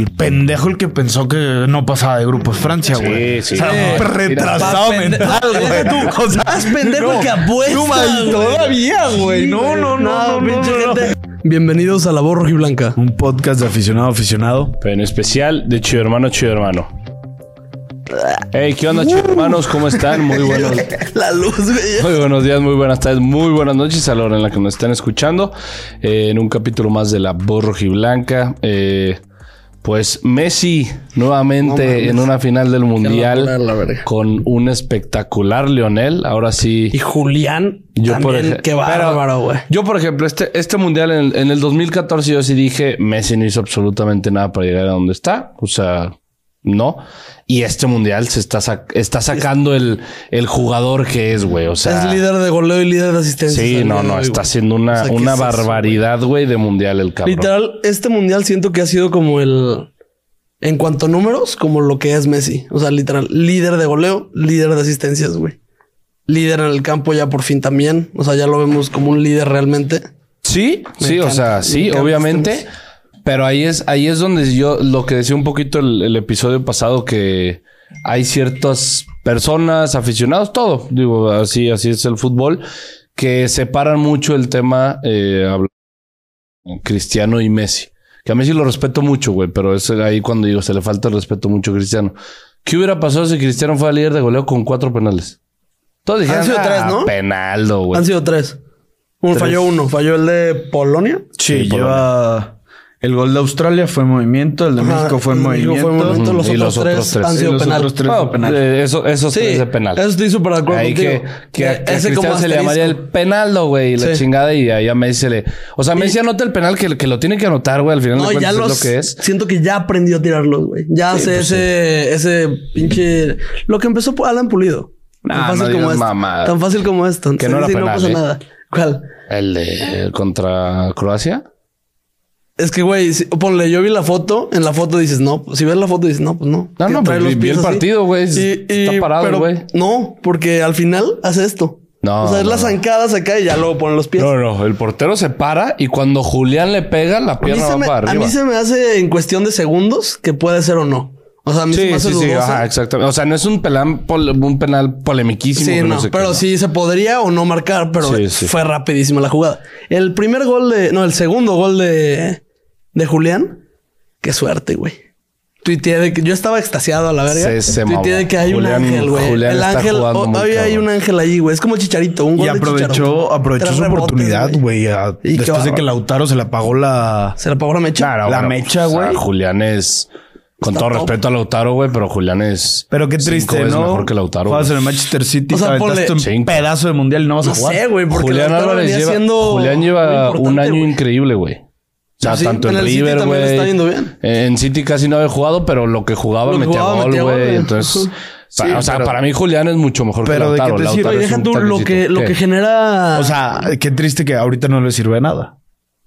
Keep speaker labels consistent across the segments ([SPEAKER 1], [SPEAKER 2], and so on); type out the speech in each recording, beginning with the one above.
[SPEAKER 1] El pendejo el que pensó que no pasaba de grupos Francia, güey.
[SPEAKER 2] sí.
[SPEAKER 1] O sea,
[SPEAKER 2] Eh,
[SPEAKER 1] retrasado
[SPEAKER 3] mira,
[SPEAKER 1] mental,
[SPEAKER 3] deja
[SPEAKER 1] güey.
[SPEAKER 3] tú,
[SPEAKER 1] O sea,
[SPEAKER 3] más pendejo que apuesta,
[SPEAKER 1] no, man,
[SPEAKER 3] güey.
[SPEAKER 1] todavía, güey. No, no, no, no, no,
[SPEAKER 3] pinche
[SPEAKER 1] no, no.
[SPEAKER 3] gente.
[SPEAKER 4] Bienvenidos a la voz rojiblanca.
[SPEAKER 1] Un podcast de aficionado a aficionado.
[SPEAKER 2] Pero en especial de Chido Hermano, Chido Hermano. Hey, ¿qué onda, Chido Hermanos? ¿Cómo están? Muy buenos,
[SPEAKER 3] La luz, güey.
[SPEAKER 2] muy buenos días, muy buenas tardes, muy buenas noches a la hora en la que nos están escuchando. eh, en un capítulo más de La Voz Rojiblanca. Eh, pues Messi nuevamente en una final del
[SPEAKER 4] locura,
[SPEAKER 2] Mundial
[SPEAKER 4] la verga.
[SPEAKER 2] con un espectacular Lionel. Ahora sí.
[SPEAKER 4] Y Julián.
[SPEAKER 2] Yo, por
[SPEAKER 4] también,
[SPEAKER 2] ejemplo-
[SPEAKER 4] qué bárbaro, güey.
[SPEAKER 2] Yo, por ejemplo, este, este mundial en, en el 2014 yo sí dije, Messi no hizo absolutamente nada para llegar a donde está. O sea, no. Y este mundial se está, sac- está sacando el, el jugador que es, güey. O sea,
[SPEAKER 4] es líder de goleo y líder de asistencia.
[SPEAKER 2] sí, no, no, está haciendo una,
[SPEAKER 4] O sea, ¿qué
[SPEAKER 2] una
[SPEAKER 4] es eso,
[SPEAKER 2] barbaridad, güey, de mundial el cabrón.
[SPEAKER 4] Literal, este mundial siento que ha sido como el. En cuanto a números, como lo que es Messi. O sea, literal, líder de goleo, líder de asistencias, güey. Líder en el campo ya por fin también. O sea, ya lo vemos como un líder realmente.
[SPEAKER 2] Sí,
[SPEAKER 4] Me
[SPEAKER 2] sí, o
[SPEAKER 4] encanta,
[SPEAKER 2] sea,
[SPEAKER 4] me
[SPEAKER 2] sí,
[SPEAKER 4] encanta
[SPEAKER 2] obviamente.
[SPEAKER 4] este mes.
[SPEAKER 2] Pero ahí es, ahí es donde yo lo que decía un poquito el, el episodio pasado que hay ciertas personas, aficionados, todo, digo, así, así es el fútbol, que separan mucho el tema eh, habl- Cristiano y Messi. Que a Messi lo respeto mucho, güey, pero es ahí cuando digo, se le falta el respeto mucho a Cristiano. ¿Qué hubiera pasado si Cristiano fuera líder de goleo con cuatro penales? Todos dijeron,
[SPEAKER 4] sido tres,
[SPEAKER 2] "Ah,
[SPEAKER 4] ¿no?
[SPEAKER 2] penaldo, güey.
[SPEAKER 4] Han sido tres. Uno falló uno, falló el de Polonia.
[SPEAKER 1] Sí, lleva. El gol de Australia fue en movimiento, el de
[SPEAKER 4] Ajá,
[SPEAKER 1] México fue en
[SPEAKER 4] el de México
[SPEAKER 1] movimiento.
[SPEAKER 4] fue en movimiento,
[SPEAKER 2] Ujú,
[SPEAKER 4] los,
[SPEAKER 2] y
[SPEAKER 4] otros
[SPEAKER 2] los otros
[SPEAKER 4] tres
[SPEAKER 2] tres.
[SPEAKER 4] han
[SPEAKER 2] Y
[SPEAKER 4] sido
[SPEAKER 1] los
[SPEAKER 4] penal.
[SPEAKER 1] otros tres. de
[SPEAKER 2] Bueno,
[SPEAKER 1] penal.
[SPEAKER 2] eh, eso, esos
[SPEAKER 4] Sí,
[SPEAKER 2] tres de penal.
[SPEAKER 4] Eso estoy súper de acuerdo
[SPEAKER 2] Ahí que,
[SPEAKER 4] contigo.
[SPEAKER 2] que a,
[SPEAKER 4] Eh,
[SPEAKER 2] que a
[SPEAKER 4] ese como
[SPEAKER 2] Cristiano se le llamaría el
[SPEAKER 4] asterisco.
[SPEAKER 2] penaldo, güey, y la
[SPEAKER 4] Sí.
[SPEAKER 2] chingada, y ahí a Messi se le. O sea, Messi anota el penal que, que lo tiene que anotar, güey, al final
[SPEAKER 4] No,
[SPEAKER 2] de
[SPEAKER 4] ya
[SPEAKER 2] cuentas
[SPEAKER 4] los,
[SPEAKER 2] es lo que es. pues
[SPEAKER 4] Siento que ya aprendió a tirarlos, güey. Ya hace ese, ese pinche. Lo que empezó Alan Pulido.
[SPEAKER 2] Nah, no digas
[SPEAKER 4] como esto.
[SPEAKER 2] mamada.
[SPEAKER 4] Tan fácil como esto.
[SPEAKER 2] Que no era
[SPEAKER 4] Sí,
[SPEAKER 2] penal,
[SPEAKER 4] pasa
[SPEAKER 2] ¿eh?
[SPEAKER 4] nada. ¿Cuál?
[SPEAKER 2] El de contra Croacia.
[SPEAKER 4] Es que, güey, si- ponle, yo vi la foto. En la foto dices, no. Si ves la foto, dices, no, pues no.
[SPEAKER 2] No,
[SPEAKER 4] Que
[SPEAKER 2] no, pues
[SPEAKER 4] trae los
[SPEAKER 2] vi- vi
[SPEAKER 4] pies
[SPEAKER 2] el
[SPEAKER 4] así.
[SPEAKER 2] partido, güey.
[SPEAKER 4] Y- y-
[SPEAKER 2] Está parado,
[SPEAKER 4] pero
[SPEAKER 2] güey.
[SPEAKER 4] No, porque al final hace esto.
[SPEAKER 2] No,
[SPEAKER 4] O sea, es
[SPEAKER 2] no,
[SPEAKER 4] las
[SPEAKER 2] no.
[SPEAKER 4] zancadas acá y ya luego ponen los pies.
[SPEAKER 2] No, no, el portero se para y cuando Julián le pega, la
[SPEAKER 4] A mí,
[SPEAKER 2] pierna
[SPEAKER 4] se
[SPEAKER 2] va
[SPEAKER 4] me,
[SPEAKER 2] para
[SPEAKER 4] a
[SPEAKER 2] arriba.
[SPEAKER 4] mí se me hace en cuestión de segundos que puede ser o no. O sea, a mí se me
[SPEAKER 2] Sí,
[SPEAKER 4] hace
[SPEAKER 2] sí, sí,
[SPEAKER 4] dudosa.
[SPEAKER 2] ajá, exactamente. O sea, no es un, pelán, pol- un penal polemiquísimo.
[SPEAKER 4] Sí,
[SPEAKER 2] que
[SPEAKER 4] no,
[SPEAKER 2] sé qué,
[SPEAKER 4] pero
[SPEAKER 2] ¿no?
[SPEAKER 4] sí se podría o no marcar, pero
[SPEAKER 2] Sí, sí.
[SPEAKER 4] fue rapidísima la jugada. El primer gol de, no, el segundo gol de, de Julián, qué suerte, güey. Tuiteé de que yo estaba extasiado a la verga.
[SPEAKER 2] Se- se
[SPEAKER 4] Tuiteé
[SPEAKER 2] mamó.
[SPEAKER 4] de que hay
[SPEAKER 2] Julián-
[SPEAKER 4] un ángel, güey.
[SPEAKER 2] Julián
[SPEAKER 4] El
[SPEAKER 2] está
[SPEAKER 4] ángel,
[SPEAKER 2] jugando
[SPEAKER 4] oh,
[SPEAKER 2] muy
[SPEAKER 4] todavía hay
[SPEAKER 2] cabrón.
[SPEAKER 4] un ángel ahí, güey. Es como Chicharito, un gol
[SPEAKER 1] Y
[SPEAKER 4] de
[SPEAKER 1] aprovechó,
[SPEAKER 4] Chicharito.
[SPEAKER 1] aprovechó
[SPEAKER 4] Tres
[SPEAKER 1] su
[SPEAKER 4] rebotes,
[SPEAKER 1] oportunidad, güey. a-
[SPEAKER 4] Y qué
[SPEAKER 1] Después de
[SPEAKER 4] bárbaro.
[SPEAKER 1] que Lautaro se le apagó la.
[SPEAKER 4] Se la pagó la mecha.
[SPEAKER 2] Claro,
[SPEAKER 1] La
[SPEAKER 2] bueno,
[SPEAKER 1] mecha,
[SPEAKER 2] pues,
[SPEAKER 1] güey.
[SPEAKER 2] ah, Julián es. Con
[SPEAKER 4] Está
[SPEAKER 2] todo
[SPEAKER 4] top.
[SPEAKER 2] respeto a Lautaro, güey, pero Julián es.
[SPEAKER 1] Pero qué
[SPEAKER 2] cinco
[SPEAKER 1] triste,
[SPEAKER 2] veces
[SPEAKER 1] ¿no?
[SPEAKER 2] mejor que Lautaro.
[SPEAKER 1] Juegas en
[SPEAKER 2] güey.
[SPEAKER 1] el Manchester City,
[SPEAKER 4] O sea,
[SPEAKER 1] te aventaste
[SPEAKER 4] ponle-
[SPEAKER 1] un
[SPEAKER 2] Cinco.
[SPEAKER 1] pedazo de mundial y no vas
[SPEAKER 4] No
[SPEAKER 1] a jugar.
[SPEAKER 4] sé, güey, porque
[SPEAKER 2] Julián
[SPEAKER 4] Lautaro
[SPEAKER 2] Álvarez
[SPEAKER 4] venía
[SPEAKER 2] lleva,
[SPEAKER 4] siendo
[SPEAKER 2] Julián
[SPEAKER 4] muy
[SPEAKER 2] lleva
[SPEAKER 4] importante,
[SPEAKER 2] un año
[SPEAKER 4] güey.
[SPEAKER 2] increíble, güey. O sea,
[SPEAKER 4] Sí,
[SPEAKER 2] tanto
[SPEAKER 4] en
[SPEAKER 2] en,
[SPEAKER 4] el City
[SPEAKER 2] River,
[SPEAKER 4] también le está
[SPEAKER 2] güey.
[SPEAKER 4] yendo bien.
[SPEAKER 2] Eh, En City casi no había jugado, pero lo que jugaba
[SPEAKER 4] Lo que
[SPEAKER 2] metía
[SPEAKER 4] jugaba,
[SPEAKER 2] gol,
[SPEAKER 4] metía gol,
[SPEAKER 2] güey.
[SPEAKER 4] güey.
[SPEAKER 2] Entonces,
[SPEAKER 4] Ujú.
[SPEAKER 2] pa- o sea, para mí Julián es mucho mejor
[SPEAKER 1] Pero ¿de
[SPEAKER 2] que
[SPEAKER 1] qué
[SPEAKER 2] Lautaro.
[SPEAKER 1] te sirve?
[SPEAKER 2] Lautaro
[SPEAKER 4] Oye,
[SPEAKER 2] es
[SPEAKER 4] deja
[SPEAKER 2] un
[SPEAKER 4] tú lo
[SPEAKER 2] talibcito.
[SPEAKER 4] que, lo
[SPEAKER 2] ¿Qué?
[SPEAKER 4] que genera.
[SPEAKER 1] O sea, qué triste que ahorita no le sirve de nada.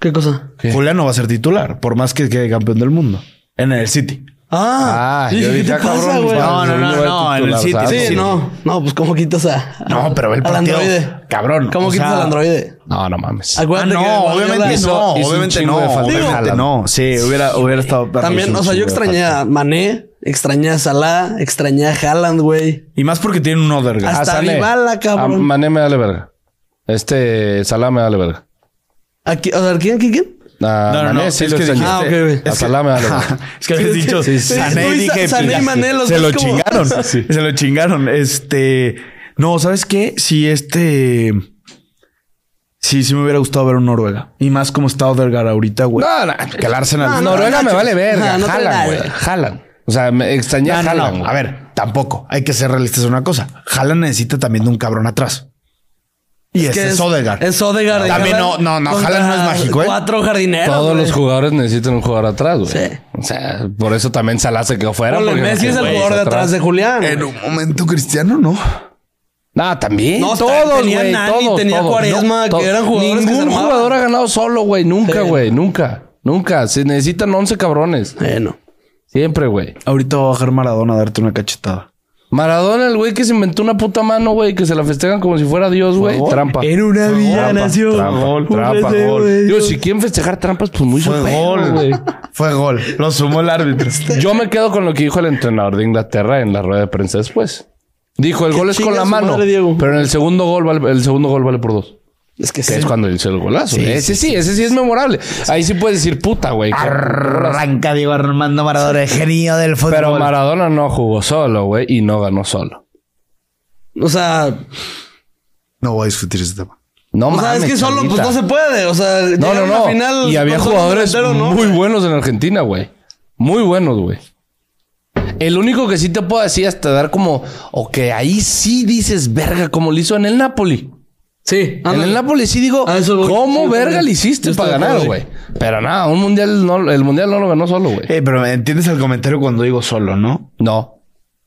[SPEAKER 4] ¿qué cosa?
[SPEAKER 2] ¿Qué?
[SPEAKER 1] Julián no va a ser titular, por más que quede campeón del mundo. En el City.
[SPEAKER 2] Ah,
[SPEAKER 4] Ah,
[SPEAKER 2] yo
[SPEAKER 4] dije, ¿qué
[SPEAKER 2] dije,
[SPEAKER 4] te
[SPEAKER 2] ah,
[SPEAKER 4] pasa,
[SPEAKER 2] cabrón,
[SPEAKER 1] pues,
[SPEAKER 4] güey?
[SPEAKER 2] no, no, no, no,
[SPEAKER 1] en el City.
[SPEAKER 2] Ah,
[SPEAKER 4] Sí,
[SPEAKER 2] sí.
[SPEAKER 4] no, no, pues cómo quitas a.
[SPEAKER 1] No, pero el
[SPEAKER 4] al
[SPEAKER 1] partido,
[SPEAKER 4] androide.
[SPEAKER 1] cabrón,
[SPEAKER 4] ¿Cómo
[SPEAKER 1] o
[SPEAKER 4] quitas
[SPEAKER 1] sea- Ah,
[SPEAKER 4] al androide?
[SPEAKER 2] No, no mames.
[SPEAKER 4] Acuérdate que Guardiola-
[SPEAKER 2] hizo- hizo un chingo de falta.
[SPEAKER 1] Obviamente
[SPEAKER 2] Digo-
[SPEAKER 1] no. Sí, hubiera, hubiera estado perro.
[SPEAKER 4] También,
[SPEAKER 2] hizo
[SPEAKER 4] o
[SPEAKER 2] un
[SPEAKER 4] sea, yo
[SPEAKER 2] chingo de
[SPEAKER 4] extrañé a Mané, extrañé a Salah, extrañé a Haaland, güey.
[SPEAKER 1] Y más porque tiene un over.
[SPEAKER 2] Ah,
[SPEAKER 4] hasta
[SPEAKER 2] Sané.
[SPEAKER 4] Dybala, cabrón.
[SPEAKER 2] Ah, Mané me vale verga. Este Salah me vale verga.
[SPEAKER 4] Aquí, o sea, ¿quién, quién, quién?
[SPEAKER 2] Ah,
[SPEAKER 1] No, no,
[SPEAKER 2] Mané
[SPEAKER 1] no,
[SPEAKER 2] sí
[SPEAKER 1] es
[SPEAKER 2] lo
[SPEAKER 1] que
[SPEAKER 2] extrañé.
[SPEAKER 1] dijiste-
[SPEAKER 4] Ah, ok, güey.
[SPEAKER 2] A
[SPEAKER 1] es que-
[SPEAKER 2] Salah me vale verga.
[SPEAKER 1] Es que habías dicho
[SPEAKER 4] Sí, sí.
[SPEAKER 1] Sané
[SPEAKER 4] Luis,
[SPEAKER 1] y dije,
[SPEAKER 4] Sané y
[SPEAKER 1] pues, ya,
[SPEAKER 4] Mané, los
[SPEAKER 1] se
[SPEAKER 4] dos
[SPEAKER 1] lo
[SPEAKER 4] como-
[SPEAKER 1] chingaron. Se lo chingaron. Este. No, ¿sabes qué? Si este. Sí, sí me hubiera gustado ver un Noruega. Y más como está Odegaard ahorita, güey.
[SPEAKER 2] No, no, que el Arsenal.
[SPEAKER 4] No, no,
[SPEAKER 2] Noruega
[SPEAKER 4] no,
[SPEAKER 2] me vale verga.
[SPEAKER 4] no, no te
[SPEAKER 2] Jalan,
[SPEAKER 4] vale.
[SPEAKER 2] güey. Jalan. O sea, me extrañé
[SPEAKER 1] No,
[SPEAKER 2] a
[SPEAKER 1] no,
[SPEAKER 2] Jalan.
[SPEAKER 1] no. A ver, tampoco. Hay que ser realistas en una cosa. Haaland necesita también de un cabrón atrás. Y
[SPEAKER 4] ¿Qué
[SPEAKER 1] ese es Odegaard.
[SPEAKER 4] Es Odegaard.
[SPEAKER 1] También no-
[SPEAKER 4] Haaland
[SPEAKER 1] no, no,
[SPEAKER 4] contra
[SPEAKER 1] Haaland no es mágico, ¿eh?
[SPEAKER 4] Cuatro jardineros.
[SPEAKER 2] Todos
[SPEAKER 4] güey.
[SPEAKER 2] los jugadores necesitan un jugador atrás, güey.
[SPEAKER 4] Sí.
[SPEAKER 2] O sea, por eso también Salah se quedó fuera.
[SPEAKER 4] Ponle,
[SPEAKER 2] porque
[SPEAKER 4] Messi
[SPEAKER 2] no
[SPEAKER 4] es el
[SPEAKER 2] güey,
[SPEAKER 4] jugador de atrás de Julián.
[SPEAKER 1] En
[SPEAKER 4] güey.
[SPEAKER 1] un momento cristiano, no.
[SPEAKER 2] No, también.
[SPEAKER 4] No,
[SPEAKER 2] todos,
[SPEAKER 4] tenía
[SPEAKER 2] güey.
[SPEAKER 4] Nani,
[SPEAKER 2] Todos,
[SPEAKER 4] tenía
[SPEAKER 2] todos.
[SPEAKER 4] Cuaresma,
[SPEAKER 2] No,
[SPEAKER 4] que eran jugadores que se
[SPEAKER 2] Ningún
[SPEAKER 4] armaban.
[SPEAKER 2] jugador ha ganado solo, güey. Nunca, güey. Nunca. Nunca. Se necesitan 11 cabrones.
[SPEAKER 4] Bueno.
[SPEAKER 2] Siempre, güey.
[SPEAKER 1] Ahorita va a bajar Maradona a darte una cachetada.
[SPEAKER 2] Maradona, el güey que se inventó una puta mano, güey, que se la festejan como si fuera Dios, güey. Trampa.
[SPEAKER 3] En una vida
[SPEAKER 2] Trampa,
[SPEAKER 3] nació.
[SPEAKER 2] Trampa,
[SPEAKER 1] Gol,
[SPEAKER 3] un
[SPEAKER 1] trampa,
[SPEAKER 3] deseo
[SPEAKER 1] gol.
[SPEAKER 3] de
[SPEAKER 2] Digo,
[SPEAKER 3] Dios.
[SPEAKER 2] si quieren festejar trampas, pues muy
[SPEAKER 1] Fue
[SPEAKER 2] su pedo,
[SPEAKER 1] gol.
[SPEAKER 2] güey.
[SPEAKER 1] Fue gol. Lo sumó el árbitro.
[SPEAKER 2] Yo me quedo con lo que dijo el entrenador de Inglaterra en la rueda de prensa después. Dijo, el
[SPEAKER 4] Que
[SPEAKER 2] gol es con
[SPEAKER 4] chingue
[SPEAKER 2] la
[SPEAKER 4] a su
[SPEAKER 2] mano,
[SPEAKER 4] madre, Diego.
[SPEAKER 2] pero en el segundo gol vale, el segundo gol vale por dos.
[SPEAKER 4] Es que
[SPEAKER 2] Que
[SPEAKER 4] sí.
[SPEAKER 2] es cuando hizo el golazo. ese sí, ese sí es memorable. Ahí sí puedes decir puta, güey.
[SPEAKER 3] Arranca Diego Armando Maradona, el genio del fútbol.
[SPEAKER 2] Pero Maradona no jugó solo, güey, y no ganó solo.
[SPEAKER 4] O sea,
[SPEAKER 1] No voy a discutir ese tema.
[SPEAKER 2] No
[SPEAKER 4] o sea,
[SPEAKER 2] mames.
[SPEAKER 4] es que solo pues,
[SPEAKER 2] Chavita.
[SPEAKER 4] no se puede. O sea,
[SPEAKER 2] No,
[SPEAKER 4] llegar a
[SPEAKER 2] no,
[SPEAKER 4] una
[SPEAKER 2] no.
[SPEAKER 4] final
[SPEAKER 2] y había
[SPEAKER 4] con todo el
[SPEAKER 2] jugadores
[SPEAKER 4] delantero, ¿no?
[SPEAKER 2] muy buenos en Argentina, güey. Muy buenos, güey. El único que sí te puedo decir hasta dar como, o que ahí sí dices verga, como le hizo en el Napoli.
[SPEAKER 4] Sí,
[SPEAKER 2] En el
[SPEAKER 4] ándale.
[SPEAKER 2] Napoli sí digo,
[SPEAKER 4] A eso voy.
[SPEAKER 2] ¿cómo
[SPEAKER 4] Yo
[SPEAKER 2] verga
[SPEAKER 4] también.
[SPEAKER 2] le
[SPEAKER 4] Yo
[SPEAKER 2] hiciste
[SPEAKER 4] estoy
[SPEAKER 2] para
[SPEAKER 4] de
[SPEAKER 2] ganar,
[SPEAKER 4] acuerdo,
[SPEAKER 2] güey? Pero nada, un mundial no, el mundial no lo ganó solo, güey.
[SPEAKER 1] Eh, pero entiendes el comentario cuando digo solo, ¿no?
[SPEAKER 2] No.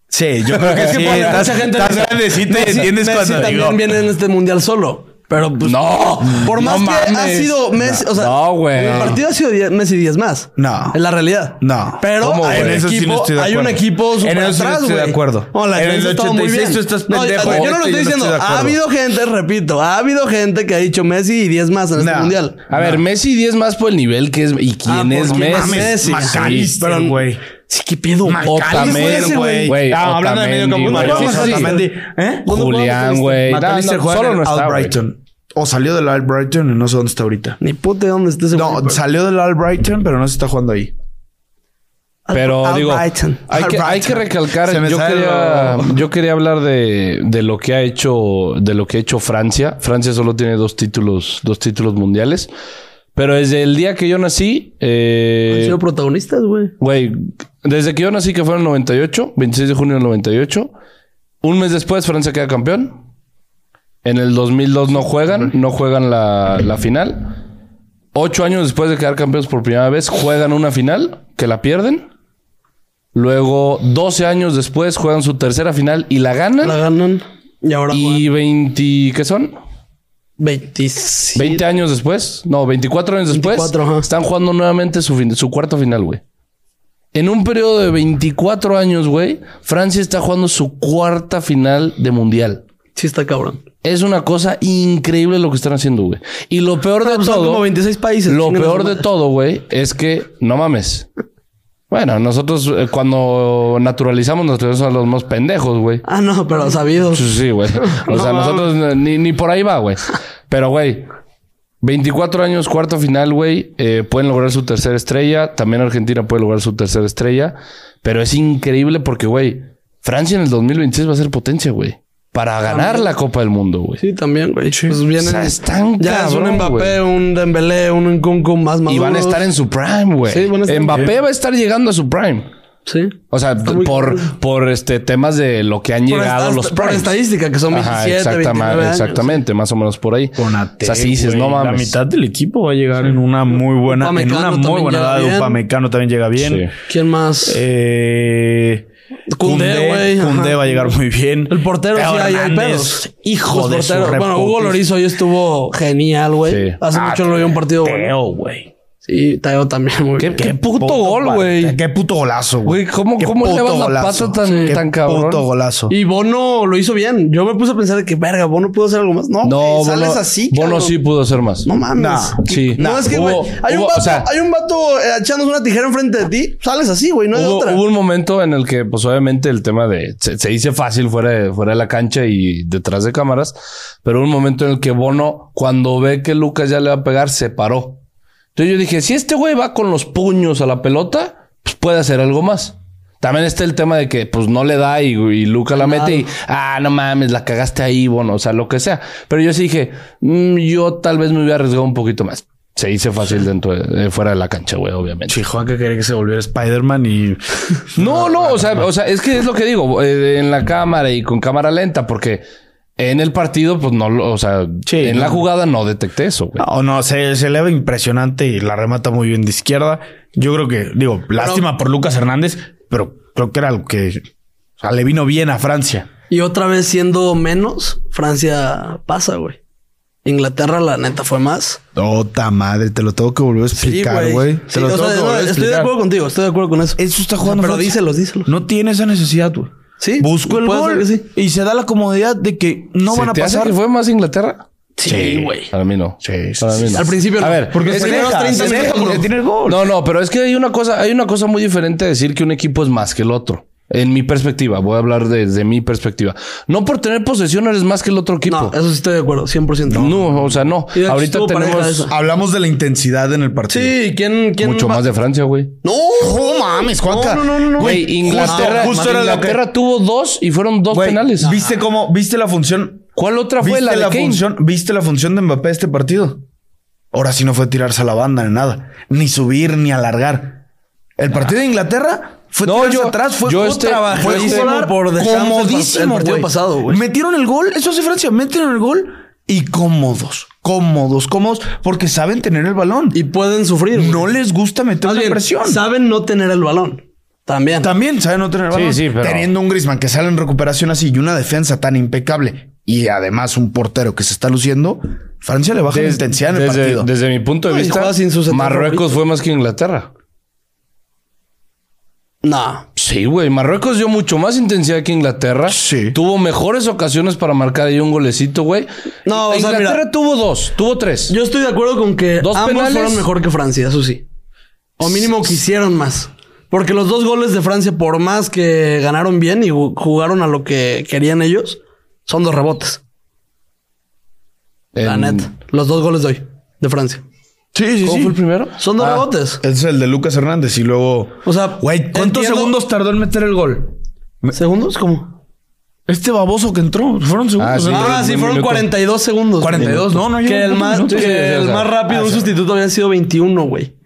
[SPEAKER 5] Sí, yo creo que sí.
[SPEAKER 4] porque
[SPEAKER 5] estás,
[SPEAKER 4] mucha gente
[SPEAKER 5] estás
[SPEAKER 4] no-
[SPEAKER 5] grandecita y
[SPEAKER 4] Messi-
[SPEAKER 5] entiendes
[SPEAKER 4] Messi
[SPEAKER 5] cuando
[SPEAKER 4] también
[SPEAKER 5] digo.
[SPEAKER 4] viene en este mundial solo. Pero pues,
[SPEAKER 2] No.
[SPEAKER 4] por más
[SPEAKER 2] no
[SPEAKER 4] que ha
[SPEAKER 2] mames.
[SPEAKER 4] sido Messi, o sea,
[SPEAKER 2] No, güey.
[SPEAKER 4] el partido ha sido diez- Messi 10 más.
[SPEAKER 5] No.
[SPEAKER 4] Es la realidad.
[SPEAKER 5] No.
[SPEAKER 4] Pero
[SPEAKER 2] ¿Cómo,
[SPEAKER 4] hay, un
[SPEAKER 2] güey? En
[SPEAKER 5] eso sí no
[SPEAKER 4] equipo,
[SPEAKER 5] estoy de
[SPEAKER 4] hay un
[SPEAKER 5] acuerdo.
[SPEAKER 4] equipo super
[SPEAKER 5] En eso sí no
[SPEAKER 4] atrás,
[SPEAKER 5] estoy de
[SPEAKER 4] güey.
[SPEAKER 5] acuerdo.
[SPEAKER 4] No, la
[SPEAKER 5] En
[SPEAKER 4] defensa
[SPEAKER 5] el
[SPEAKER 4] estaba muy
[SPEAKER 5] 86
[SPEAKER 4] bien.
[SPEAKER 5] tú estás
[SPEAKER 4] No,
[SPEAKER 5] pendejo,
[SPEAKER 4] yo no
[SPEAKER 5] ahorita
[SPEAKER 4] lo estoy
[SPEAKER 5] yo no
[SPEAKER 4] diciendo.
[SPEAKER 5] estoy de
[SPEAKER 4] ha
[SPEAKER 5] acuerdo.
[SPEAKER 4] habido gente, repito, ha habido gente que ha dicho Messi y 10 más en este
[SPEAKER 5] No.
[SPEAKER 4] mundial.
[SPEAKER 2] A ver, Messi 10 más por el nivel que es. ¿Y quién
[SPEAKER 4] Ah,
[SPEAKER 2] es
[SPEAKER 4] porque
[SPEAKER 2] Messi?
[SPEAKER 4] mames,
[SPEAKER 5] Macalister,
[SPEAKER 4] pero-
[SPEAKER 5] güey.
[SPEAKER 4] Sí, qué pedo.
[SPEAKER 2] Otamendi, güey.
[SPEAKER 5] güey. Ah, hablando de medio
[SPEAKER 2] Otamendi,
[SPEAKER 5] campo,
[SPEAKER 2] güey.
[SPEAKER 5] Macalister,
[SPEAKER 2] Sí, sí, sí.
[SPEAKER 5] Otamendi. ¿Eh?
[SPEAKER 2] ¿Dónde Julián, güey.
[SPEAKER 5] Macalister
[SPEAKER 2] No, no,
[SPEAKER 5] juega
[SPEAKER 2] solo
[SPEAKER 5] en
[SPEAKER 2] no
[SPEAKER 5] el
[SPEAKER 2] está, güey.
[SPEAKER 5] Brighton. O salió del All Brighton y no sé dónde está ahorita.
[SPEAKER 4] Ni puta de dónde estés.
[SPEAKER 5] No, salió del All Brighton, pero no se está jugando ahí.
[SPEAKER 2] Pero
[SPEAKER 4] Al
[SPEAKER 2] digo,
[SPEAKER 4] Brighton.
[SPEAKER 2] hay
[SPEAKER 5] Al
[SPEAKER 2] que, hay que
[SPEAKER 5] Brighton.
[SPEAKER 2] recalcar.
[SPEAKER 5] Se me
[SPEAKER 2] Yo
[SPEAKER 5] sale
[SPEAKER 2] quería,
[SPEAKER 5] lo-
[SPEAKER 2] yo quería hablar de, de lo que ha hecho, de lo que ha hecho Francia. Francia solo tiene dos títulos, dos títulos mundiales. Pero desde el día que yo nací, eh,
[SPEAKER 4] Han sido protagonistas, güey.
[SPEAKER 2] Güey, desde que yo nací, que fue en el 98, 26 de junio del 98. Un mes después, Francia queda campeón. En el 2002 no juegan, no juegan la, la final. Ocho años después de quedar campeones por primera vez, juegan una final que la pierden. Luego, 12 años después, juegan su tercera final y la ganan.
[SPEAKER 4] La ganan. Y ahora
[SPEAKER 2] y 20, ¿qué son?
[SPEAKER 4] 27.
[SPEAKER 2] 20 años después, no, 24 años después,
[SPEAKER 4] 24, ajá.
[SPEAKER 2] están jugando nuevamente su, fin- su cuarto final, güey. En un periodo de 24 años, güey, Francia está jugando su cuarta final de mundial.
[SPEAKER 4] Sí, está cabrón.
[SPEAKER 2] Es una cosa increíble lo que están haciendo, güey. Y lo peor de
[SPEAKER 4] Son como
[SPEAKER 2] todo,
[SPEAKER 4] 26 países.
[SPEAKER 2] lo
[SPEAKER 4] chingan a su
[SPEAKER 2] peor de
[SPEAKER 4] madre.
[SPEAKER 2] todo, güey, es que no mames. Bueno, nosotros eh, cuando naturalizamos, nos tenemos a los más pendejos, güey.
[SPEAKER 4] Ah, no, pero sabidos.
[SPEAKER 2] Sí, sí, güey. O sea, nosotros ni, ni por ahí va, güey. Pero, güey, 24 años, cuarto final, güey. eh, pueden lograr su tercera estrella. También Argentina puede lograr su tercera estrella. Pero es increíble porque, güey, Francia en el 2026 va a ser potencia, güey. Para ganar la Copa del Mundo, güey.
[SPEAKER 4] Sí, también, güey. Pues
[SPEAKER 2] O
[SPEAKER 4] vienen.
[SPEAKER 2] sea, están
[SPEAKER 4] ya es
[SPEAKER 2] cabrón,
[SPEAKER 4] un Mbappé,
[SPEAKER 2] güey.
[SPEAKER 4] un Dembélé, un Nkunku más maduros.
[SPEAKER 2] Y van a estar en su prime, güey.
[SPEAKER 4] Sí, van a estar-
[SPEAKER 2] Mbappé va a estar llegando a su prime.
[SPEAKER 4] Sí.
[SPEAKER 2] O sea,
[SPEAKER 4] muy
[SPEAKER 2] por, por este temas de lo que han
[SPEAKER 4] Por
[SPEAKER 2] llegado
[SPEAKER 4] esta-
[SPEAKER 2] los
[SPEAKER 4] por
[SPEAKER 2] primes.
[SPEAKER 4] estadística, que son 27,
[SPEAKER 2] exactamente,
[SPEAKER 4] 29 años.
[SPEAKER 2] Exactamente, más o menos por ahí. o sea, sí dices, no
[SPEAKER 5] La
[SPEAKER 2] mames.
[SPEAKER 5] mitad del equipo va a llegar en una muy buena, en
[SPEAKER 4] Upamecano
[SPEAKER 5] una
[SPEAKER 4] también
[SPEAKER 5] muy buena
[SPEAKER 4] llega
[SPEAKER 5] edad.
[SPEAKER 4] bien.
[SPEAKER 5] Upamecano también llega bien.
[SPEAKER 2] Sí.
[SPEAKER 4] ¿Quién más?
[SPEAKER 5] Eh,
[SPEAKER 4] Koundé,
[SPEAKER 5] Koundé,
[SPEAKER 4] güey, ajá.
[SPEAKER 5] Koundé va a llegar muy bien.
[SPEAKER 4] el portero sí
[SPEAKER 5] Teo
[SPEAKER 4] hay, hay
[SPEAKER 5] Hernández,
[SPEAKER 4] pedos.
[SPEAKER 5] Hijo
[SPEAKER 4] Los
[SPEAKER 5] de su
[SPEAKER 4] porteros. Bueno, Hugo
[SPEAKER 5] reputis-
[SPEAKER 4] Loris hoy estuvo genial, güey.
[SPEAKER 2] Sí.
[SPEAKER 4] Hace
[SPEAKER 5] Ah,
[SPEAKER 4] mucho no había un partido bueno.
[SPEAKER 5] Teo, güey.
[SPEAKER 4] Sí, Teo también, muy
[SPEAKER 2] ¿Qué,
[SPEAKER 4] bien.
[SPEAKER 2] qué puto gol, güey.
[SPEAKER 1] Qué puto golazo,
[SPEAKER 2] Güey,
[SPEAKER 1] güey.
[SPEAKER 2] ¿cómo,
[SPEAKER 5] Qué
[SPEAKER 2] cómo
[SPEAKER 5] puto
[SPEAKER 2] elevas la
[SPEAKER 5] golazo.
[SPEAKER 2] pata tan,
[SPEAKER 5] Qué
[SPEAKER 2] tan cabrón?
[SPEAKER 5] Puto golazo.
[SPEAKER 4] Y Bono lo hizo bien. Yo me puse a pensar de que, verga, Bono pudo hacer algo más. No,
[SPEAKER 2] No,
[SPEAKER 4] güey,
[SPEAKER 2] Bono,
[SPEAKER 4] Eh, sales así,
[SPEAKER 2] Bono
[SPEAKER 4] cabrón.
[SPEAKER 2] sí pudo hacer más.
[SPEAKER 4] No mames.
[SPEAKER 5] Nah,
[SPEAKER 2] sí.
[SPEAKER 4] No,
[SPEAKER 2] Nah.
[SPEAKER 4] es que,
[SPEAKER 2] Hubo-
[SPEAKER 4] güey, hay, un
[SPEAKER 2] hubo-
[SPEAKER 4] vato,
[SPEAKER 2] o sea-
[SPEAKER 4] hay un vato eh, echándose una tijera enfrente de ti. Sales así, güey, no hay
[SPEAKER 2] Hubo,
[SPEAKER 4] otra.
[SPEAKER 2] hubo un momento en el que, pues obviamente, el tema de se, se dice fácil fuera de, fuera de la cancha y detrás de cámaras, pero hubo un momento en el que Bono, cuando ve que Lucas ya le va a pegar, se paró. Entonces yo dije: si este güey va con los puños a la pelota, pues puede hacer algo más. También está el tema de que pues no le da y, y Lucas la mete y ah, no mames, la cagaste ahí, Bono, o sea, lo que sea. Pero yo sí dije, "Mm, yo tal vez me hubiera arriesgado un poquito más. Se hizo fácil dentro de- eh, fuera de la cancha, güey, obviamente.
[SPEAKER 5] Chihuahua que quería que se volviera Spider-Man y
[SPEAKER 2] No, no, o sea, o sea, es que es lo que digo, eh, en la cámara y con cámara lenta, porque en el partido, pues no, lo- o sea,
[SPEAKER 5] Sí,
[SPEAKER 2] en la
[SPEAKER 5] no.
[SPEAKER 2] jugada no detecté eso, güey.
[SPEAKER 5] No, no, se, se eleva impresionante y la remata muy bien de izquierda. Yo creo que, digo, lástima por Lucas Hernández, pero creo que era algo que o sea, le vino bien a Francia.
[SPEAKER 4] Y otra vez siendo menos, Francia pasa, güey. Inglaterra, la neta, fue más.
[SPEAKER 1] Tota madre, te lo tengo que volver a explicar, güey.
[SPEAKER 4] Sí, o sea, no, estoy de acuerdo contigo, estoy de acuerdo con eso.
[SPEAKER 5] Eso está
[SPEAKER 4] O sea,
[SPEAKER 5] jugando.
[SPEAKER 4] pero
[SPEAKER 5] Francia.
[SPEAKER 4] díselos, díselos.
[SPEAKER 5] No tiene esa necesidad, güey.
[SPEAKER 4] Sí.
[SPEAKER 5] Busco el
[SPEAKER 4] puede ser que
[SPEAKER 5] gol
[SPEAKER 4] sí.
[SPEAKER 5] y se da la comodidad de que no
[SPEAKER 2] ¿Se
[SPEAKER 5] van a
[SPEAKER 2] te hace
[SPEAKER 5] pasar.
[SPEAKER 2] que fue más Inglaterra?
[SPEAKER 4] Sí, güey.
[SPEAKER 2] Para mí no.
[SPEAKER 1] Sí, sí,
[SPEAKER 2] Para mí no.
[SPEAKER 4] Al principio no.
[SPEAKER 2] A ver,
[SPEAKER 4] Porque
[SPEAKER 2] es
[SPEAKER 4] se
[SPEAKER 2] que-
[SPEAKER 4] deja, se deja porque
[SPEAKER 5] tiene el gol.
[SPEAKER 2] No, no, pero es que hay una cosa, hay una cosa muy diferente decir que un equipo es más que el otro. En mi perspectiva, voy a hablar desde mi perspectiva. No por tener posesión eres más que el otro equipo.
[SPEAKER 4] No, eso sí estoy de acuerdo, 100%.
[SPEAKER 2] No, o sea, no.
[SPEAKER 4] Y de hecho
[SPEAKER 2] Ahorita
[SPEAKER 4] estuvo pareja
[SPEAKER 2] tenemos
[SPEAKER 4] esa.
[SPEAKER 1] Hablamos de la intensidad en el partido.
[SPEAKER 4] Sí, ¿quién, quién
[SPEAKER 2] mucho
[SPEAKER 4] va-
[SPEAKER 2] más de Francia, güey.
[SPEAKER 4] No,
[SPEAKER 1] No mames, Juanca.
[SPEAKER 4] No, no, no, no.
[SPEAKER 2] Güey, Inglaterra,
[SPEAKER 1] justo era lo que-
[SPEAKER 2] Inglaterra tuvo dos y fueron dos
[SPEAKER 5] Güey,
[SPEAKER 2] penales.
[SPEAKER 5] ¿Viste cómo? ¿Viste la función?
[SPEAKER 2] ¿Cuál otra fue
[SPEAKER 1] ¿Viste
[SPEAKER 2] la
[SPEAKER 1] la,
[SPEAKER 2] de Kane?
[SPEAKER 1] función, ¿Viste la función de Mbappé este partido? Ahora sí no fue tirarse a la banda ni nada. Ni subir ni alargar. El partido de Inglaterra fue
[SPEAKER 2] No,
[SPEAKER 1] tirarse
[SPEAKER 2] yo-
[SPEAKER 1] atrás. Fue
[SPEAKER 2] yo
[SPEAKER 1] un
[SPEAKER 2] este-
[SPEAKER 1] trabajo.
[SPEAKER 2] yo
[SPEAKER 1] Fue
[SPEAKER 2] este-
[SPEAKER 1] jugar
[SPEAKER 4] por descanso el par- el
[SPEAKER 1] comodísimo,
[SPEAKER 4] partido
[SPEAKER 1] güey.
[SPEAKER 4] pasado, güey.
[SPEAKER 1] Metieron el gol. Eso hace Francia. Metieron el gol. Y cómodos. Cómodos. Cómodos. Porque saben tener el balón.
[SPEAKER 4] Y pueden sufrir. güey.
[SPEAKER 1] no les gusta meter
[SPEAKER 4] Más
[SPEAKER 1] una
[SPEAKER 4] bien,
[SPEAKER 1] presión.
[SPEAKER 4] saben no tener el balón. También.
[SPEAKER 1] También saben no tener el
[SPEAKER 2] Sí,
[SPEAKER 1] balón.
[SPEAKER 2] sí, pero-
[SPEAKER 1] Teniendo un Grisman que sale en recuperación así y una defensa tan impecable y además un portero que se está luciendo, Francia le baja la
[SPEAKER 2] Des-
[SPEAKER 1] intensidad en el
[SPEAKER 2] desde,
[SPEAKER 1] partido.
[SPEAKER 2] desde mi punto de
[SPEAKER 4] No, y
[SPEAKER 2] vista,
[SPEAKER 4] juega sin su central
[SPEAKER 2] Marruecos
[SPEAKER 4] favorito.
[SPEAKER 2] fue más que Inglaterra.
[SPEAKER 4] No.
[SPEAKER 2] Sí, güey. Marruecos dio mucho más intensidad que Inglaterra.
[SPEAKER 1] Sí.
[SPEAKER 2] Tuvo mejores ocasiones para marcar ahí un golecito, güey.
[SPEAKER 4] No, o sea,
[SPEAKER 2] Inglaterra
[SPEAKER 4] mira.
[SPEAKER 2] tuvo dos, tuvo tres.
[SPEAKER 4] Yo estoy de acuerdo con que
[SPEAKER 2] Dos
[SPEAKER 4] ambos
[SPEAKER 2] penales.
[SPEAKER 4] fueron mejor que Francia, eso sí. O mínimo quisieron más. Porque los dos goles de Francia, por más que ganaron bien y ju- jugaron a lo que querían ellos, son dos rebotes. La
[SPEAKER 2] En-
[SPEAKER 4] neta. Los dos goles de hoy, de Francia.
[SPEAKER 1] Sí, sí,
[SPEAKER 2] ¿Cómo fue el primero?
[SPEAKER 4] Son dos rebotes.
[SPEAKER 1] Ah, Es el de Lucas Hernández y luego.
[SPEAKER 4] O sea,
[SPEAKER 5] Güey, ¿cuántos
[SPEAKER 4] entiendo-
[SPEAKER 5] segundos tardó en meter el gol?
[SPEAKER 4] ¿Segundos? ¿Cómo?
[SPEAKER 5] Este baboso que entró. Fueron segundos.
[SPEAKER 2] Ah, sí.
[SPEAKER 5] ¿eh?
[SPEAKER 4] Ah,
[SPEAKER 2] un
[SPEAKER 4] sí, fueron
[SPEAKER 2] minuto.
[SPEAKER 4] 42 segundos.
[SPEAKER 5] 42, no, no,
[SPEAKER 4] Que
[SPEAKER 5] llegó
[SPEAKER 4] el
[SPEAKER 5] un
[SPEAKER 4] más,
[SPEAKER 5] minuto.
[SPEAKER 4] que
[SPEAKER 2] Sí, sí, sí, o
[SPEAKER 4] el
[SPEAKER 2] sea,
[SPEAKER 4] más rápido, un sustituto había sido 21, güey.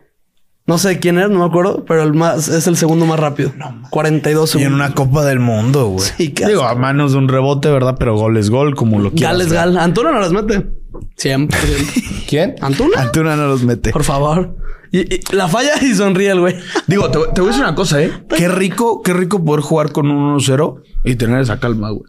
[SPEAKER 4] No sé quién era, no me acuerdo, pero el más es el segundo más rápido. 42
[SPEAKER 1] Y
[SPEAKER 4] segundos.
[SPEAKER 1] en una Copa del Mundo, güey.
[SPEAKER 4] Sí, qué
[SPEAKER 1] Digo, a manos de un rebote, ¿verdad? Pero gol es gol, como lo quieras.
[SPEAKER 4] Gal es Gal. Antuna no las mete. Siempre.
[SPEAKER 2] ¿Quién?
[SPEAKER 4] Antuna.
[SPEAKER 1] Antuna no los mete.
[SPEAKER 4] Por favor. Y, y la falla y sonríe el güey.
[SPEAKER 5] Digo, te, te voy a decir una cosa, ¿eh? Qué rico, qué rico poder jugar con un 1-0 y tener esa calma, güey.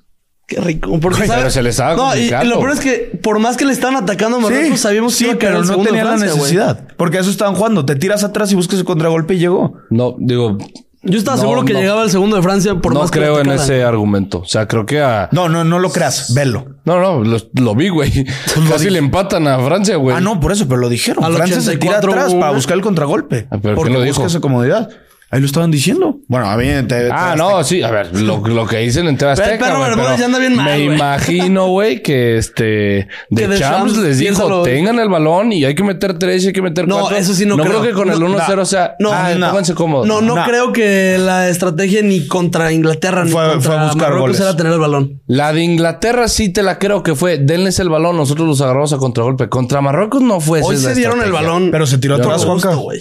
[SPEAKER 4] Qué rico. Porque,
[SPEAKER 2] Güey,
[SPEAKER 4] ¿sabes?
[SPEAKER 2] pero se le estaba
[SPEAKER 4] No, y, y
[SPEAKER 2] complicando.
[SPEAKER 4] lo peor es que por más que le estaban atacando a Marruecos, sabíamos
[SPEAKER 1] sí,
[SPEAKER 4] que iba a caer
[SPEAKER 1] pero
[SPEAKER 4] el
[SPEAKER 1] no
[SPEAKER 4] segundo
[SPEAKER 1] tenía
[SPEAKER 4] Francia,
[SPEAKER 1] la
[SPEAKER 4] güey.
[SPEAKER 1] necesidad. Porque a eso estaban jugando. Te tiras atrás y buscas el contragolpe y llegó.
[SPEAKER 2] No, digo.
[SPEAKER 4] Yo estaba
[SPEAKER 2] No,
[SPEAKER 4] seguro que
[SPEAKER 2] no.
[SPEAKER 4] llegaba el segundo de Francia por
[SPEAKER 2] no
[SPEAKER 4] más que
[SPEAKER 2] creo
[SPEAKER 4] le
[SPEAKER 2] en
[SPEAKER 4] atacaran.
[SPEAKER 2] ese argumento. O sea, creo que a.
[SPEAKER 1] No, no, no lo creas. Velo.
[SPEAKER 2] No, no, lo, lo vi, güey. Casi le empatan a Francia, güey.
[SPEAKER 1] Ah, no, por eso, pero lo dijeron.
[SPEAKER 4] Al
[SPEAKER 1] Francia se tira
[SPEAKER 4] 84
[SPEAKER 1] atrás
[SPEAKER 4] hubo
[SPEAKER 1] para
[SPEAKER 4] una.
[SPEAKER 1] buscar el contragolpe.
[SPEAKER 2] Ah, pero
[SPEAKER 1] porque
[SPEAKER 2] ¿quién lo
[SPEAKER 1] busca
[SPEAKER 2] dijo?
[SPEAKER 1] esa comodidad. Ahí lo estaban diciendo. Bueno, a mí te-
[SPEAKER 2] Ah,
[SPEAKER 1] te-
[SPEAKER 2] no, sí, a ver, lo, lo que dicen en TV Azteca,
[SPEAKER 4] el perro
[SPEAKER 2] güey,
[SPEAKER 4] Bermúdez
[SPEAKER 2] pero
[SPEAKER 4] ya anda bien mal,
[SPEAKER 2] Me
[SPEAKER 4] güey.
[SPEAKER 2] imagino, güey, que este de
[SPEAKER 4] Que de
[SPEAKER 2] Champs
[SPEAKER 4] Champs,
[SPEAKER 2] les dijo,
[SPEAKER 4] piénsalo.
[SPEAKER 2] tengan el balón y hay que meter tres y hay que meter
[SPEAKER 4] No,
[SPEAKER 2] cuatro.
[SPEAKER 4] eso sí no
[SPEAKER 2] creo.
[SPEAKER 4] creo.
[SPEAKER 2] que con el
[SPEAKER 4] No,
[SPEAKER 2] 1-0 sea,
[SPEAKER 4] no,
[SPEAKER 2] ah,
[SPEAKER 1] no.
[SPEAKER 2] pónganse cómodos.
[SPEAKER 4] No, no
[SPEAKER 1] No.
[SPEAKER 4] creo que la estrategia ni contra Inglaterra ni
[SPEAKER 1] Fue- fue a
[SPEAKER 4] contra
[SPEAKER 1] buscar
[SPEAKER 4] Marruecos
[SPEAKER 1] goles.
[SPEAKER 4] era tener el balón.
[SPEAKER 2] La de Inglaterra sí te la creo que fue, denles el balón, nosotros los agarramos a contragolpe. Contra Marruecos no fue. esa
[SPEAKER 4] Hoy
[SPEAKER 2] es la
[SPEAKER 4] se dieron el
[SPEAKER 2] estrategia.
[SPEAKER 4] balón.
[SPEAKER 1] Pero se tiró
[SPEAKER 4] por
[SPEAKER 1] atrás,
[SPEAKER 4] gusto,
[SPEAKER 1] Juanca.
[SPEAKER 4] güey.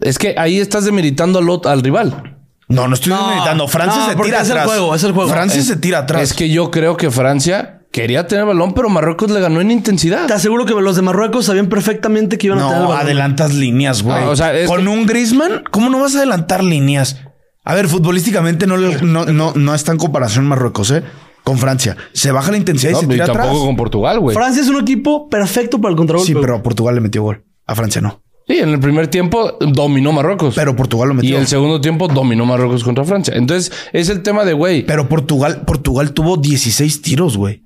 [SPEAKER 2] Es que ahí estás demeritando al, ot- al rival.
[SPEAKER 1] No, no estoy
[SPEAKER 4] No,
[SPEAKER 1] meditando. Francia
[SPEAKER 4] no,
[SPEAKER 1] se
[SPEAKER 4] porque
[SPEAKER 1] tira
[SPEAKER 4] es el
[SPEAKER 1] atrás.
[SPEAKER 4] juego, es el juego.
[SPEAKER 1] Francia se tira atrás.
[SPEAKER 2] Es que yo creo que Francia quería tener el balón, pero Marruecos le ganó en intensidad.
[SPEAKER 4] Te aseguro que los de Marruecos sabían perfectamente que iban a tener el
[SPEAKER 1] no,
[SPEAKER 4] balón.
[SPEAKER 1] adelantas líneas, güey.
[SPEAKER 2] Ah, o sea, es
[SPEAKER 1] Con
[SPEAKER 2] que-
[SPEAKER 1] un Griezmann, ¿cómo no vas a adelantar líneas? A ver, futbolísticamente no, le- no, no, no está en comparación Marruecos, ¿eh? Con Francia. Se baja la intensidad
[SPEAKER 2] No,
[SPEAKER 1] y se
[SPEAKER 2] y
[SPEAKER 1] tira
[SPEAKER 2] tampoco
[SPEAKER 1] atrás.
[SPEAKER 2] con Portugal, güey.
[SPEAKER 4] Francia es un equipo perfecto para el contragolpe.
[SPEAKER 1] Sí,
[SPEAKER 4] güey.
[SPEAKER 1] pero a Portugal le metió gol. A Francia no.
[SPEAKER 2] Sí, en el primer tiempo dominó Marruecos.
[SPEAKER 1] Pero Portugal lo
[SPEAKER 2] y
[SPEAKER 1] metió.
[SPEAKER 2] el segundo tiempo dominó Marruecos contra Francia. Entonces, es el tema de, güey.
[SPEAKER 1] Pero Portugal, Portugal tuvo 16 tiros, güey.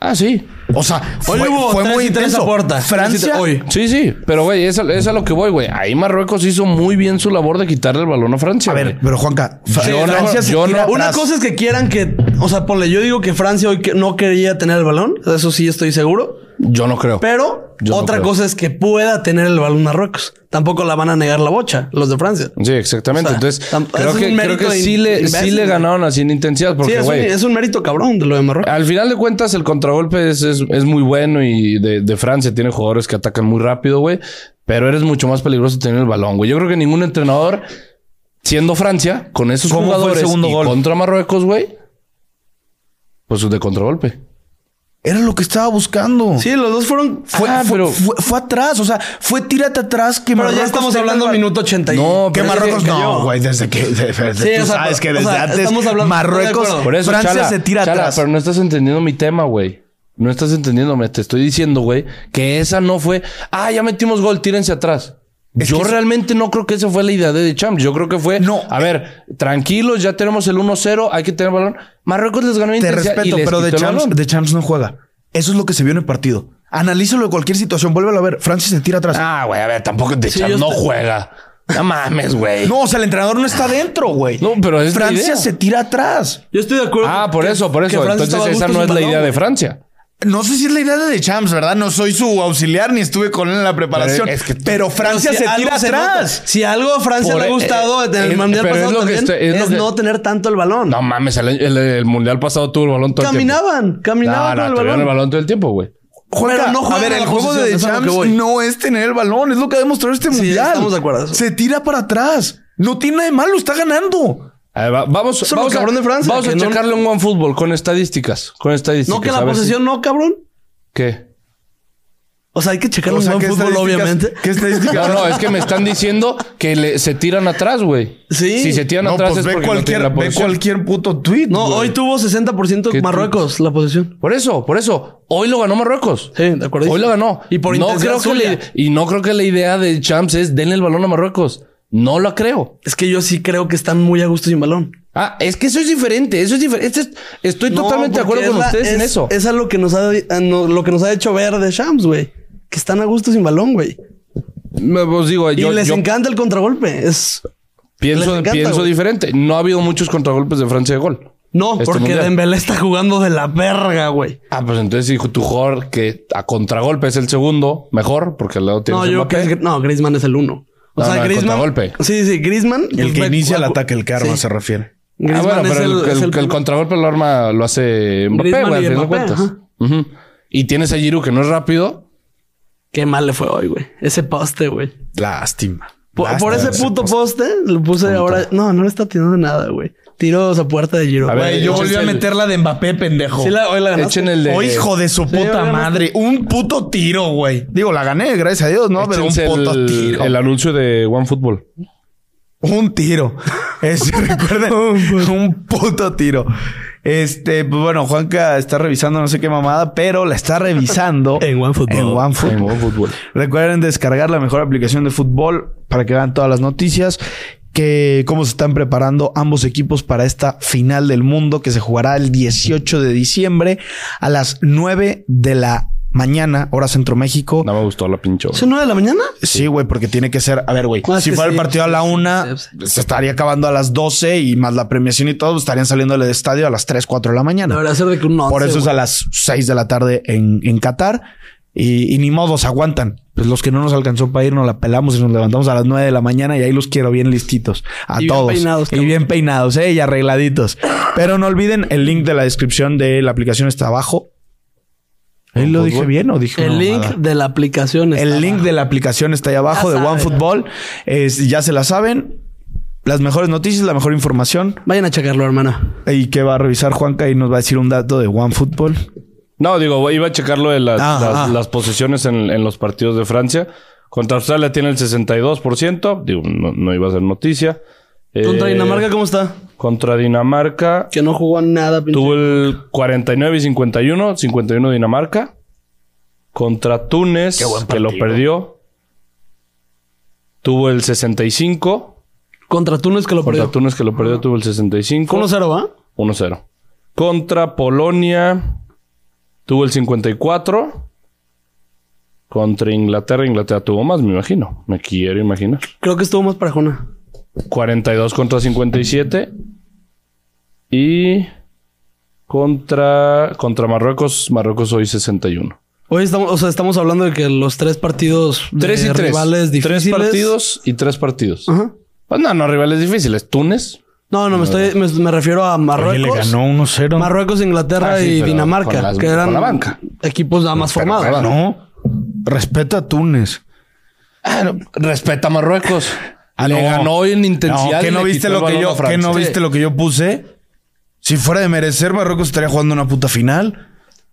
[SPEAKER 2] Ah, sí.
[SPEAKER 1] O sea,
[SPEAKER 4] Hoy
[SPEAKER 1] fue,
[SPEAKER 4] hubo
[SPEAKER 1] fue
[SPEAKER 4] tres
[SPEAKER 1] muy
[SPEAKER 4] y tres
[SPEAKER 1] intenso.
[SPEAKER 4] a puerta. Tres y
[SPEAKER 1] Francia,
[SPEAKER 4] tres- hoy.
[SPEAKER 2] Sí, sí. Pero, güey, es, a- es a lo que voy, güey. Ahí Marruecos hizo muy bien su labor de quitarle el balón a Francia.
[SPEAKER 1] A
[SPEAKER 2] güey.
[SPEAKER 1] ver, pero Juanca, Fra-
[SPEAKER 2] Sí, yo no-
[SPEAKER 1] Francia se
[SPEAKER 2] yo
[SPEAKER 1] tira
[SPEAKER 2] no-
[SPEAKER 4] Una
[SPEAKER 1] atrás.
[SPEAKER 4] cosa es que quieran que, o sea, ponle, yo digo que Francia hoy que- no quería tener el balón, eso sí estoy seguro,
[SPEAKER 2] yo no creo.
[SPEAKER 4] pero
[SPEAKER 2] Yo no
[SPEAKER 4] otra
[SPEAKER 2] creo.
[SPEAKER 4] cosa es que pueda tener el balón Marruecos. Tampoco la van a negar la bocha, los de Francia.
[SPEAKER 2] Sí, exactamente.
[SPEAKER 4] O sea,
[SPEAKER 2] Entonces,
[SPEAKER 4] tam-
[SPEAKER 2] creo
[SPEAKER 4] es un
[SPEAKER 2] que, creo
[SPEAKER 4] mérito
[SPEAKER 2] que
[SPEAKER 4] de
[SPEAKER 2] sí,
[SPEAKER 4] in-
[SPEAKER 2] le,
[SPEAKER 4] imbécil,
[SPEAKER 2] sí le
[SPEAKER 4] güey.
[SPEAKER 2] ganaron así en intensidad.
[SPEAKER 4] Sí,
[SPEAKER 2] Porque,
[SPEAKER 4] es un,
[SPEAKER 2] güey,
[SPEAKER 4] es un mérito cabrón de lo de Marruecos.
[SPEAKER 2] al final de cuentas, el contragolpe es, es- es muy bueno y de, de Francia tiene jugadores que atacan muy rápido, güey. Pero eres mucho más peligroso tener el balón, güey. Yo creo que ningún entrenador, siendo Francia, con esos
[SPEAKER 1] ¿Cómo fue el
[SPEAKER 2] jugadores
[SPEAKER 1] segundo
[SPEAKER 2] y
[SPEAKER 1] gol?
[SPEAKER 2] contra Marruecos, güey, pues de contragolpe.
[SPEAKER 1] Era lo que estaba buscando.
[SPEAKER 4] Sí, los dos fueron.
[SPEAKER 1] Fue,
[SPEAKER 2] Ah,
[SPEAKER 1] fue-
[SPEAKER 2] pero-
[SPEAKER 1] fue- fue atrás, o sea, fue tírate atrás que
[SPEAKER 4] Pero ya
[SPEAKER 1] Marruecos
[SPEAKER 4] estamos
[SPEAKER 1] tenga
[SPEAKER 4] hablando
[SPEAKER 1] el ba-
[SPEAKER 4] minuto 80 y
[SPEAKER 2] No,
[SPEAKER 1] Que
[SPEAKER 2] pero es
[SPEAKER 1] Marruecos
[SPEAKER 2] que
[SPEAKER 1] no,
[SPEAKER 4] cayó.
[SPEAKER 1] güey, desde que de- de-
[SPEAKER 4] Sí,
[SPEAKER 1] tú
[SPEAKER 4] o sea,
[SPEAKER 1] sabes que
[SPEAKER 4] o
[SPEAKER 1] desde
[SPEAKER 4] sea,
[SPEAKER 1] antes
[SPEAKER 4] estamos hablando- estoy de
[SPEAKER 1] Marruecos,
[SPEAKER 4] acuerdo.
[SPEAKER 2] Por eso,
[SPEAKER 1] Francia
[SPEAKER 2] Chala,
[SPEAKER 1] se tira
[SPEAKER 2] Chala,
[SPEAKER 1] atrás.
[SPEAKER 2] pero no estás entendiendo mi tema, güey. No estás entendiéndome. Te estoy diciendo, güey, que esa no fue. Ah, ya metimos gol, tírense atrás.
[SPEAKER 1] Es
[SPEAKER 2] yo
[SPEAKER 1] que-
[SPEAKER 2] realmente no creo que esa fue la idea de Champs. Yo creo que fue.
[SPEAKER 1] No.
[SPEAKER 2] A ver, tranquilos, ya tenemos el 1-0, hay que tener balón. Marruecos les ganó en
[SPEAKER 1] Te
[SPEAKER 2] intensidad y
[SPEAKER 1] respeto,
[SPEAKER 2] les
[SPEAKER 1] pero de
[SPEAKER 2] quitó el
[SPEAKER 1] Champs,
[SPEAKER 2] balón.
[SPEAKER 1] de Champs no juega. Eso es lo que se vio en el partido. Analízalo de cualquier situación, vuélvelo a ver. Francis se tira atrás.
[SPEAKER 2] Ah, güey, a ver, tampoco de
[SPEAKER 4] Sí,
[SPEAKER 2] Champs
[SPEAKER 4] yo
[SPEAKER 2] no
[SPEAKER 4] estoy-
[SPEAKER 2] juega. No mames, güey.
[SPEAKER 1] No, o sea, el entrenador no está dentro, güey.
[SPEAKER 2] No, pero es la
[SPEAKER 1] Francia
[SPEAKER 2] idea.
[SPEAKER 1] se tira atrás.
[SPEAKER 4] Yo estoy de acuerdo.
[SPEAKER 2] Ah, por
[SPEAKER 4] que-
[SPEAKER 2] eso, por
[SPEAKER 4] que
[SPEAKER 2] eso.
[SPEAKER 4] Francia
[SPEAKER 2] Entonces
[SPEAKER 4] estaba a
[SPEAKER 2] esa
[SPEAKER 4] gusto
[SPEAKER 2] no es
[SPEAKER 4] sin
[SPEAKER 2] la
[SPEAKER 4] balón,
[SPEAKER 2] idea de
[SPEAKER 4] güey.
[SPEAKER 2] Francia.
[SPEAKER 1] No sé si es la idea de Champs, ¿verdad? No soy su auxiliar ni estuve con él en la preparación. Pero,
[SPEAKER 2] Eh, es que tú-
[SPEAKER 1] Francia
[SPEAKER 4] si
[SPEAKER 1] se
[SPEAKER 4] algo
[SPEAKER 1] tira
[SPEAKER 4] nota.
[SPEAKER 1] atrás.
[SPEAKER 4] Si algo a Francia
[SPEAKER 2] Por-
[SPEAKER 4] le ha gustado
[SPEAKER 2] eh,
[SPEAKER 4] en el
[SPEAKER 2] eh,
[SPEAKER 4] mundial
[SPEAKER 2] pero es
[SPEAKER 4] pasado
[SPEAKER 2] lo que
[SPEAKER 4] también,
[SPEAKER 2] estoy- es
[SPEAKER 4] es,
[SPEAKER 2] lo que-
[SPEAKER 4] no tener tanto el balón.
[SPEAKER 2] No mames, el, el- el mundial pasado tuvo el balón todo
[SPEAKER 4] caminaban,
[SPEAKER 2] el tiempo. No,
[SPEAKER 4] caminaban
[SPEAKER 2] no,
[SPEAKER 4] con el
[SPEAKER 2] tuvieron el
[SPEAKER 4] balón.
[SPEAKER 2] balón todo el tiempo, güey.
[SPEAKER 1] Juega,
[SPEAKER 4] Pero no juega
[SPEAKER 1] a ver,
[SPEAKER 4] a la
[SPEAKER 1] el juego
[SPEAKER 4] posición,
[SPEAKER 1] de
[SPEAKER 4] es a lo que
[SPEAKER 1] Champs
[SPEAKER 4] voy.
[SPEAKER 1] no es tener el balón, es lo que ha demostrado este mundial.
[SPEAKER 4] estamos de acuerdo.
[SPEAKER 1] Se tira para atrás. No tiene nada de malo, está ganando.
[SPEAKER 2] A ver, va- vamos,
[SPEAKER 4] Son los
[SPEAKER 2] vamos a,
[SPEAKER 4] cabrón de Francia,
[SPEAKER 2] vamos a
[SPEAKER 4] que no-
[SPEAKER 2] checarlo en OneFootball con estadísticas. Con estadísticas.
[SPEAKER 4] No que
[SPEAKER 2] a
[SPEAKER 4] la
[SPEAKER 2] ver si-
[SPEAKER 4] posesión no, cabrón.
[SPEAKER 2] ¿Qué?
[SPEAKER 4] O sea, hay que checarlo
[SPEAKER 1] O sea,
[SPEAKER 4] en
[SPEAKER 1] ¿qué
[SPEAKER 4] buen fútbol,
[SPEAKER 1] estadísticas-
[SPEAKER 4] obviamente.
[SPEAKER 1] ¿Qué estadísticas?
[SPEAKER 2] No, no, es que me están diciendo que le- se tiran atrás, güey.
[SPEAKER 4] Sí.
[SPEAKER 2] Si se tiran
[SPEAKER 1] No,
[SPEAKER 2] atrás
[SPEAKER 1] pues
[SPEAKER 2] es
[SPEAKER 1] ve
[SPEAKER 2] porque
[SPEAKER 1] cualquier,
[SPEAKER 2] no tienen la
[SPEAKER 1] ve
[SPEAKER 2] posesión.
[SPEAKER 1] cualquier puto tweet.
[SPEAKER 4] No,
[SPEAKER 1] güey.
[SPEAKER 4] hoy tuvo 60%
[SPEAKER 2] ¿Qué
[SPEAKER 4] Marruecos la posesión.
[SPEAKER 2] Por eso, por eso. Hoy lo ganó Marruecos.
[SPEAKER 4] Sí, de acuerdo.
[SPEAKER 2] Hoy lo ganó.
[SPEAKER 4] Y por
[SPEAKER 2] no
[SPEAKER 4] intensidad
[SPEAKER 2] creo que
[SPEAKER 4] suya.
[SPEAKER 2] la- Y no creo que la idea de Champs es denle el balón a Marruecos. No lo creo.
[SPEAKER 4] Es que yo sí creo que están muy a gusto sin balón.
[SPEAKER 2] Ah, es que eso es diferente. Eso es diferente. Este es- estoy
[SPEAKER 4] No,
[SPEAKER 2] totalmente de acuerdo
[SPEAKER 4] porque es
[SPEAKER 2] con
[SPEAKER 4] la-
[SPEAKER 2] ustedes en
[SPEAKER 4] es-
[SPEAKER 2] eso.
[SPEAKER 4] Es a lo que nos ha, eh, no, lo que nos ha hecho ver de Shams, güey. Que están a gusto sin balón, güey.
[SPEAKER 2] Me- Os digo,
[SPEAKER 4] Y
[SPEAKER 2] yo,
[SPEAKER 4] les
[SPEAKER 2] yo
[SPEAKER 4] encanta el contragolpe. Es.
[SPEAKER 2] pienso,
[SPEAKER 4] les encanta,
[SPEAKER 2] pienso
[SPEAKER 4] güey.
[SPEAKER 2] diferente. No ha habido muchos contragolpes de Francia de gol.
[SPEAKER 4] No,
[SPEAKER 2] Este
[SPEAKER 4] porque
[SPEAKER 2] mundial.
[SPEAKER 4] Dembélé está jugando de la verga, güey.
[SPEAKER 2] Ah, pues entonces si tu jugador que a contragolpe es el segundo, mejor, porque al lado tienes
[SPEAKER 4] No, yo
[SPEAKER 2] Mbappé. Ah,
[SPEAKER 4] creo que es- no, Griezmann es el uno. O
[SPEAKER 2] No,
[SPEAKER 4] sea,
[SPEAKER 2] no, el
[SPEAKER 4] Griezmann.
[SPEAKER 2] contragolpe.
[SPEAKER 4] Sí, sí, Griezmann.
[SPEAKER 1] El que
[SPEAKER 4] Ve-
[SPEAKER 1] inicia el
[SPEAKER 4] cu-
[SPEAKER 1] ataque, el que arma,
[SPEAKER 4] sí.
[SPEAKER 1] se refiere.
[SPEAKER 2] Ah,
[SPEAKER 4] Griezmann
[SPEAKER 2] bueno, pero
[SPEAKER 4] es
[SPEAKER 2] el,
[SPEAKER 4] el, es
[SPEAKER 2] el-
[SPEAKER 4] el-
[SPEAKER 2] el contragolpe lo arma, lo hace Mbappé,
[SPEAKER 4] Griezmann
[SPEAKER 2] güey, al
[SPEAKER 4] y
[SPEAKER 2] final de
[SPEAKER 4] Mbappé,
[SPEAKER 2] cuentas.
[SPEAKER 4] ajá.
[SPEAKER 2] Ujú. Y tienes a Giroud que no es rápido.
[SPEAKER 4] Qué mal le fue hoy, güey. Ese poste, güey.
[SPEAKER 1] Lástima.
[SPEAKER 4] Por,
[SPEAKER 1] Lástima
[SPEAKER 4] por ese puto poste, lo puse ahora. No, no le está tirando nada, güey. Tiro esa puerta de Giro.
[SPEAKER 2] A ver,
[SPEAKER 5] Güey, yo volví a
[SPEAKER 2] échense el-
[SPEAKER 5] meter la de Mbappé, pendejo.
[SPEAKER 4] Sí, la, hoy la ganaste.
[SPEAKER 2] Echen el de.
[SPEAKER 5] Oh, hijo de su puta
[SPEAKER 4] obviamente.
[SPEAKER 5] madre. Un puto tiro, güey.
[SPEAKER 1] Digo, la gané, gracias a Dios, ¿no? Pero un
[SPEAKER 2] échense
[SPEAKER 1] puto
[SPEAKER 2] el,
[SPEAKER 1] tiro.
[SPEAKER 2] el anuncio de OneFootball.
[SPEAKER 1] Un tiro. Es, recuerden, un puto tiro. Este, pues bueno, Juanca está revisando no sé qué mamada, pero la está revisando
[SPEAKER 4] En OneFootball.
[SPEAKER 1] En OneFootball.
[SPEAKER 2] En OneFootball.
[SPEAKER 1] Recuerden descargar la mejor aplicación de fútbol para que vean todas las noticias, que cómo se están preparando ambos equipos para esta final del mundo que se jugará el 18 de diciembre a las 9 de la mañana, hora Centro México.
[SPEAKER 2] No me gustó la pinche. hora.
[SPEAKER 4] ¿Son nueve de la mañana?
[SPEAKER 1] Sí, güey, porque tiene que ser. A ver, güey.
[SPEAKER 4] Más
[SPEAKER 1] Si
[SPEAKER 4] que
[SPEAKER 1] fuera el
[SPEAKER 4] sí,
[SPEAKER 1] partido a la una,
[SPEAKER 4] sí,
[SPEAKER 1] se estaría acabando a las 12 y más la premiación y todo, pues, estarían saliendo del estadio a las 3, 4 de la mañana.
[SPEAKER 4] Debería ser de que un once,
[SPEAKER 1] Por eso es
[SPEAKER 4] güey.
[SPEAKER 1] a las 6 de la tarde en, en Qatar. Y, y ni modos, aguantan. Pues los que no nos alcanzó para ir, nos la pelamos y nos levantamos a las 9 de la mañana y ahí los quiero bien listitos. A
[SPEAKER 4] Y bien
[SPEAKER 1] todos.
[SPEAKER 4] peinados,
[SPEAKER 1] y
[SPEAKER 4] cabrón.
[SPEAKER 1] bien peinados, eh, y arregladitos. Pero no olviden, el link de la descripción de la aplicación está abajo. ¿Eh, ¿Lo dije bien o dije una
[SPEAKER 4] El link
[SPEAKER 1] mamada?
[SPEAKER 4] de la aplicación. está
[SPEAKER 1] El link
[SPEAKER 4] abajo.
[SPEAKER 1] de la aplicación está ahí abajo de
[SPEAKER 4] saben.
[SPEAKER 1] OneFootball. Es- ya se la saben. Las mejores noticias, la mejor información.
[SPEAKER 4] Vayan a checarlo, hermana.
[SPEAKER 1] Y que va a revisar Juanca y nos va a decir un dato de OneFootball.
[SPEAKER 2] No, digo, iba a checar lo de las,
[SPEAKER 1] Ah,
[SPEAKER 2] las-
[SPEAKER 1] ah.
[SPEAKER 2] las posesiones en, en los partidos de Francia. Contra Australia tiene el 62%. Digo, no, no iba a ser noticia. Eh,
[SPEAKER 4] ¿Contra Dinamarca cómo está?
[SPEAKER 2] Contra Dinamarca.
[SPEAKER 4] Que no jugó nada, pinche.
[SPEAKER 2] Tuvo el 49 y 51. 51 Dinamarca. Contra Túnez, que lo perdió. Tuvo el 65.
[SPEAKER 4] Contra Túnez que lo
[SPEAKER 2] Contra
[SPEAKER 4] perdió.
[SPEAKER 2] Túnez, que lo perdió, tuvo el 65.
[SPEAKER 4] Fue 1-0, ¿va?
[SPEAKER 2] 1-0. Contra Polonia tuvo el 54. Contra Inglaterra, Inglaterra tuvo más, me imagino. Me quiero imaginar.
[SPEAKER 4] Creo que estuvo más parejona.
[SPEAKER 2] 42 contra 57. Y contra, contra Marruecos, Marruecos hoy 61.
[SPEAKER 4] Hoy estamos, o sea, estamos hablando de que los tres partidos de
[SPEAKER 1] Eh,
[SPEAKER 2] 3 y 3.
[SPEAKER 4] rivales difíciles.
[SPEAKER 2] 3 partidos y 3 partidos.
[SPEAKER 4] Ajá.
[SPEAKER 2] Pues no, no, rivales difíciles. Túnez.
[SPEAKER 4] No, no, me estoy, me, me refiero a Marruecos.
[SPEAKER 1] Oye, le ganó 1-0.
[SPEAKER 4] Marruecos, Inglaterra
[SPEAKER 2] Ah, sí,
[SPEAKER 4] y
[SPEAKER 2] pero
[SPEAKER 4] Dinamarca,
[SPEAKER 2] con las-
[SPEAKER 4] que eran
[SPEAKER 2] con la banca.
[SPEAKER 4] equipos nada más formados.
[SPEAKER 1] No. Respeta a Túnez.
[SPEAKER 2] Respeta a Marruecos.
[SPEAKER 1] Ah,
[SPEAKER 2] Le
[SPEAKER 1] no.
[SPEAKER 2] ganó hoy en intensidad.
[SPEAKER 1] No, que
[SPEAKER 2] y
[SPEAKER 1] no
[SPEAKER 2] le
[SPEAKER 1] viste
[SPEAKER 2] quitó el
[SPEAKER 1] lo que
[SPEAKER 2] balón a
[SPEAKER 1] yo, que
[SPEAKER 2] Francia.
[SPEAKER 1] no viste lo que yo puse. Si fuera de merecer, Marruecos estaría jugando una puta final.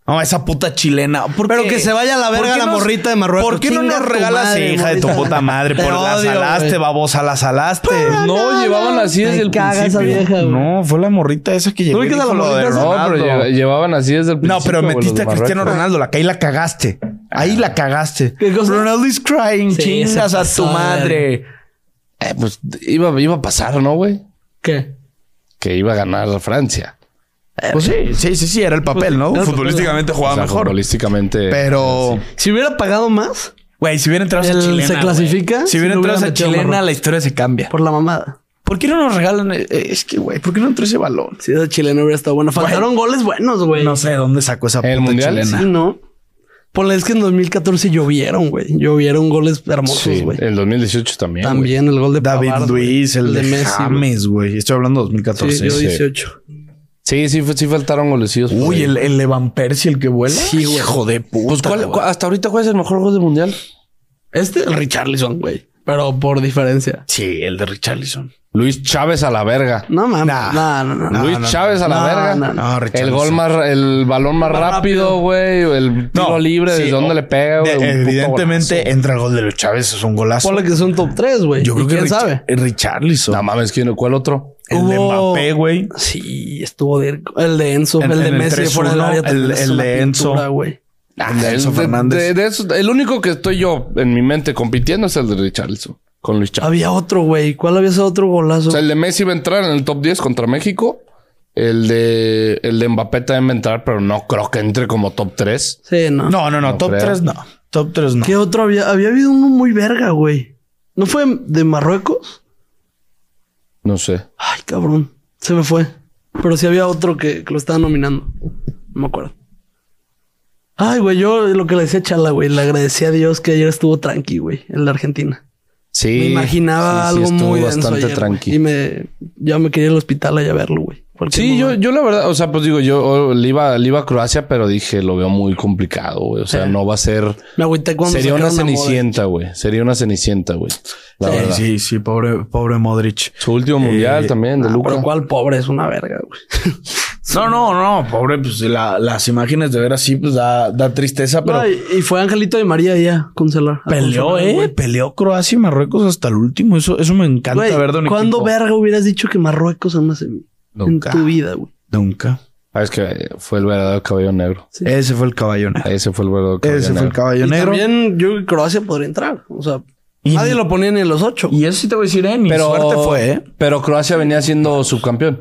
[SPEAKER 1] No, esa puta chilena. ¿Por
[SPEAKER 4] Pero
[SPEAKER 1] qué?
[SPEAKER 4] que se vaya a la
[SPEAKER 1] ¿Por
[SPEAKER 4] verga
[SPEAKER 1] qué
[SPEAKER 4] la
[SPEAKER 1] nos-
[SPEAKER 4] morrita de Marruecos?
[SPEAKER 1] ¿Por qué no
[SPEAKER 4] Chinga
[SPEAKER 1] nos
[SPEAKER 4] tu
[SPEAKER 1] regalas,
[SPEAKER 4] madre,
[SPEAKER 1] hija de tu
[SPEAKER 4] morrita.
[SPEAKER 1] puta madre?
[SPEAKER 4] Te
[SPEAKER 1] Por la
[SPEAKER 4] odio,
[SPEAKER 1] salaste,
[SPEAKER 4] güey.
[SPEAKER 1] babosa, la salaste.
[SPEAKER 2] No, llevaban así desde
[SPEAKER 4] Me
[SPEAKER 2] el
[SPEAKER 4] caga esa
[SPEAKER 2] principio.
[SPEAKER 4] vieja, güey.
[SPEAKER 1] No, fue la morrita esa que llegó.
[SPEAKER 4] ¿No
[SPEAKER 1] y
[SPEAKER 4] ubicas a la
[SPEAKER 1] dijo lo de
[SPEAKER 4] morrita esa?
[SPEAKER 2] No, pero
[SPEAKER 1] Ronaldo.
[SPEAKER 2] lle- llevaban así desde el
[SPEAKER 1] No,
[SPEAKER 2] principio.
[SPEAKER 1] pero
[SPEAKER 2] güey,
[SPEAKER 1] metiste a
[SPEAKER 2] los de
[SPEAKER 1] Cristiano
[SPEAKER 2] Marruecos.
[SPEAKER 1] Ronaldo, la que ahí la cagaste. Ahí la cagaste.
[SPEAKER 4] Ah. ¿Qué cosa?
[SPEAKER 1] Ronaldo is crying.
[SPEAKER 4] Sí,
[SPEAKER 1] Chingas
[SPEAKER 4] se
[SPEAKER 1] a
[SPEAKER 4] pasó
[SPEAKER 1] tu
[SPEAKER 4] de
[SPEAKER 1] madre.
[SPEAKER 2] Eh, pues iba, iba a pasar, ¿no, güey?
[SPEAKER 4] ¿Qué?
[SPEAKER 2] Que iba a ganar Francia.
[SPEAKER 1] Pues sí, sí, sí, sí, era el papel, ¿no?
[SPEAKER 5] Futbolísticamente
[SPEAKER 2] Eh, O
[SPEAKER 5] jugaba
[SPEAKER 2] sea,
[SPEAKER 5] mejor.
[SPEAKER 2] futbolísticamente.
[SPEAKER 1] Pero.
[SPEAKER 4] Si hubiera pagado más
[SPEAKER 5] Güey, si hubiera entrado
[SPEAKER 4] El-
[SPEAKER 5] esa chilena.
[SPEAKER 4] ¿se
[SPEAKER 5] güey.
[SPEAKER 4] clasifica?
[SPEAKER 5] Si hubiera
[SPEAKER 4] Si lo
[SPEAKER 5] entrado
[SPEAKER 4] hubiera
[SPEAKER 5] esa
[SPEAKER 4] metido
[SPEAKER 5] chilena,
[SPEAKER 4] Marruecos.
[SPEAKER 5] la historia se cambia.
[SPEAKER 4] por la mamada.
[SPEAKER 1] ¿Por qué no nos regalan? eh, eh, Es que, güey, ¿por qué no entró ese balón?
[SPEAKER 4] Si esa chilena hubiera estado buena. Faltaron goles buenos, güey.
[SPEAKER 1] No sé dónde sacó esa
[SPEAKER 2] ¿El
[SPEAKER 1] puta
[SPEAKER 2] mundial?
[SPEAKER 1] chilena.
[SPEAKER 4] Sí, no. Por es que en 2014 llovieron, güey. Llovieron goles hermosos,
[SPEAKER 2] Sí,
[SPEAKER 4] güey.
[SPEAKER 2] en 2018 también. güey.
[SPEAKER 4] También el gol de
[SPEAKER 1] David
[SPEAKER 4] Pavard, güey.
[SPEAKER 1] Luis, el de,
[SPEAKER 4] güey.
[SPEAKER 1] James, güey. Estoy hablando de 2014.
[SPEAKER 4] Sí, yo
[SPEAKER 2] sí.
[SPEAKER 4] 18.
[SPEAKER 2] Sí, sí, fue- sí faltaron golecillos. por
[SPEAKER 1] Uy,
[SPEAKER 2] ahí.
[SPEAKER 1] el, el de Van Persie, el que vuela.
[SPEAKER 4] Sí, güey.
[SPEAKER 1] Hijo de puta.
[SPEAKER 2] Pues, ¿cuál-
[SPEAKER 1] güey.
[SPEAKER 2] cu- hasta ahorita, ¿cuál es el mejor gol del mundial?
[SPEAKER 4] Este, el Richarlison, güey. Pero por diferencia.
[SPEAKER 1] Sí, el de Richarlison.
[SPEAKER 2] Luis Chávez a la verga.
[SPEAKER 4] No mames.
[SPEAKER 1] Nah.
[SPEAKER 4] No, no, no.
[SPEAKER 2] Luis Chávez a la
[SPEAKER 4] No,
[SPEAKER 2] verga.
[SPEAKER 4] no,
[SPEAKER 1] Ah, no,
[SPEAKER 2] el
[SPEAKER 1] Richarlison.
[SPEAKER 2] gol más, el balón más rápido, güey. El tiro
[SPEAKER 1] No,
[SPEAKER 2] libre,
[SPEAKER 1] sí,
[SPEAKER 2] desde
[SPEAKER 1] o-
[SPEAKER 2] dónde le pega, güey.
[SPEAKER 1] De-
[SPEAKER 2] un puto
[SPEAKER 1] evidentemente
[SPEAKER 2] golazo.
[SPEAKER 1] entra el gol de los Chávez, es un golazo.
[SPEAKER 4] Ponle que son top 3, güey.
[SPEAKER 1] Yo creo
[SPEAKER 4] ¿Y
[SPEAKER 1] que
[SPEAKER 4] quién
[SPEAKER 1] Rich-
[SPEAKER 4] sabe.
[SPEAKER 1] el Richarlison.
[SPEAKER 2] No mames, ¿quién, ¿cuál otro?
[SPEAKER 1] el de
[SPEAKER 4] Hubo-
[SPEAKER 1] Mbappé, güey.
[SPEAKER 4] Sí, estuvo de el de Enzo,
[SPEAKER 1] En-
[SPEAKER 4] el de
[SPEAKER 1] en el
[SPEAKER 4] Messi
[SPEAKER 1] 3-1,
[SPEAKER 4] fuera del área.
[SPEAKER 1] el-
[SPEAKER 4] también es
[SPEAKER 1] el
[SPEAKER 4] una
[SPEAKER 1] de Enzo.
[SPEAKER 4] pintura, güey.
[SPEAKER 1] Ah, El de Enzo
[SPEAKER 2] de-
[SPEAKER 1] Fernández.
[SPEAKER 2] de- de esos- el único que estoy yo en mi mente compitiendo es el de Richarlison con Luis Chávez.
[SPEAKER 4] Había otro, güey. ¿Cuál había sido otro golazo?
[SPEAKER 2] O sea, el de Messi va a entrar en el top 10 contra México. El de, el de Mbappé también va a entrar, pero no creo que entre como top 3.
[SPEAKER 4] sí, no.
[SPEAKER 1] No, no, no.
[SPEAKER 2] No
[SPEAKER 1] top
[SPEAKER 2] creo.
[SPEAKER 1] 3 no. Top 3 no.
[SPEAKER 4] ¿Qué otro había? Había habido uno muy verga, güey. ¿No fue de Marruecos?
[SPEAKER 2] No sé.
[SPEAKER 4] Ay, cabrón. Se me fue. Pero sí había otro que, que lo estaba nominando. No me acuerdo. Ay, güey, yo lo que le decía a Chala, güey, le agradecí a Dios que ayer estuvo tranqui, güey, en la Argentina.
[SPEAKER 2] Sí.
[SPEAKER 4] me imaginaba
[SPEAKER 2] sí, sí,
[SPEAKER 4] algo
[SPEAKER 2] estuvo
[SPEAKER 4] muy denso
[SPEAKER 2] bastante
[SPEAKER 4] ayer,
[SPEAKER 2] tranquilo.
[SPEAKER 4] güey. Y me, ya me quería ir al hospital allá a verlo, güey. Cualquier
[SPEAKER 2] Sí, yo,
[SPEAKER 4] momento.
[SPEAKER 2] yo la verdad, o sea, pues digo, yo oh, le iba, le iba a Croacia, pero dije, lo veo muy complicado, güey. O sea,
[SPEAKER 4] Sí.
[SPEAKER 2] no va a ser.
[SPEAKER 4] me agüité cuando
[SPEAKER 2] Sería una
[SPEAKER 4] sacaron a Modric.
[SPEAKER 2] cenicienta, güey. Sería una cenicienta, güey. La
[SPEAKER 1] Sí,
[SPEAKER 2] verdad.
[SPEAKER 1] sí, sí, pobre, pobre Modric.
[SPEAKER 2] Su último mundial también, de
[SPEAKER 4] Ah,
[SPEAKER 2] Luca.
[SPEAKER 4] pero cuál pobre es una verga, güey.
[SPEAKER 1] No, no, no, pobre, pues la- las imágenes de ver así, pues da, da tristeza, pero
[SPEAKER 4] No, y, y fue Angelito de María ya, consolar. a
[SPEAKER 1] peleó,
[SPEAKER 4] consolar,
[SPEAKER 1] eh,
[SPEAKER 4] güey.
[SPEAKER 1] peleó Croacia y Marruecos hasta el último. Eso, eso me encanta
[SPEAKER 4] Güey,
[SPEAKER 1] ver de un
[SPEAKER 4] ¿Cuándo
[SPEAKER 1] equipo.
[SPEAKER 4] verga hubieras dicho que Marruecos en una semi?
[SPEAKER 1] Nunca.
[SPEAKER 4] En tu vida, güey.
[SPEAKER 1] Nunca.
[SPEAKER 2] Ah, es que fue el verdadero cabello negro.
[SPEAKER 4] Sí.
[SPEAKER 1] Ese fue el caballo negro.
[SPEAKER 2] Ese fue el verdadero caballo
[SPEAKER 1] Ese fue el
[SPEAKER 2] negro.
[SPEAKER 1] caballo
[SPEAKER 4] Y
[SPEAKER 1] negro.
[SPEAKER 4] también yo creo que Croacia podría entrar. O sea, nadie lo ponía ni en los ocho.
[SPEAKER 1] Y eso sí te voy a decir, eh, mi
[SPEAKER 2] Pero,
[SPEAKER 1] suerte fue, eh.
[SPEAKER 2] pero Croacia venía siendo subcampeón.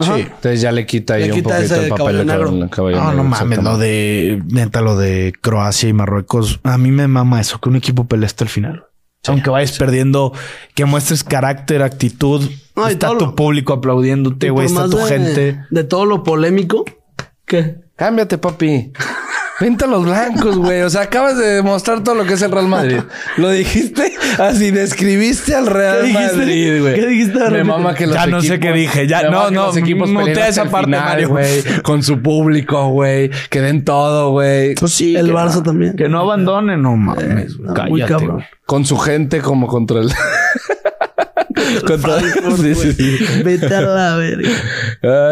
[SPEAKER 4] Ajá.
[SPEAKER 2] Sí. Entonces ya le quita ahí
[SPEAKER 4] Le
[SPEAKER 2] un
[SPEAKER 4] quita
[SPEAKER 2] poquito
[SPEAKER 4] ese
[SPEAKER 2] el papel
[SPEAKER 4] caballo
[SPEAKER 2] de
[SPEAKER 4] negro.
[SPEAKER 2] caballo- caballo
[SPEAKER 1] Ah, No, no
[SPEAKER 2] negro,
[SPEAKER 1] mames, lo
[SPEAKER 2] exactamente.
[SPEAKER 1] de neta, lo de Croacia y Marruecos. A mí me mama eso, que un equipo pelea hasta el final. Aunque vayas perdiendo, que muestres carácter, actitud.
[SPEAKER 4] No, y
[SPEAKER 1] está
[SPEAKER 4] todo
[SPEAKER 1] tu
[SPEAKER 4] lo-
[SPEAKER 1] público aplaudiéndote,
[SPEAKER 4] Y por
[SPEAKER 1] este güey. Está
[SPEAKER 4] más
[SPEAKER 1] tu
[SPEAKER 4] de-
[SPEAKER 1] gente.
[SPEAKER 4] De todo lo polémico. ¿Qué?
[SPEAKER 2] Cámbiate, papi. Vente a los blancos, güey. O sea, acabas de demostrar todo lo que es el Real Madrid. Lo dijiste así, describiste al Real
[SPEAKER 4] ¿Qué dijiste?
[SPEAKER 2] Madrid, güey.
[SPEAKER 4] ¿Qué dijiste?
[SPEAKER 2] Me mama que los
[SPEAKER 1] Ya no sé
[SPEAKER 2] equipos-
[SPEAKER 1] qué dije. Ya,
[SPEAKER 2] me mama
[SPEAKER 1] no,
[SPEAKER 2] que
[SPEAKER 1] no,
[SPEAKER 2] Los equipos
[SPEAKER 1] mutea
[SPEAKER 2] peleen
[SPEAKER 1] esa
[SPEAKER 2] hasta el
[SPEAKER 1] parte,
[SPEAKER 2] final,
[SPEAKER 1] Mario.
[SPEAKER 2] güey. Con su público, güey. Que den todo, güey.
[SPEAKER 1] sí.
[SPEAKER 4] Pues El Barça también.
[SPEAKER 1] Que no abandonen, no mames. güey.
[SPEAKER 4] Ah, muy
[SPEAKER 1] Cállate,
[SPEAKER 4] cabrón.
[SPEAKER 1] güey.
[SPEAKER 2] Con su gente como contra el... contra... Sí, sí, sí.
[SPEAKER 4] Vete a la verga.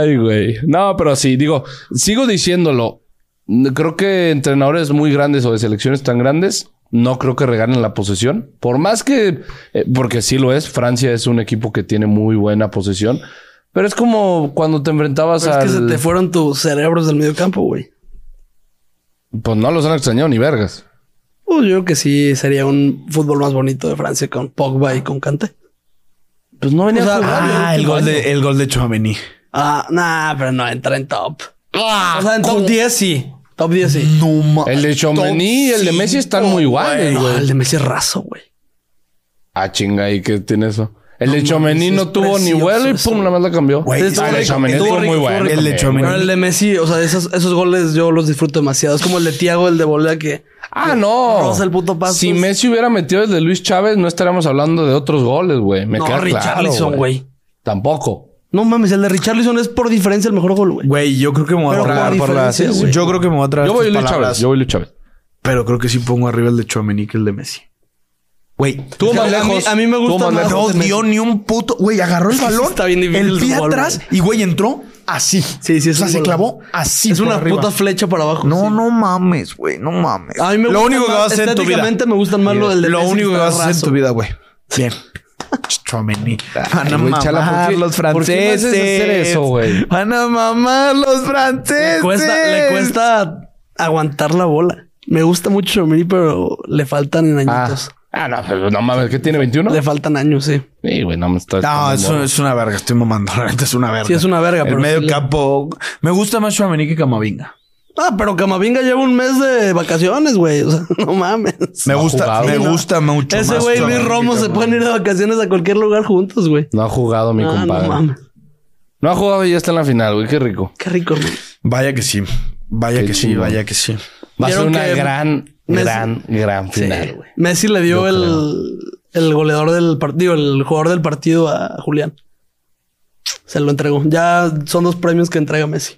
[SPEAKER 2] Ay, güey. No, pero sí, digo, sigo diciéndolo. Creo que entrenadores muy grandes o de selecciones tan grandes, no creo que regalen la posesión. Por más que, eh, porque sí lo es, Francia es un equipo que tiene muy buena posesión. Pero es como cuando te enfrentabas
[SPEAKER 4] Pero
[SPEAKER 2] a.
[SPEAKER 4] es que se te fueron tus cerebros del medio campo, güey.
[SPEAKER 2] Pues no los han extrañado ni vergas.
[SPEAKER 4] Pues yo creo que sí sería un fútbol más bonito de Francia con Pogba y con Kanté.
[SPEAKER 2] Pues no venía
[SPEAKER 4] O sea,
[SPEAKER 2] a jugar.
[SPEAKER 1] Ah, el gol de, el gol de Chouameni.
[SPEAKER 4] Ah, nah, pero no entra en top. o sea, en top 10 sí. Top 10 sí.
[SPEAKER 1] Ah, No mames.
[SPEAKER 2] El de Chomení y el de Messi están muy iguales,
[SPEAKER 4] No,
[SPEAKER 2] güey.
[SPEAKER 4] el de Messi es raso, güey.
[SPEAKER 2] Ah, chinga, ¿y qué tiene eso? El de Chomení
[SPEAKER 4] es
[SPEAKER 2] no tuvo ni
[SPEAKER 4] precioso
[SPEAKER 2] vuelo y
[SPEAKER 4] eso,
[SPEAKER 2] pum, nada más la cambió.
[SPEAKER 1] Güey,
[SPEAKER 2] Ah,
[SPEAKER 1] estuvo
[SPEAKER 2] el de
[SPEAKER 1] rico,
[SPEAKER 2] Tchouaméni
[SPEAKER 4] estuvo
[SPEAKER 2] estuvo
[SPEAKER 4] rico,
[SPEAKER 2] muy
[SPEAKER 4] estuvo
[SPEAKER 2] bueno.
[SPEAKER 1] rico. El de Tchouaméni.
[SPEAKER 4] Pero el de Messi, o sea, esos, esos goles yo los disfruto demasiado. Es como el de Tiago, el de volea que...
[SPEAKER 2] Ah, no.
[SPEAKER 4] Rosa el puto paso.
[SPEAKER 2] Si Messi hubiera metido el de Luis Chávez, no estaríamos hablando de otros goles, güey. Me
[SPEAKER 4] no,
[SPEAKER 2] queda
[SPEAKER 4] Richarlison,
[SPEAKER 2] claro,
[SPEAKER 4] güey.
[SPEAKER 2] Tampoco.
[SPEAKER 4] No mames, el de Richarlison es por diferencia el mejor gol, güey.
[SPEAKER 1] Güey, yo creo que me voy a
[SPEAKER 4] Pero
[SPEAKER 1] traer.
[SPEAKER 4] por la diferencia, güey.
[SPEAKER 1] Yo creo que me voy a traer.
[SPEAKER 2] Yo voy
[SPEAKER 1] tus
[SPEAKER 2] Luis Chávez.
[SPEAKER 1] palabras,
[SPEAKER 2] Yo voy Luis Chávez.
[SPEAKER 1] Pero creo que sí pongo arriba el de Chouameni que el de Messi. Güey,
[SPEAKER 2] Tú
[SPEAKER 4] Es que
[SPEAKER 2] más
[SPEAKER 4] a mí-
[SPEAKER 2] lejos.
[SPEAKER 4] a mí me
[SPEAKER 2] Tú
[SPEAKER 4] gusta más-
[SPEAKER 1] No dio ni un puto. Güey, agarró el balón.
[SPEAKER 4] Está bien difícil
[SPEAKER 1] El
[SPEAKER 4] el
[SPEAKER 1] pie
[SPEAKER 4] fútbol,
[SPEAKER 1] atrás y güey entró así.
[SPEAKER 4] Sí, sí, es
[SPEAKER 1] O sea,
[SPEAKER 4] un
[SPEAKER 1] se
[SPEAKER 4] gol.
[SPEAKER 1] clavó así.
[SPEAKER 4] es
[SPEAKER 1] por
[SPEAKER 4] una
[SPEAKER 1] arriba.
[SPEAKER 4] puta flecha para abajo.
[SPEAKER 1] No,
[SPEAKER 4] sí.
[SPEAKER 1] no mames, güey. No mames.
[SPEAKER 4] A mí me
[SPEAKER 1] Lo
[SPEAKER 4] gustan
[SPEAKER 1] único que
[SPEAKER 4] más-
[SPEAKER 1] vas a hacer en tu vida.
[SPEAKER 4] estéticamente me gustan más lo del de
[SPEAKER 1] Lo
[SPEAKER 4] Messi,
[SPEAKER 1] único que
[SPEAKER 4] está
[SPEAKER 1] vas a hacer en
[SPEAKER 4] raso.
[SPEAKER 1] tu vida, güey. Bien. Chomeni. Van a
[SPEAKER 2] güey,
[SPEAKER 1] mamar
[SPEAKER 2] chala, ¿por qué-
[SPEAKER 1] los
[SPEAKER 2] por
[SPEAKER 1] franceses.
[SPEAKER 2] qué me haces hacer eso, güey?
[SPEAKER 1] Van a mamar los franceses.
[SPEAKER 4] Cuesta, le cuesta aguantar la bola. Me gusta mucho Chomiri, pero le faltan añitos.
[SPEAKER 2] Ah, no, pero no mames, ¿qué tiene 21?
[SPEAKER 4] Le faltan años, sí.
[SPEAKER 2] Sí, güey, no me está.
[SPEAKER 4] Pues
[SPEAKER 1] No,
[SPEAKER 2] está
[SPEAKER 1] es,
[SPEAKER 2] mamón.
[SPEAKER 1] es una verga. Estoy mamando. La neta es una verga.
[SPEAKER 4] Sí, es una verga,
[SPEAKER 1] El
[SPEAKER 4] pero.
[SPEAKER 1] medio
[SPEAKER 4] sí le-
[SPEAKER 1] campo. Me gusta más Chuamení que Camavinga.
[SPEAKER 4] Ah, pero Camavinga lleva un mes de vacaciones, güey. O sea, no mames.
[SPEAKER 1] Me
[SPEAKER 2] ha
[SPEAKER 1] gusta,
[SPEAKER 2] jugado.
[SPEAKER 1] me
[SPEAKER 2] Sí, no.
[SPEAKER 1] gusta mucho.
[SPEAKER 4] Ese
[SPEAKER 1] más
[SPEAKER 4] güey y
[SPEAKER 1] Tchouaméni que
[SPEAKER 4] Luis Romo se
[SPEAKER 1] Camavinga.
[SPEAKER 4] pueden ir de vacaciones a cualquier lugar juntos, güey.
[SPEAKER 2] No ha jugado mi
[SPEAKER 4] Ah,
[SPEAKER 2] compadre.
[SPEAKER 4] no mames.
[SPEAKER 2] No ha jugado y ya está en la final, güey. Qué rico.
[SPEAKER 4] Qué rico, güey.
[SPEAKER 1] Vaya que sí. Vaya
[SPEAKER 2] Qué
[SPEAKER 1] que sí,
[SPEAKER 2] chingón.
[SPEAKER 1] vaya que sí.
[SPEAKER 2] Va a ser
[SPEAKER 4] Vieron
[SPEAKER 2] una
[SPEAKER 4] que
[SPEAKER 2] gran,
[SPEAKER 4] Messi-
[SPEAKER 2] gran, gran final, güey.
[SPEAKER 4] Messi le dio el, el goleador del partido, el jugador del partido a Julián. Se lo entregó. Ya son dos premios que entrega Messi.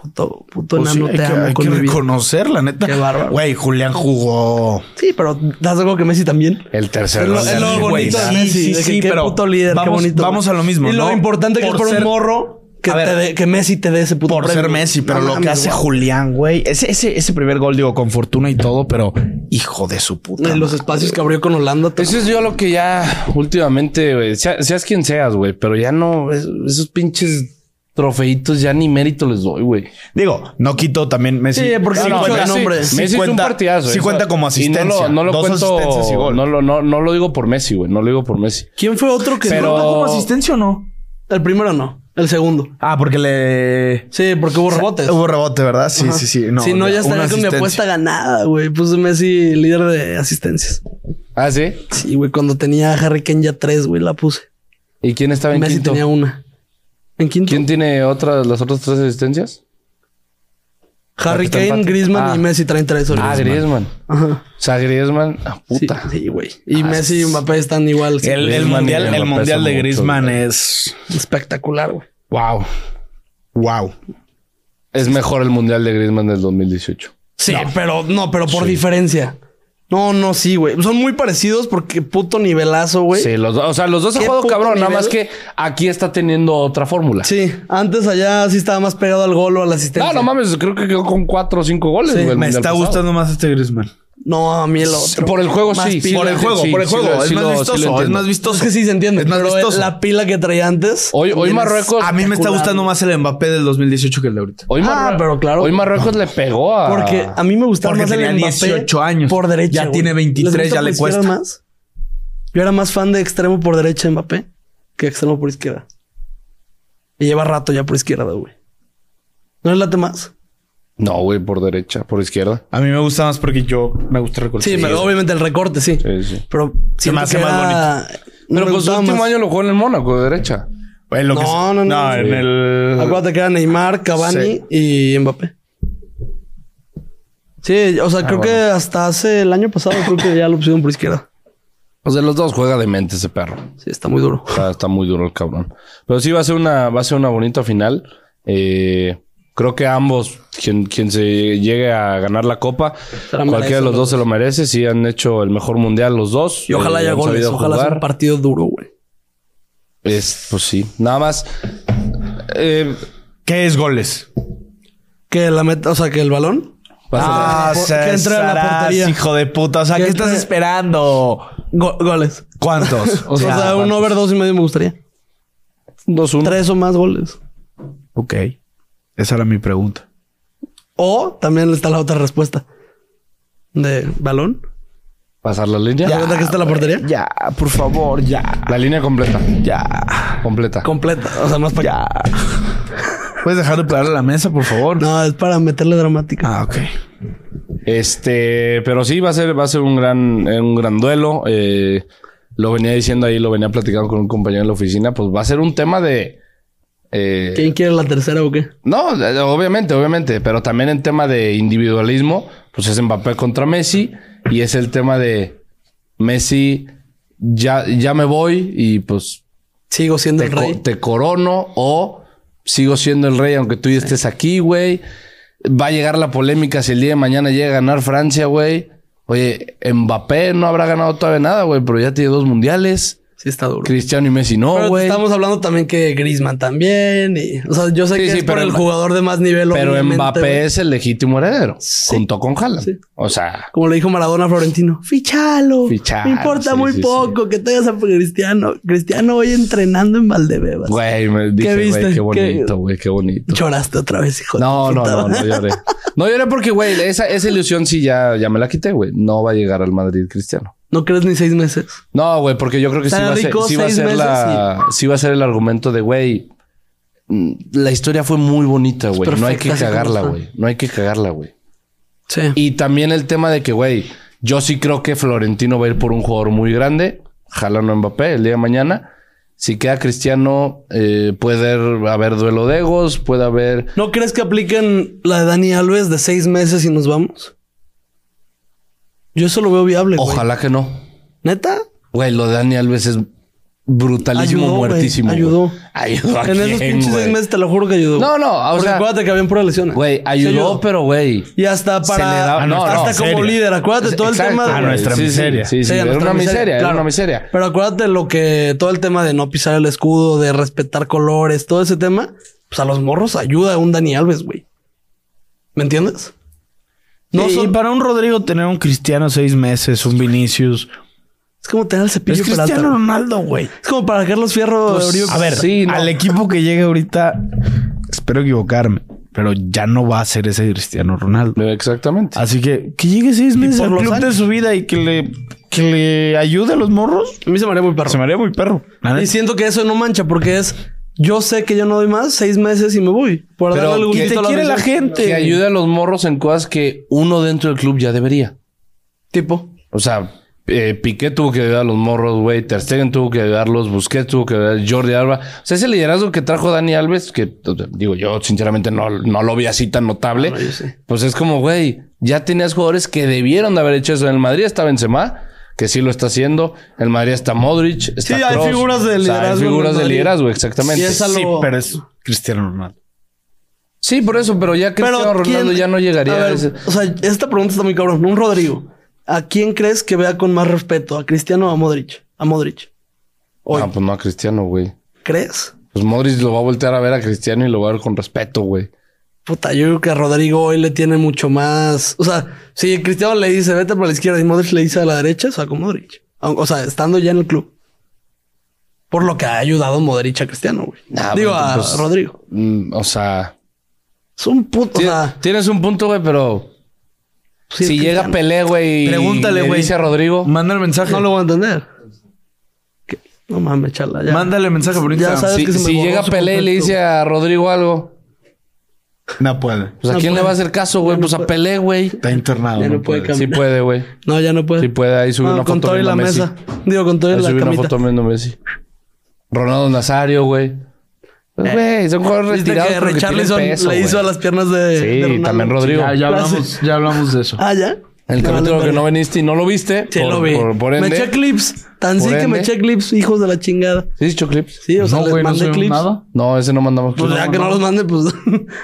[SPEAKER 4] Puto, puto
[SPEAKER 1] Pues sí,
[SPEAKER 4] enano,
[SPEAKER 1] hay
[SPEAKER 4] te
[SPEAKER 1] que,
[SPEAKER 4] amo
[SPEAKER 1] hay
[SPEAKER 4] con
[SPEAKER 1] que
[SPEAKER 4] mi vida.
[SPEAKER 1] reconocer, la neta.
[SPEAKER 4] Qué bárbaro.
[SPEAKER 1] Güey, Julián jugó.
[SPEAKER 4] Sí, pero das algo que Messi también.
[SPEAKER 2] El tercer
[SPEAKER 4] Es lo,
[SPEAKER 2] gol
[SPEAKER 4] es
[SPEAKER 2] de
[SPEAKER 4] lo
[SPEAKER 2] Messi, güey.
[SPEAKER 4] bonito de
[SPEAKER 1] Sí,
[SPEAKER 4] Messi.
[SPEAKER 1] sí,
[SPEAKER 4] de que
[SPEAKER 1] sí,
[SPEAKER 4] qué
[SPEAKER 1] pero
[SPEAKER 4] puto líder, qué
[SPEAKER 1] vamos-
[SPEAKER 4] bonito.
[SPEAKER 1] vamos a lo mismo,
[SPEAKER 4] Y lo
[SPEAKER 1] ¿no?
[SPEAKER 4] importante que
[SPEAKER 1] Por
[SPEAKER 4] es por
[SPEAKER 1] ser-
[SPEAKER 4] un morro que,
[SPEAKER 1] A ver,
[SPEAKER 4] te dé- que Messi te dé ese puto
[SPEAKER 1] Por
[SPEAKER 4] premio.
[SPEAKER 1] ser Messi, pero
[SPEAKER 4] No
[SPEAKER 1] lo que
[SPEAKER 4] mames,
[SPEAKER 1] hace
[SPEAKER 4] güey.
[SPEAKER 1] Julián, güey. Ese, ese, ese primer gol, digo, con fortuna y todo, pero hijo de su puta.
[SPEAKER 4] En los
[SPEAKER 1] madre.
[SPEAKER 4] espacios que abrió con Holanda.
[SPEAKER 1] Pues
[SPEAKER 4] todo.
[SPEAKER 2] Eso es yo lo que ya últimamente, güey, sea- seas quien seas, güey, pero ya no, es- esos pinches trofeitos ya ni mérito les doy, güey.
[SPEAKER 1] Digo, no quito también Messi.
[SPEAKER 4] Sí, porque sí,
[SPEAKER 2] No,
[SPEAKER 4] mucho
[SPEAKER 2] Messi-
[SPEAKER 4] de nombre.
[SPEAKER 2] Messi
[SPEAKER 1] sí
[SPEAKER 2] hizo un
[SPEAKER 1] cuenta-
[SPEAKER 2] partidazo.
[SPEAKER 1] sí
[SPEAKER 2] eso-
[SPEAKER 1] cuenta como
[SPEAKER 2] y
[SPEAKER 1] asistencia.
[SPEAKER 2] no lo, no lo
[SPEAKER 1] Dos
[SPEAKER 2] cuento-
[SPEAKER 1] asistencias y gol.
[SPEAKER 2] No lo, no, no lo digo por Messi, güey. No lo digo por Messi.
[SPEAKER 4] ¿Quién fue otro que
[SPEAKER 2] Pero-
[SPEAKER 1] ¿Como asistencia o no?
[SPEAKER 4] El primero no, el segundo.
[SPEAKER 1] Ah, porque le.
[SPEAKER 4] Sí, porque hubo rebotes.
[SPEAKER 1] Hubo rebote, ¿verdad? Sí,
[SPEAKER 4] Ajá.
[SPEAKER 1] sí, sí.
[SPEAKER 4] si no, ya
[SPEAKER 1] una
[SPEAKER 4] estaría con mi
[SPEAKER 1] asistencia.
[SPEAKER 4] apuesta ganada, güey. Pues Puse Messi líder de asistencias.
[SPEAKER 2] Ah, sí.
[SPEAKER 4] Sí, güey. Cuando tenía a Harry Kane ya tres, güey, la puse.
[SPEAKER 2] ¿Y quién estaba en
[SPEAKER 4] Messi
[SPEAKER 2] quinto?
[SPEAKER 4] tenía una. ¿En quinto?
[SPEAKER 2] ¿Quién tiene otras, las otras tres asistencias?
[SPEAKER 4] Harry
[SPEAKER 2] La que está
[SPEAKER 4] Kane,
[SPEAKER 2] empate.
[SPEAKER 4] Griezmann
[SPEAKER 2] Ah.
[SPEAKER 4] y Messi traen tres. ahorita.
[SPEAKER 2] Ah, Griezmann.
[SPEAKER 4] Ajá.
[SPEAKER 2] O sea, Griezmann, ah,
[SPEAKER 4] Sí,
[SPEAKER 2] puta.
[SPEAKER 4] Sí, güey. Y Messi y Mbappé están igual. sí.
[SPEAKER 1] El, el
[SPEAKER 2] Griezmann
[SPEAKER 1] mundial,
[SPEAKER 2] me
[SPEAKER 1] el mundial
[SPEAKER 2] pesa
[SPEAKER 1] de
[SPEAKER 2] mucho,
[SPEAKER 1] Griezmann
[SPEAKER 2] güey.
[SPEAKER 1] es.
[SPEAKER 4] Espectacular, güey.
[SPEAKER 1] Wow. Wow.
[SPEAKER 2] Es mejor el mundial de Griezmann del 2018.
[SPEAKER 4] Sí, pero no, pero por diferencia. No, no, sí, güey. Son muy parecidos porque puto nivelazo, güey.
[SPEAKER 2] Sí, los dos. O sea, los dos han
[SPEAKER 4] ¿Qué
[SPEAKER 2] jugado
[SPEAKER 4] puto
[SPEAKER 2] cabrón. Nada
[SPEAKER 4] nivel?
[SPEAKER 2] más que aquí está teniendo otra fórmula.
[SPEAKER 4] Sí, antes allá sí estaba más pegado al gol o a la
[SPEAKER 2] No,
[SPEAKER 4] asistencia.
[SPEAKER 2] no mames, creo que quedó con cuatro o cinco goles. güey, el
[SPEAKER 1] Me
[SPEAKER 2] mundial
[SPEAKER 1] está
[SPEAKER 2] pasado.
[SPEAKER 1] gustando más este Griezmann.
[SPEAKER 4] No, a mí el otro.
[SPEAKER 2] Por el juego,
[SPEAKER 4] Más
[SPEAKER 2] sí.
[SPEAKER 4] pila.
[SPEAKER 2] Por el juego, por el juego. es más vistoso.
[SPEAKER 1] Es más vistoso.
[SPEAKER 4] Es que sí se entiende.
[SPEAKER 1] Es más
[SPEAKER 4] pero
[SPEAKER 1] vistoso.
[SPEAKER 4] la pila que traía antes.
[SPEAKER 2] Hoy, hoy
[SPEAKER 4] también es-
[SPEAKER 2] Marruecos.
[SPEAKER 1] A mí me está gustando más el Mbappé del 2018 que el de ahorita.
[SPEAKER 2] Hoy
[SPEAKER 4] Ah,
[SPEAKER 2] Marruecos,
[SPEAKER 4] pero claro.
[SPEAKER 2] Hoy Marruecos le pegó a.
[SPEAKER 4] Porque a mí me gustaba
[SPEAKER 1] Porque
[SPEAKER 4] más el
[SPEAKER 1] tenía
[SPEAKER 4] Mbappé
[SPEAKER 1] 18 años.
[SPEAKER 4] Por derecha.
[SPEAKER 1] Ya
[SPEAKER 4] güey.
[SPEAKER 1] tiene 23,
[SPEAKER 4] ¿Les gusta
[SPEAKER 1] ya
[SPEAKER 4] por
[SPEAKER 1] le
[SPEAKER 4] izquierda
[SPEAKER 1] cuesta.
[SPEAKER 4] Más? Yo era más fan de extremo por derecha Mbappé que extremo por izquierda. Y lleva rato ya por izquierda, güey. ¿No le late más?
[SPEAKER 2] No, güey, por derecha, por izquierda.
[SPEAKER 1] A mí me gusta más porque yo me gusta recortar.
[SPEAKER 4] Sí, pero obviamente el recorte, sí.
[SPEAKER 2] Sí, sí.
[SPEAKER 4] Pero se
[SPEAKER 1] me hace más
[SPEAKER 4] bonito.
[SPEAKER 2] Pero pues el último año lo jugó en el Mónaco, de derecha.
[SPEAKER 1] Güey, lo que
[SPEAKER 4] No,
[SPEAKER 1] se-
[SPEAKER 4] no, no, no.
[SPEAKER 1] en el.
[SPEAKER 4] Acuérdate que era Neymar, Cavani y Mbappé. Sí, o sea, creo que hasta hace el año pasado creo que ya lo pusieron por izquierda.
[SPEAKER 2] O sea, los dos juega de mente ese perro.
[SPEAKER 4] Sí, está muy duro.
[SPEAKER 2] Está, está muy duro el cabrón. Pero sí va a ser una, va a ser una bonita final. Eh, creo que ambos, quien, quien se llegue a ganar la copa,
[SPEAKER 4] Se la
[SPEAKER 2] cualquiera
[SPEAKER 4] merece,
[SPEAKER 2] de los
[SPEAKER 4] los
[SPEAKER 2] dos se lo merece. Sí, han hecho el mejor mundial los dos.
[SPEAKER 4] Y ojalá
[SPEAKER 2] Eh,
[SPEAKER 4] haya
[SPEAKER 2] han
[SPEAKER 4] goles,
[SPEAKER 2] sabido
[SPEAKER 4] ojalá sea un
[SPEAKER 2] jugar.
[SPEAKER 4] partido duro, güey.
[SPEAKER 2] Es, pues sí. Nada más. eh,
[SPEAKER 1] ¿Qué es goles?
[SPEAKER 4] Que la meta, o sea, que el balón.
[SPEAKER 1] Ah,
[SPEAKER 4] por-
[SPEAKER 1] se
[SPEAKER 4] que entre en la
[SPEAKER 1] estarás,
[SPEAKER 4] portería.
[SPEAKER 1] hijo de puta. O sea,
[SPEAKER 4] Que
[SPEAKER 1] ¿qué estás
[SPEAKER 4] entre-
[SPEAKER 1] esperando?
[SPEAKER 4] go- goles.
[SPEAKER 1] ¿Cuántos?
[SPEAKER 4] O sea, un over dos y medio me gustaría.
[SPEAKER 2] 2-1.
[SPEAKER 4] Tres o más goles.
[SPEAKER 1] Ok. Esa era mi pregunta.
[SPEAKER 4] O también está la otra respuesta. De balón.
[SPEAKER 2] Pasar la línea.
[SPEAKER 4] ¿Te cuenta que está la portería?
[SPEAKER 1] Ya, por favor, ya,
[SPEAKER 2] La línea completa.
[SPEAKER 1] ya,
[SPEAKER 2] Completa.
[SPEAKER 4] Completa. O sea, no es para.
[SPEAKER 1] ya. ¿Puedes dejar de pegarle a la mesa, por favor?
[SPEAKER 4] No, es para meterle dramática.
[SPEAKER 1] Ah, ok.
[SPEAKER 2] Este, pero sí va a ser, va a ser un gran, eh, un gran duelo. Eh, lo venía diciendo ahí, lo venía platicando con un compañero en la oficina. Pues va a ser un tema de. eh,
[SPEAKER 4] ¿Quién quiere la tercera o qué?
[SPEAKER 2] no, eh, obviamente, obviamente. Pero también en tema de individualismo, pues es Mbappé contra Messi. Y es el tema de Messi, ya, ya me voy y pues
[SPEAKER 4] Sigo siendo
[SPEAKER 2] te,
[SPEAKER 4] el
[SPEAKER 2] co-
[SPEAKER 4] rey.
[SPEAKER 2] te corono o sigo siendo el rey aunque tú ya estés aquí, güey. Va a llegar la polémica si el día de mañana llega a ganar Francia, güey. Oye, Mbappé no habrá ganado todavía nada, güey, pero ya tiene dos mundiales.
[SPEAKER 4] Sí, está duro.
[SPEAKER 2] Cristiano y Messi no,
[SPEAKER 4] pero
[SPEAKER 2] güey.
[SPEAKER 4] estamos hablando también que Griezmann también. Y, o sea, yo sé
[SPEAKER 2] Sí,
[SPEAKER 4] que
[SPEAKER 2] sí,
[SPEAKER 4] es por
[SPEAKER 2] pero
[SPEAKER 4] el
[SPEAKER 2] Mba-
[SPEAKER 4] jugador de más nivel.
[SPEAKER 2] Pero
[SPEAKER 4] obviamente,
[SPEAKER 2] Mbappé
[SPEAKER 4] güey.
[SPEAKER 2] es el legítimo heredero.
[SPEAKER 4] Sí.
[SPEAKER 2] Junto con Haaland.
[SPEAKER 4] Sí.
[SPEAKER 2] O sea,
[SPEAKER 4] Como le dijo Maradona a Florentino, fichalo.
[SPEAKER 2] Fichalo,
[SPEAKER 4] Me importa
[SPEAKER 2] sí,
[SPEAKER 4] muy
[SPEAKER 2] sí,
[SPEAKER 4] poco que tengas a Cristiano. Cristiano hoy entrenando en Valdebebas.
[SPEAKER 2] güey, me dije,
[SPEAKER 4] viste?
[SPEAKER 2] güey, qué
[SPEAKER 4] ¿Qué-
[SPEAKER 2] bonito, güey, qué bonito.
[SPEAKER 4] Lloraste otra vez, hijo. de
[SPEAKER 2] No, no,
[SPEAKER 4] puta.
[SPEAKER 2] no, no lloré. No lloré porque, güey, esa, esa ilusión sí ya, ya me la quité, güey. No va a llegar al Madrid Cristiano.
[SPEAKER 4] No crees ni seis meses.
[SPEAKER 2] No, güey, porque yo creo que sí
[SPEAKER 4] Tan
[SPEAKER 2] va a ser,
[SPEAKER 4] rico,
[SPEAKER 2] sí va a
[SPEAKER 4] seis
[SPEAKER 2] ser la,
[SPEAKER 4] meses
[SPEAKER 2] sí va a ser el argumento de, güey, mm, la historia fue muy bonita, güey. No hay que
[SPEAKER 4] perfecta, así como
[SPEAKER 2] cagarla,
[SPEAKER 4] está.
[SPEAKER 2] güey. No hay que cagarla, güey.
[SPEAKER 4] Sí.
[SPEAKER 2] Y también el tema de que, güey, yo sí creo que Florentino va a ir por un jugador muy grande. Jalano Mbappé el día de mañana. Si queda Cristiano, eh, puede haber duelo de egos, puede haber...
[SPEAKER 4] ¿No crees que apliquen la de Dani Alves de seis meses y nos vamos? Yo eso lo veo viable, güey.
[SPEAKER 2] Ojalá que no.
[SPEAKER 4] ¿Neta?
[SPEAKER 2] Güey, lo de Dani Alves es brutalismo
[SPEAKER 4] Ayudó, güey.
[SPEAKER 2] muertísimo. güey.
[SPEAKER 4] Ayudó.
[SPEAKER 2] Ayudó a
[SPEAKER 4] en esos
[SPEAKER 2] quién,
[SPEAKER 4] pinches
[SPEAKER 2] güey?
[SPEAKER 4] seis meses te lo juro que ayudó.
[SPEAKER 2] No,
[SPEAKER 4] güey.
[SPEAKER 2] no, o
[SPEAKER 4] Porque
[SPEAKER 2] sea-
[SPEAKER 4] acuérdate que habían puras lesiones.
[SPEAKER 2] Güey, ayudó,
[SPEAKER 4] Sí
[SPEAKER 2] pero güey.
[SPEAKER 4] Y hasta
[SPEAKER 2] se
[SPEAKER 4] para...
[SPEAKER 2] le da- no,
[SPEAKER 4] hasta
[SPEAKER 2] no,
[SPEAKER 4] como
[SPEAKER 5] serio.
[SPEAKER 4] líder. Acuérdate todo
[SPEAKER 2] Exacto,
[SPEAKER 4] el tema...
[SPEAKER 2] güey.
[SPEAKER 4] güey.
[SPEAKER 5] nuestra
[SPEAKER 2] Sí, sí,
[SPEAKER 5] miseria.
[SPEAKER 2] Sí, sí,
[SPEAKER 4] Sí, a
[SPEAKER 2] era
[SPEAKER 4] nuestra
[SPEAKER 2] una miseria, era
[SPEAKER 4] claro.
[SPEAKER 2] una miseria.
[SPEAKER 4] Pero acuérdate lo que todo el tema de no pisar el escudo, de respetar colores, todo ese tema, pues a los morros ayuda un Dani Alves, güey. ¿Me entiendes? No
[SPEAKER 1] y, y
[SPEAKER 4] son-
[SPEAKER 1] para un Rodrigo tener un Cristiano seis meses, un Vinicius.
[SPEAKER 4] es como tener el cepillo
[SPEAKER 1] Es
[SPEAKER 4] Peralta,
[SPEAKER 1] Cristiano
[SPEAKER 4] güey.
[SPEAKER 1] Ronaldo, güey.
[SPEAKER 4] Es como para Carlos Fierro
[SPEAKER 2] Pues,
[SPEAKER 4] de Oribe
[SPEAKER 1] A ver,
[SPEAKER 4] Peralta.
[SPEAKER 2] sí, no.
[SPEAKER 1] al equipo que llega ahorita, espero equivocarme, pero ya no va a ser ese Cristiano Ronaldo.
[SPEAKER 2] Exactamente.
[SPEAKER 1] Así que que llegue seis meses
[SPEAKER 4] por
[SPEAKER 1] al
[SPEAKER 4] los
[SPEAKER 1] club de
[SPEAKER 4] años.
[SPEAKER 1] su vida y que le, que le ayude a los morros.
[SPEAKER 4] A mí se me haría muy perro.
[SPEAKER 1] Se me haría muy perro.
[SPEAKER 2] ¿Eh?
[SPEAKER 1] La
[SPEAKER 4] Y
[SPEAKER 1] neta.
[SPEAKER 4] siento que eso no mancha porque es... Yo sé que yo no doy más seis meses y me voy. Por
[SPEAKER 2] Pero
[SPEAKER 4] darle algún
[SPEAKER 2] que
[SPEAKER 4] gustito
[SPEAKER 1] te
[SPEAKER 4] a
[SPEAKER 1] quiere la
[SPEAKER 4] afición.
[SPEAKER 1] gente.
[SPEAKER 2] Que ayude a los morros en cosas que uno dentro del club ya debería.
[SPEAKER 4] Tipo.
[SPEAKER 2] O sea, eh, Piqué tuvo que ayudar a los morros, güey. Ter Stegen tuvo que ayudarlos. Busquets tuvo que ayudar. Jordi Alba. O sea, ese liderazgo que trajo Dani Alves, que o sea, digo yo, sinceramente no, no lo vi así tan notable.
[SPEAKER 4] No, yo sé.
[SPEAKER 2] Pues es como, güey, ya tenías jugadores que debieron de haber hecho eso. En el Madrid está Benzema, que sí lo está haciendo. En el Madrid está Modric. Está
[SPEAKER 4] Sí, hay
[SPEAKER 2] Kroos.
[SPEAKER 4] figuras de
[SPEAKER 2] O sea,
[SPEAKER 4] liderazgo en
[SPEAKER 2] hay
[SPEAKER 4] el
[SPEAKER 2] figuras de
[SPEAKER 4] Madrid.
[SPEAKER 2] liderazgo, exactamente.
[SPEAKER 4] Sí, es algo-
[SPEAKER 1] Sí, pero es Cristiano Ronaldo.
[SPEAKER 2] Sí, por eso, pero ya Cristiano
[SPEAKER 4] ¿quién-
[SPEAKER 2] Ronaldo ya no llegaría
[SPEAKER 4] A ver,
[SPEAKER 2] a ese-
[SPEAKER 4] O sea, esta pregunta está muy cabrón. Un Rodrigo. ¿A quién crees que vea con más respeto? ¿A Cristiano o a Modric? A Modric. Hoy.
[SPEAKER 2] Ah, pues no a Cristiano, güey.
[SPEAKER 4] ¿Crees?
[SPEAKER 2] Pues Modric lo va a voltear a ver a Cristiano y lo va a ver con respeto, güey.
[SPEAKER 4] Puta, yo creo que a Rodrigo hoy le tiene mucho más. O sea, si Cristiano le dice vete para la izquierda y Modric le dice a la derecha, saco Modric. O o sea, estando ya en el club. Por lo que ha ayudado Modric a Cristiano, güey.
[SPEAKER 2] Nah,
[SPEAKER 4] Digo,
[SPEAKER 2] pues,
[SPEAKER 4] a
[SPEAKER 2] pues,
[SPEAKER 4] Rodrigo.
[SPEAKER 2] Mm, o sea,
[SPEAKER 4] Es un puto. O
[SPEAKER 2] ti-
[SPEAKER 4] sea,
[SPEAKER 2] tienes un punto, güey, pero
[SPEAKER 4] sí es
[SPEAKER 2] si llega
[SPEAKER 4] Cristiano.
[SPEAKER 2] Pelé, güey, y
[SPEAKER 5] Pregúntale,
[SPEAKER 2] le
[SPEAKER 5] güey.
[SPEAKER 2] dice a Rodrigo,
[SPEAKER 5] Mándale mensaje.
[SPEAKER 4] No lo voy a entender. ¿Qué? No mames, chala. Ya.
[SPEAKER 5] Mándale mensaje por
[SPEAKER 4] Ya
[SPEAKER 5] Instagram.
[SPEAKER 4] sabes
[SPEAKER 2] si,
[SPEAKER 4] que se me
[SPEAKER 2] si
[SPEAKER 4] borró
[SPEAKER 2] llega
[SPEAKER 4] su
[SPEAKER 2] Pelé y le
[SPEAKER 4] contexto.
[SPEAKER 2] dice a Rodrigo algo,
[SPEAKER 5] No puede.
[SPEAKER 2] pues a
[SPEAKER 4] No
[SPEAKER 2] quién le
[SPEAKER 4] puede.
[SPEAKER 2] va a hacer caso, güey,
[SPEAKER 4] Ya no
[SPEAKER 2] pues a
[SPEAKER 4] puede.
[SPEAKER 2] Pelé, güey.
[SPEAKER 5] Está internado.
[SPEAKER 4] Ya no
[SPEAKER 5] no
[SPEAKER 4] puede
[SPEAKER 5] puede.
[SPEAKER 2] Sí
[SPEAKER 4] caminar.
[SPEAKER 2] puede, güey.
[SPEAKER 4] No, ya no puede.
[SPEAKER 2] Sí puede, ahí subir
[SPEAKER 4] Bueno,
[SPEAKER 2] una
[SPEAKER 4] Ah, con
[SPEAKER 2] foto
[SPEAKER 4] todo y
[SPEAKER 2] viendo
[SPEAKER 4] la
[SPEAKER 2] a Messi.
[SPEAKER 4] mesa. Digo, con todo y
[SPEAKER 2] Ahí
[SPEAKER 4] la
[SPEAKER 2] subir una
[SPEAKER 4] camita.
[SPEAKER 2] foto viendo a Messi. Ronaldo Nazario, güey. Pues, Güey, son jugadores
[SPEAKER 4] Viste
[SPEAKER 2] retirados
[SPEAKER 4] Eh. que
[SPEAKER 2] pero que tienen
[SPEAKER 4] Richarlison
[SPEAKER 2] peso,
[SPEAKER 4] le
[SPEAKER 2] güey.
[SPEAKER 4] hizo a las piernas de,
[SPEAKER 2] Sí,
[SPEAKER 4] de Ronaldo.
[SPEAKER 2] también Rodrigo.
[SPEAKER 5] Ah, Ya, ya hablamos, ya hablamos de eso.
[SPEAKER 4] Ah, ¿ya?
[SPEAKER 2] En el
[SPEAKER 4] Me
[SPEAKER 2] capítulo
[SPEAKER 4] vale
[SPEAKER 2] que no
[SPEAKER 4] verga.
[SPEAKER 2] veniste y no lo viste.
[SPEAKER 4] Sí,
[SPEAKER 2] por,
[SPEAKER 4] lo vi.
[SPEAKER 2] Por, por ende.
[SPEAKER 4] me eché clips. Tan sí
[SPEAKER 2] por
[SPEAKER 4] que me
[SPEAKER 2] ende.
[SPEAKER 4] eché clips, hijos de la chingada.
[SPEAKER 2] ¿Sí has dicho clips?
[SPEAKER 4] Sí, o sea,
[SPEAKER 5] no,
[SPEAKER 4] les
[SPEAKER 5] güey, no
[SPEAKER 4] mandé
[SPEAKER 5] subimos
[SPEAKER 4] clips.
[SPEAKER 5] nada.
[SPEAKER 2] No, ese no mandamos
[SPEAKER 4] Pues
[SPEAKER 2] clips.
[SPEAKER 4] ya que no los mande, pues...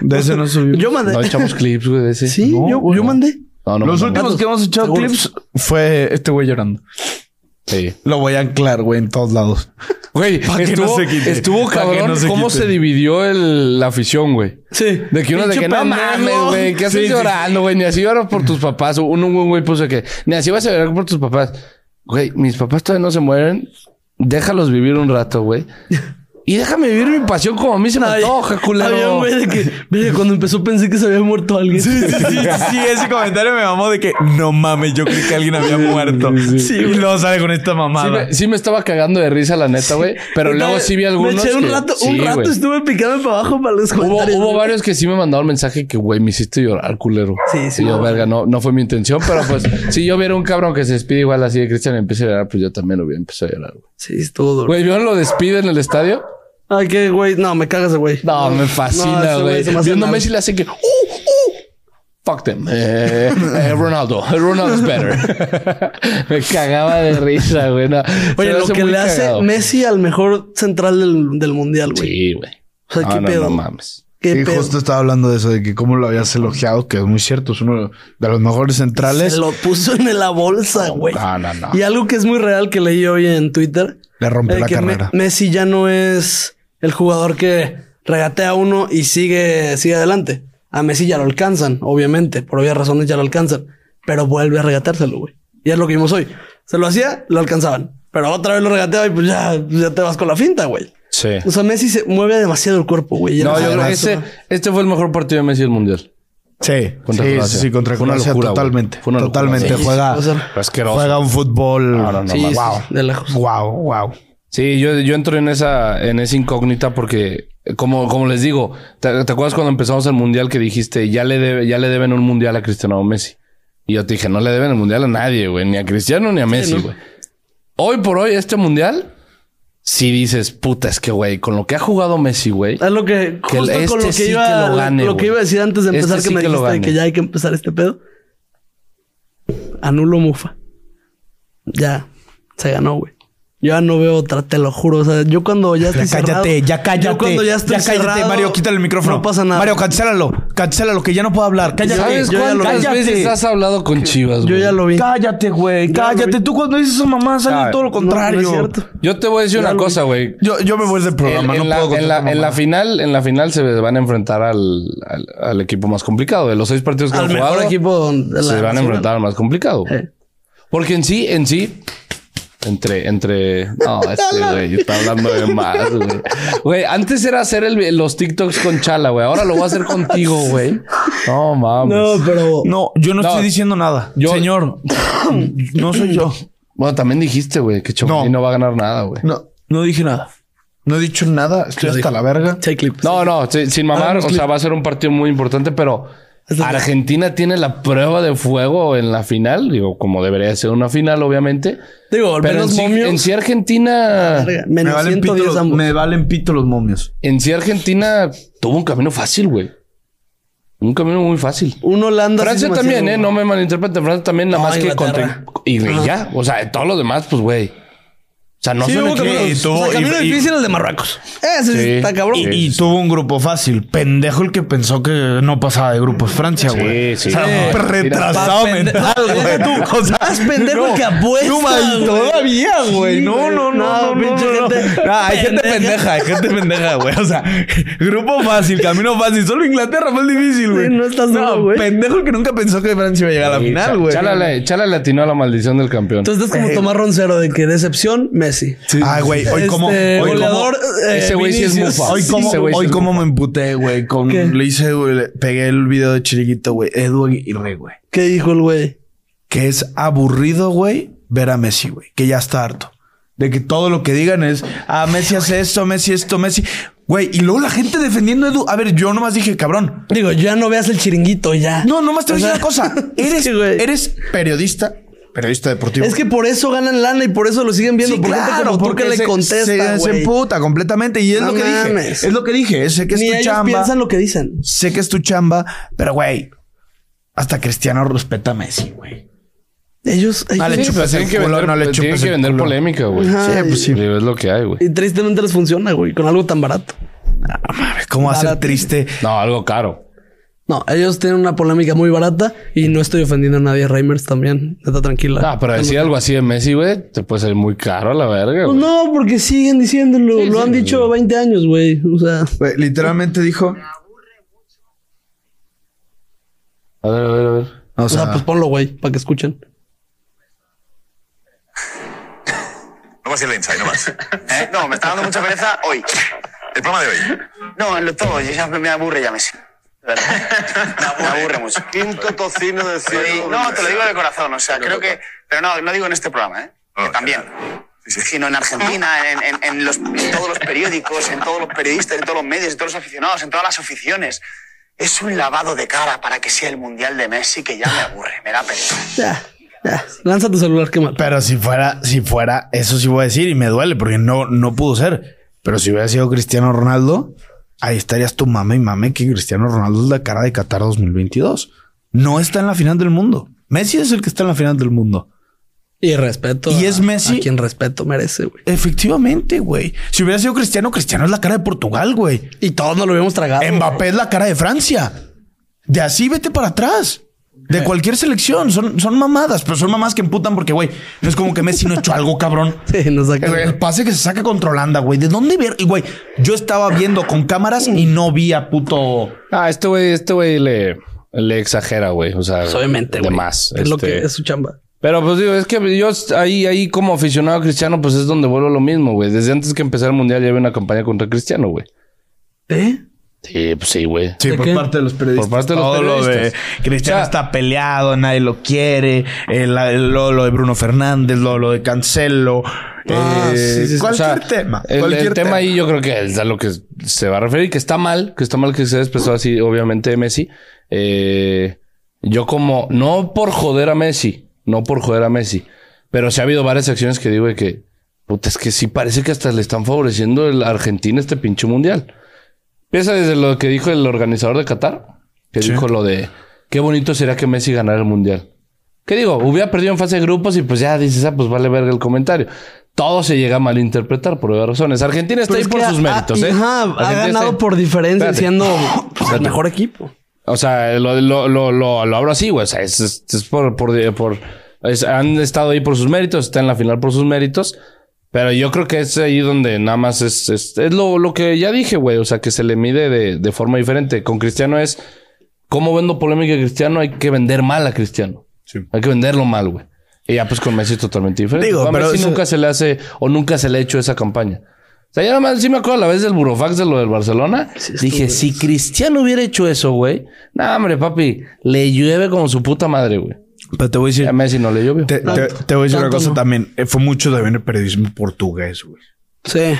[SPEAKER 1] De ese no subimos.
[SPEAKER 4] Yo mandé.
[SPEAKER 2] No echamos clips, güey, de ese.
[SPEAKER 4] Sí,
[SPEAKER 2] No,
[SPEAKER 4] yo,
[SPEAKER 2] güey,
[SPEAKER 4] yo
[SPEAKER 2] no.
[SPEAKER 4] mandé.
[SPEAKER 2] No, no
[SPEAKER 1] Los
[SPEAKER 2] mandamos.
[SPEAKER 1] últimos que hemos echado clips
[SPEAKER 4] Seguros.
[SPEAKER 1] fue este güey llorando.
[SPEAKER 2] Sí.
[SPEAKER 1] Lo voy a anclar, güey, en todos lados.
[SPEAKER 2] Güey,
[SPEAKER 1] que no
[SPEAKER 2] estuvo,
[SPEAKER 1] se quite.
[SPEAKER 2] estuvo
[SPEAKER 1] Pa' que
[SPEAKER 2] cabrón
[SPEAKER 1] no se
[SPEAKER 2] cómo
[SPEAKER 1] quite.
[SPEAKER 2] se dividió el- la afición, güey.
[SPEAKER 4] Sí.
[SPEAKER 2] De que uno de
[SPEAKER 4] Pinche
[SPEAKER 2] que no
[SPEAKER 4] pendejo".
[SPEAKER 2] mames, güey, ¿qué haces
[SPEAKER 4] Sí, sí,
[SPEAKER 2] llorando, güey? Ni así lloras por tus papás. Uno, un güey puso que ni así vas a llorar por tus papás. Güey, mis papás todavía no se mueren. Déjalos vivir un rato, güey. Y déjame vivir mi pasión como a mí se me
[SPEAKER 4] Ay,
[SPEAKER 2] antoja, culero.
[SPEAKER 4] Había un güey de que... Verga, cuando empezó pensé que se había muerto alguien.
[SPEAKER 1] sí, ese comentario me mamó de que no mames, yo creí que alguien había muerto. y luego sale con esta
[SPEAKER 2] Sí
[SPEAKER 1] mamada.
[SPEAKER 2] me, sí me estaba cagando de risa, la neta, güey. Pero luego sí vi algunos.
[SPEAKER 4] Me eché un
[SPEAKER 2] que-
[SPEAKER 4] rato,
[SPEAKER 2] sí,
[SPEAKER 4] un rato
[SPEAKER 2] güey.
[SPEAKER 4] estuve picando para abajo para los
[SPEAKER 2] Hubo,
[SPEAKER 4] comentarios.
[SPEAKER 2] hubo varios que sí me mandaron mensaje que, güey, me hiciste llorar, culero.
[SPEAKER 4] Sí, sí,
[SPEAKER 2] Y yo,
[SPEAKER 4] no.
[SPEAKER 2] verga, no, no fue mi intención, pero pues, si yo viera un cabrón que se despide igual así de Cristian y empieza a llorar, pues yo también lo hubiera empezado a llorar, güey.
[SPEAKER 4] Sí, estuvo duro.
[SPEAKER 2] Güey, ¿vieron lo despide en el estadio?
[SPEAKER 4] Ay, qué güey. No, me cagas, güey.
[SPEAKER 2] No, me
[SPEAKER 4] No,
[SPEAKER 2] fascina,
[SPEAKER 4] ese
[SPEAKER 2] güey.
[SPEAKER 4] se me hace
[SPEAKER 2] Viendo a
[SPEAKER 4] mal.
[SPEAKER 2] Messi le hace que, ¡uh, uh! Fuck them. Eh, eh, Ronaldo. Ronaldo's better. me cagaba de risa, güey. no. Se me
[SPEAKER 4] Oye, lo que
[SPEAKER 2] muy
[SPEAKER 4] le hace
[SPEAKER 2] cagado.
[SPEAKER 4] Messi al mejor central del, del mundial, güey.
[SPEAKER 2] Sí, güey.
[SPEAKER 4] O sea,
[SPEAKER 2] No,
[SPEAKER 4] qué
[SPEAKER 2] no,
[SPEAKER 4] pedo.
[SPEAKER 2] No mames.
[SPEAKER 4] Qué
[SPEAKER 1] Y
[SPEAKER 4] pedo.
[SPEAKER 1] justo estaba hablando de eso, de que cómo lo habías elogiado, que es muy cierto, es uno de los mejores centrales.
[SPEAKER 4] Se lo puso en la bolsa, güey.
[SPEAKER 2] No, no, no.
[SPEAKER 4] Y algo que es muy real que leí hoy en Twitter.
[SPEAKER 1] Le rompió
[SPEAKER 4] eh,
[SPEAKER 1] la
[SPEAKER 4] que Me-
[SPEAKER 1] carrera.
[SPEAKER 4] Messi ya no es el jugador que regatea uno y sigue, sigue adelante. A Messi ya lo alcanzan, obviamente. Por obvias razones ya lo alcanzan. Pero vuelve a regateárselo, güey. Y es lo que vimos hoy. Se lo hacía, lo alcanzaban. Pero otra vez lo regateaba y pues ya, ya te vas con la finta, güey.
[SPEAKER 2] Sí.
[SPEAKER 4] O sea, Messi se mueve demasiado el cuerpo, güey. Y
[SPEAKER 2] No,
[SPEAKER 4] en
[SPEAKER 2] yo
[SPEAKER 4] ese
[SPEAKER 2] creo que
[SPEAKER 4] brazo-
[SPEAKER 2] ese, este fue el mejor partido de Messi del Mundial.
[SPEAKER 1] Sí,
[SPEAKER 2] Contra
[SPEAKER 1] sí, sí,
[SPEAKER 2] Croacia.
[SPEAKER 1] sí, contra
[SPEAKER 2] Fue una
[SPEAKER 1] Croacia
[SPEAKER 2] locura, güey.
[SPEAKER 1] totalmente.
[SPEAKER 2] Fue una locura,
[SPEAKER 1] totalmente.
[SPEAKER 4] güey.
[SPEAKER 1] juega,
[SPEAKER 4] O sea,
[SPEAKER 2] Asqueroso.
[SPEAKER 1] juega un fútbol.
[SPEAKER 2] No, no, no,
[SPEAKER 4] sí,
[SPEAKER 2] mames.
[SPEAKER 1] wow.
[SPEAKER 4] de lejos.
[SPEAKER 1] Wow, wow.
[SPEAKER 2] Sí, yo, yo entro en esa, en esa incógnita porque, eh, como, como les digo, ¿te, te acuerdas cuando empezamos el mundial que dijiste ya le, debe- ya le deben un mundial a Cristiano Messi? Y yo te dije, no le deben el mundial a nadie, güey, ni a Cristiano ni a Messi,
[SPEAKER 4] ¿no?
[SPEAKER 2] güey. Hoy por hoy, este mundial, si dices, puta, es que, güey, con lo que ha jugado Messi, güey.
[SPEAKER 4] Es lo que,
[SPEAKER 2] Que el-
[SPEAKER 4] justo
[SPEAKER 2] este
[SPEAKER 4] con lo que,
[SPEAKER 2] sí
[SPEAKER 4] iba,
[SPEAKER 2] que lo gane,
[SPEAKER 4] lo que
[SPEAKER 2] güey.
[SPEAKER 4] iba a decir antes de
[SPEAKER 2] Este
[SPEAKER 4] empezar,
[SPEAKER 2] sí
[SPEAKER 4] que me
[SPEAKER 2] que lo
[SPEAKER 4] dijiste de que
[SPEAKER 2] gane.
[SPEAKER 4] ya hay que empezar este pedo. Anulo Mufa. Ya se ganó, güey. Yo ya no veo otra, te lo juro. O sea, yo cuando ya estoy
[SPEAKER 1] Ya
[SPEAKER 4] cerrado...
[SPEAKER 1] cállate, ya cállate.
[SPEAKER 4] Yo cuando ya estoy
[SPEAKER 1] cállate,
[SPEAKER 4] cerrado,
[SPEAKER 1] Mario, quítale el micrófono.
[SPEAKER 4] No pasa nada.
[SPEAKER 1] Mario, cancélalo. Cancélalo, que ya no puedo hablar. Cállate.
[SPEAKER 2] ¿Sabes
[SPEAKER 4] yo ya lo-
[SPEAKER 2] cuántas
[SPEAKER 4] cállate.
[SPEAKER 2] veces has hablado con Chivas,
[SPEAKER 4] yo
[SPEAKER 2] güey?
[SPEAKER 4] ya lo vi.
[SPEAKER 1] Cállate, güey.
[SPEAKER 4] Ya,
[SPEAKER 1] Cállate.
[SPEAKER 4] güey.
[SPEAKER 1] Tú cuando dices eso, mamá, sale
[SPEAKER 2] Sabe.
[SPEAKER 1] todo lo
[SPEAKER 4] No, no
[SPEAKER 1] contrario.
[SPEAKER 4] es cierto.
[SPEAKER 2] Yo te voy a decir una cosa, güey.
[SPEAKER 1] Yo, yo me voy del programa,
[SPEAKER 2] en,
[SPEAKER 1] no
[SPEAKER 2] en la,
[SPEAKER 1] puedo
[SPEAKER 2] en
[SPEAKER 1] con
[SPEAKER 2] la-
[SPEAKER 1] tanta
[SPEAKER 2] en la
[SPEAKER 1] mamá.
[SPEAKER 2] final, en la final se van a enfrentar al, al- al equipo más complicado. De los seis partidos que
[SPEAKER 4] Al
[SPEAKER 2] han
[SPEAKER 4] mejor
[SPEAKER 2] jugado,
[SPEAKER 4] equipo de la
[SPEAKER 2] se van
[SPEAKER 4] nacional.
[SPEAKER 2] a enfrentar al más complicado. güey.
[SPEAKER 4] Eh.
[SPEAKER 2] Porque en sí, en sí, entre, entre. No, este güey está hablando de más, güey. Güey, antes era hacer el- los TikToks con Chala, güey. Ahora lo voy a hacer contigo, güey. No mames.
[SPEAKER 4] No, pero...
[SPEAKER 1] No, yo no,
[SPEAKER 2] No.
[SPEAKER 1] estoy diciendo nada.
[SPEAKER 2] Yo-
[SPEAKER 1] Señor, no soy yo.
[SPEAKER 2] Bueno, también dijiste, güey, que Chomini no.
[SPEAKER 1] No.
[SPEAKER 2] va a ganar nada, güey.
[SPEAKER 1] No, no dije nada. No he dicho nada. Estoy hasta la verga.
[SPEAKER 4] Pues Sí, Ah, hay clips.
[SPEAKER 2] No, no, sí, sin mamar, o sea, va a ser un partido muy importante, pero
[SPEAKER 4] Hasta luego.
[SPEAKER 2] Argentina tiene la prueba de fuego en la final, digo, como debería ser una final, obviamente.
[SPEAKER 4] Digo, al
[SPEAKER 2] Pero en
[SPEAKER 4] menos
[SPEAKER 2] sí,
[SPEAKER 4] momios...
[SPEAKER 2] en sí Argentina,
[SPEAKER 4] verga, menos
[SPEAKER 1] Me valen, pito
[SPEAKER 4] 110
[SPEAKER 1] los,
[SPEAKER 4] ambos.
[SPEAKER 1] me valen pito los momios.
[SPEAKER 2] en sí Argentina tuvo un camino fácil, güey. Un camino muy fácil.
[SPEAKER 4] Un Holanda... sí
[SPEAKER 2] Francia
[SPEAKER 4] se me
[SPEAKER 2] también,
[SPEAKER 4] hacía
[SPEAKER 2] ¿eh?
[SPEAKER 4] un-
[SPEAKER 2] No me malinterpreten. Francia también, nada
[SPEAKER 4] No,
[SPEAKER 2] más que
[SPEAKER 4] Inglaterra.
[SPEAKER 2] contra... Y ya, o sea, todos los demás, pues, güey. O sea, no
[SPEAKER 4] Sí,
[SPEAKER 2] son
[SPEAKER 4] hubo
[SPEAKER 2] equipos-
[SPEAKER 4] caminos-
[SPEAKER 1] tú,
[SPEAKER 4] o sea, camino
[SPEAKER 1] y- y-
[SPEAKER 4] difícil el de Marruecos. Ese sí
[SPEAKER 2] Sí.
[SPEAKER 4] está cabrón.
[SPEAKER 2] Sí,
[SPEAKER 1] Y, y
[SPEAKER 2] sí.
[SPEAKER 1] tuvo un grupo fácil. Pendejo el que pensó que no pasaba de grupos Francia, güey.
[SPEAKER 2] sí.
[SPEAKER 1] O sea,
[SPEAKER 2] Sí.
[SPEAKER 1] un retrasado
[SPEAKER 4] Pa' pende-
[SPEAKER 1] mental, güey.
[SPEAKER 4] Tú,
[SPEAKER 1] O sea,
[SPEAKER 4] más pendejo que apuesta,
[SPEAKER 1] ma, y
[SPEAKER 4] güey.
[SPEAKER 1] todavía, güey.
[SPEAKER 4] Sí,
[SPEAKER 1] No, no,
[SPEAKER 4] güey.
[SPEAKER 1] no, no,
[SPEAKER 4] No,
[SPEAKER 1] no,
[SPEAKER 4] pinche
[SPEAKER 1] no, no.
[SPEAKER 4] gente
[SPEAKER 1] Ah, hay gente
[SPEAKER 4] pendeja.
[SPEAKER 1] pendeja, hay gente pendeja, güey. O sea, grupo fácil, camino fácil. Solo Inglaterra más difícil, güey.
[SPEAKER 4] no estás solo, güey.
[SPEAKER 1] pendejo el que nunca pensó que Francia iba a llegar a la final, güey.
[SPEAKER 2] Chala le- Chala le atinó a la maldición del campeón.
[SPEAKER 4] Entonces es como Tomás Roncero de que decepción, Messi.
[SPEAKER 1] Ay, güey, hoy como... Hoy
[SPEAKER 4] Este,
[SPEAKER 1] como
[SPEAKER 4] goleador, eh,
[SPEAKER 2] Ese güey sí es
[SPEAKER 4] Vinicius.
[SPEAKER 2] mufa.
[SPEAKER 1] Hoy,
[SPEAKER 2] Sí,
[SPEAKER 1] como,
[SPEAKER 2] ese güey
[SPEAKER 1] hoy
[SPEAKER 2] sí.
[SPEAKER 1] como me emputé, güey. Con,
[SPEAKER 4] ¿Qué?
[SPEAKER 1] le hice, güey, le pegué el video de Chiriquito, güey. Edu Aguirre, güey.
[SPEAKER 4] ¿Qué dijo el güey?
[SPEAKER 1] Que es aburrido, güey, ver a Messi, güey. Que ya está harto. De que todo lo que digan es, ah, Messi hace esto, Messi esto, Messi. Güey, y luego la gente defendiendo a Edu. A ver, yo nomás dije, cabrón.
[SPEAKER 4] Digo, ya no veas el chiringuito, ya.
[SPEAKER 1] No, nomás te voy a decir
[SPEAKER 4] O
[SPEAKER 1] una
[SPEAKER 4] sea,
[SPEAKER 1] cosa.
[SPEAKER 4] es
[SPEAKER 1] Eres,
[SPEAKER 4] que, güey,
[SPEAKER 1] eres periodista, periodista deportivo.
[SPEAKER 4] Es que por eso ganan lana y por eso lo siguen viendo.
[SPEAKER 1] Sí,
[SPEAKER 4] por gente como tú
[SPEAKER 1] porque
[SPEAKER 4] que le
[SPEAKER 1] se-
[SPEAKER 4] contesta,
[SPEAKER 1] Se,
[SPEAKER 4] güey.
[SPEAKER 1] emputa completamente. Y es
[SPEAKER 4] No
[SPEAKER 1] lo que
[SPEAKER 4] mames.
[SPEAKER 1] dije. Es lo que dije. Sé que es
[SPEAKER 4] Ni
[SPEAKER 1] tu
[SPEAKER 4] ellos
[SPEAKER 1] chamba.
[SPEAKER 4] piensan lo que dicen.
[SPEAKER 1] sé que es tu chamba, pero güey, hasta Cristiano respeta a Messi, güey.
[SPEAKER 4] Ellos... ellos-
[SPEAKER 1] Vale,
[SPEAKER 2] Sí,
[SPEAKER 1] chupes
[SPEAKER 2] pero
[SPEAKER 1] el
[SPEAKER 2] tienen que
[SPEAKER 1] culo,
[SPEAKER 2] vender,
[SPEAKER 1] no le
[SPEAKER 2] tienen
[SPEAKER 1] chupes
[SPEAKER 2] que
[SPEAKER 1] el
[SPEAKER 2] vender
[SPEAKER 1] culo.
[SPEAKER 2] polémica, güey.
[SPEAKER 4] Ajá,
[SPEAKER 1] Sí, pues sí.
[SPEAKER 2] Es lo que hay, güey.
[SPEAKER 4] Y tristemente les funciona, güey, con algo tan barato.
[SPEAKER 1] ¿Cómo va a ser
[SPEAKER 4] Barato.
[SPEAKER 1] triste?
[SPEAKER 2] No, algo caro.
[SPEAKER 4] No, ellos tienen una polémica muy barata y no estoy ofendiendo a nadie. Reimers también. Está tranquila.
[SPEAKER 2] Ah, pero decir algo así de Messi, güey, te puede salir muy caro a la verga, güey.
[SPEAKER 4] Pues no, porque siguen diciéndolo. Lo han dicho 20 años, güey. O sea,
[SPEAKER 1] Güey, literalmente dijo.
[SPEAKER 2] A
[SPEAKER 4] Pues
[SPEAKER 2] ver, a ver, a ver.
[SPEAKER 1] O
[SPEAKER 4] o sea, pues ponlo, güey, para que escuchen.
[SPEAKER 6] No más silencio, ahí nomás. ¿Eh? No, me está dando mucha pereza hoy. El programa de hoy.
[SPEAKER 7] No, en los todos. Ya me aburre ya Messi. De verdad. Me aburre, mucho.
[SPEAKER 6] Quinto tocino de
[SPEAKER 7] Sí, no, te lo digo de corazón. O sea, creo que... Pero no, no digo en este programa, ¿eh? Que también. Sino en Argentina, en, en- en los- en todos los periódicos, en todos los periodistas, en todos los medios, en todos los aficionados, en todas las aficiones. Es un lavado de cara para que sea el Mundial de Messi que ya me aburre, me da pereza.
[SPEAKER 4] Ya, ya. Lanza tu celular, qué mal.
[SPEAKER 1] Pero si fuera, si fuera, eso sí voy a decir y me duele porque no, no pudo ser. Pero si hubiera sido Cristiano Ronaldo, ahí estarías tu mame y mame que Cristiano Ronaldo es la cara de Qatar 2022. No está en la final del mundo. Messi es el que está en la final del mundo.
[SPEAKER 4] Y respeto.
[SPEAKER 1] Y
[SPEAKER 4] a-
[SPEAKER 1] es Messi.
[SPEAKER 4] A quien respeto merece, güey.
[SPEAKER 1] Efectivamente, güey. Si hubiera sido Cristiano, Cristiano es la cara de Portugal, güey.
[SPEAKER 4] Y todos nos lo habíamos tragado.
[SPEAKER 1] Mbappé es la cara de Francia. De así vete para atrás. De cualquier selección. Son, son mamadas, pero son mamadas que emputan porque, güey, no es como que Messi no ha hecho algo, cabrón.
[SPEAKER 4] Sí, nos saca.
[SPEAKER 2] Eh,
[SPEAKER 1] El, el pase que se saca contra Holanda, güey. ¿De dónde ver? Y, güey, yo estaba viendo con cámaras y no vi a puto.
[SPEAKER 2] Ah, este güey, este güey le, le exagera, güey. O sea,
[SPEAKER 4] Pues Obviamente,
[SPEAKER 2] de
[SPEAKER 4] güey.
[SPEAKER 2] más.
[SPEAKER 4] Es lo
[SPEAKER 2] este.
[SPEAKER 4] que es su chamba.
[SPEAKER 2] Pero pues digo, es que yo ahí, ahí como aficionado cristiano, pues es donde vuelvo lo mismo, güey. Desde antes que empezara el mundial ya había una campaña contra Cristiano, güey.
[SPEAKER 4] ¿Eh?
[SPEAKER 2] Sí, pues sí, güey.
[SPEAKER 1] Sí,
[SPEAKER 4] ¿De
[SPEAKER 1] por
[SPEAKER 4] qué?
[SPEAKER 1] parte de los periodistas.
[SPEAKER 2] Por parte de los
[SPEAKER 1] Todo lo de
[SPEAKER 2] periodistas.
[SPEAKER 1] Cristiano
[SPEAKER 2] O sea-
[SPEAKER 1] está peleado, nadie lo quiere. Eh, la- lo, lo de Bruno Fernández, lo, lo de Cancelo.
[SPEAKER 4] Ah,
[SPEAKER 1] eh,
[SPEAKER 4] sí, sí, sí.
[SPEAKER 1] cualquier
[SPEAKER 2] O sea,
[SPEAKER 1] tema.
[SPEAKER 2] El, el
[SPEAKER 1] cualquier
[SPEAKER 2] tema, ahí yo creo que es a lo que se va a referir, que está mal, que está mal que se haya expresado así, obviamente, de Messi. Eh, yo como, no por joder a Messi, no por joder a Messi, pero sí ha habido varias acciones que digo de que, puta, es que sí parece que hasta le están favoreciendo el Argentina este pinche mundial. Empieza desde lo que dijo el organizador de Qatar, que dijo lo de, qué bonito sería que Messi ganara el mundial. ¿Qué digo? Hubiera perdido en fase de grupos y pues ya dices, ah, pues vale verga el comentario. Todo se llega a malinterpretar por obvias razones. Argentina está
[SPEAKER 4] Pero
[SPEAKER 2] ahí
[SPEAKER 4] es
[SPEAKER 2] por
[SPEAKER 4] que
[SPEAKER 2] sus
[SPEAKER 4] ha-
[SPEAKER 2] méritos, ¿eh?
[SPEAKER 4] ajá, ha
[SPEAKER 2] Argentina está
[SPEAKER 4] ganado
[SPEAKER 2] ahí-
[SPEAKER 4] por diferencia
[SPEAKER 2] Espérate.
[SPEAKER 4] siendo pues, el mejor equipo.
[SPEAKER 2] O sea, lo, lo, lo, lo, lo abro así, güey. O sea, es, es- es por... por, por- es- han estado ahí por sus méritos, está en la final por sus méritos. Pero yo creo que es ahí donde nada más es... Es, es lo, lo que ya dije, güey. O sea, que se le mide de, de forma diferente. Con Cristiano es... ¿Cómo vendo polémica a Cristiano? Hay que vender mal a Cristiano. Hay que venderlo mal, güey. Y ya pues con Messi es totalmente diferente.
[SPEAKER 1] Digo,
[SPEAKER 2] a
[SPEAKER 1] pero
[SPEAKER 2] Messi
[SPEAKER 1] eso-
[SPEAKER 2] nunca se le hace o nunca se le ha hecho esa campaña. O sea, yo nada más sí me acuerdo la vez del Burofax de lo del Barcelona. Dije, si Cristiano hubiera hecho eso, güey. No, hombre, papi, le llueve como su puta madre, güey.
[SPEAKER 1] Pero te voy a decir,
[SPEAKER 2] A Messi no le llovió.
[SPEAKER 1] te, te- te voy a decir una
[SPEAKER 4] Tanto
[SPEAKER 1] cosa
[SPEAKER 4] no.
[SPEAKER 1] también. Eh, Fue mucho también el periodismo portugués, güey.
[SPEAKER 4] Sí.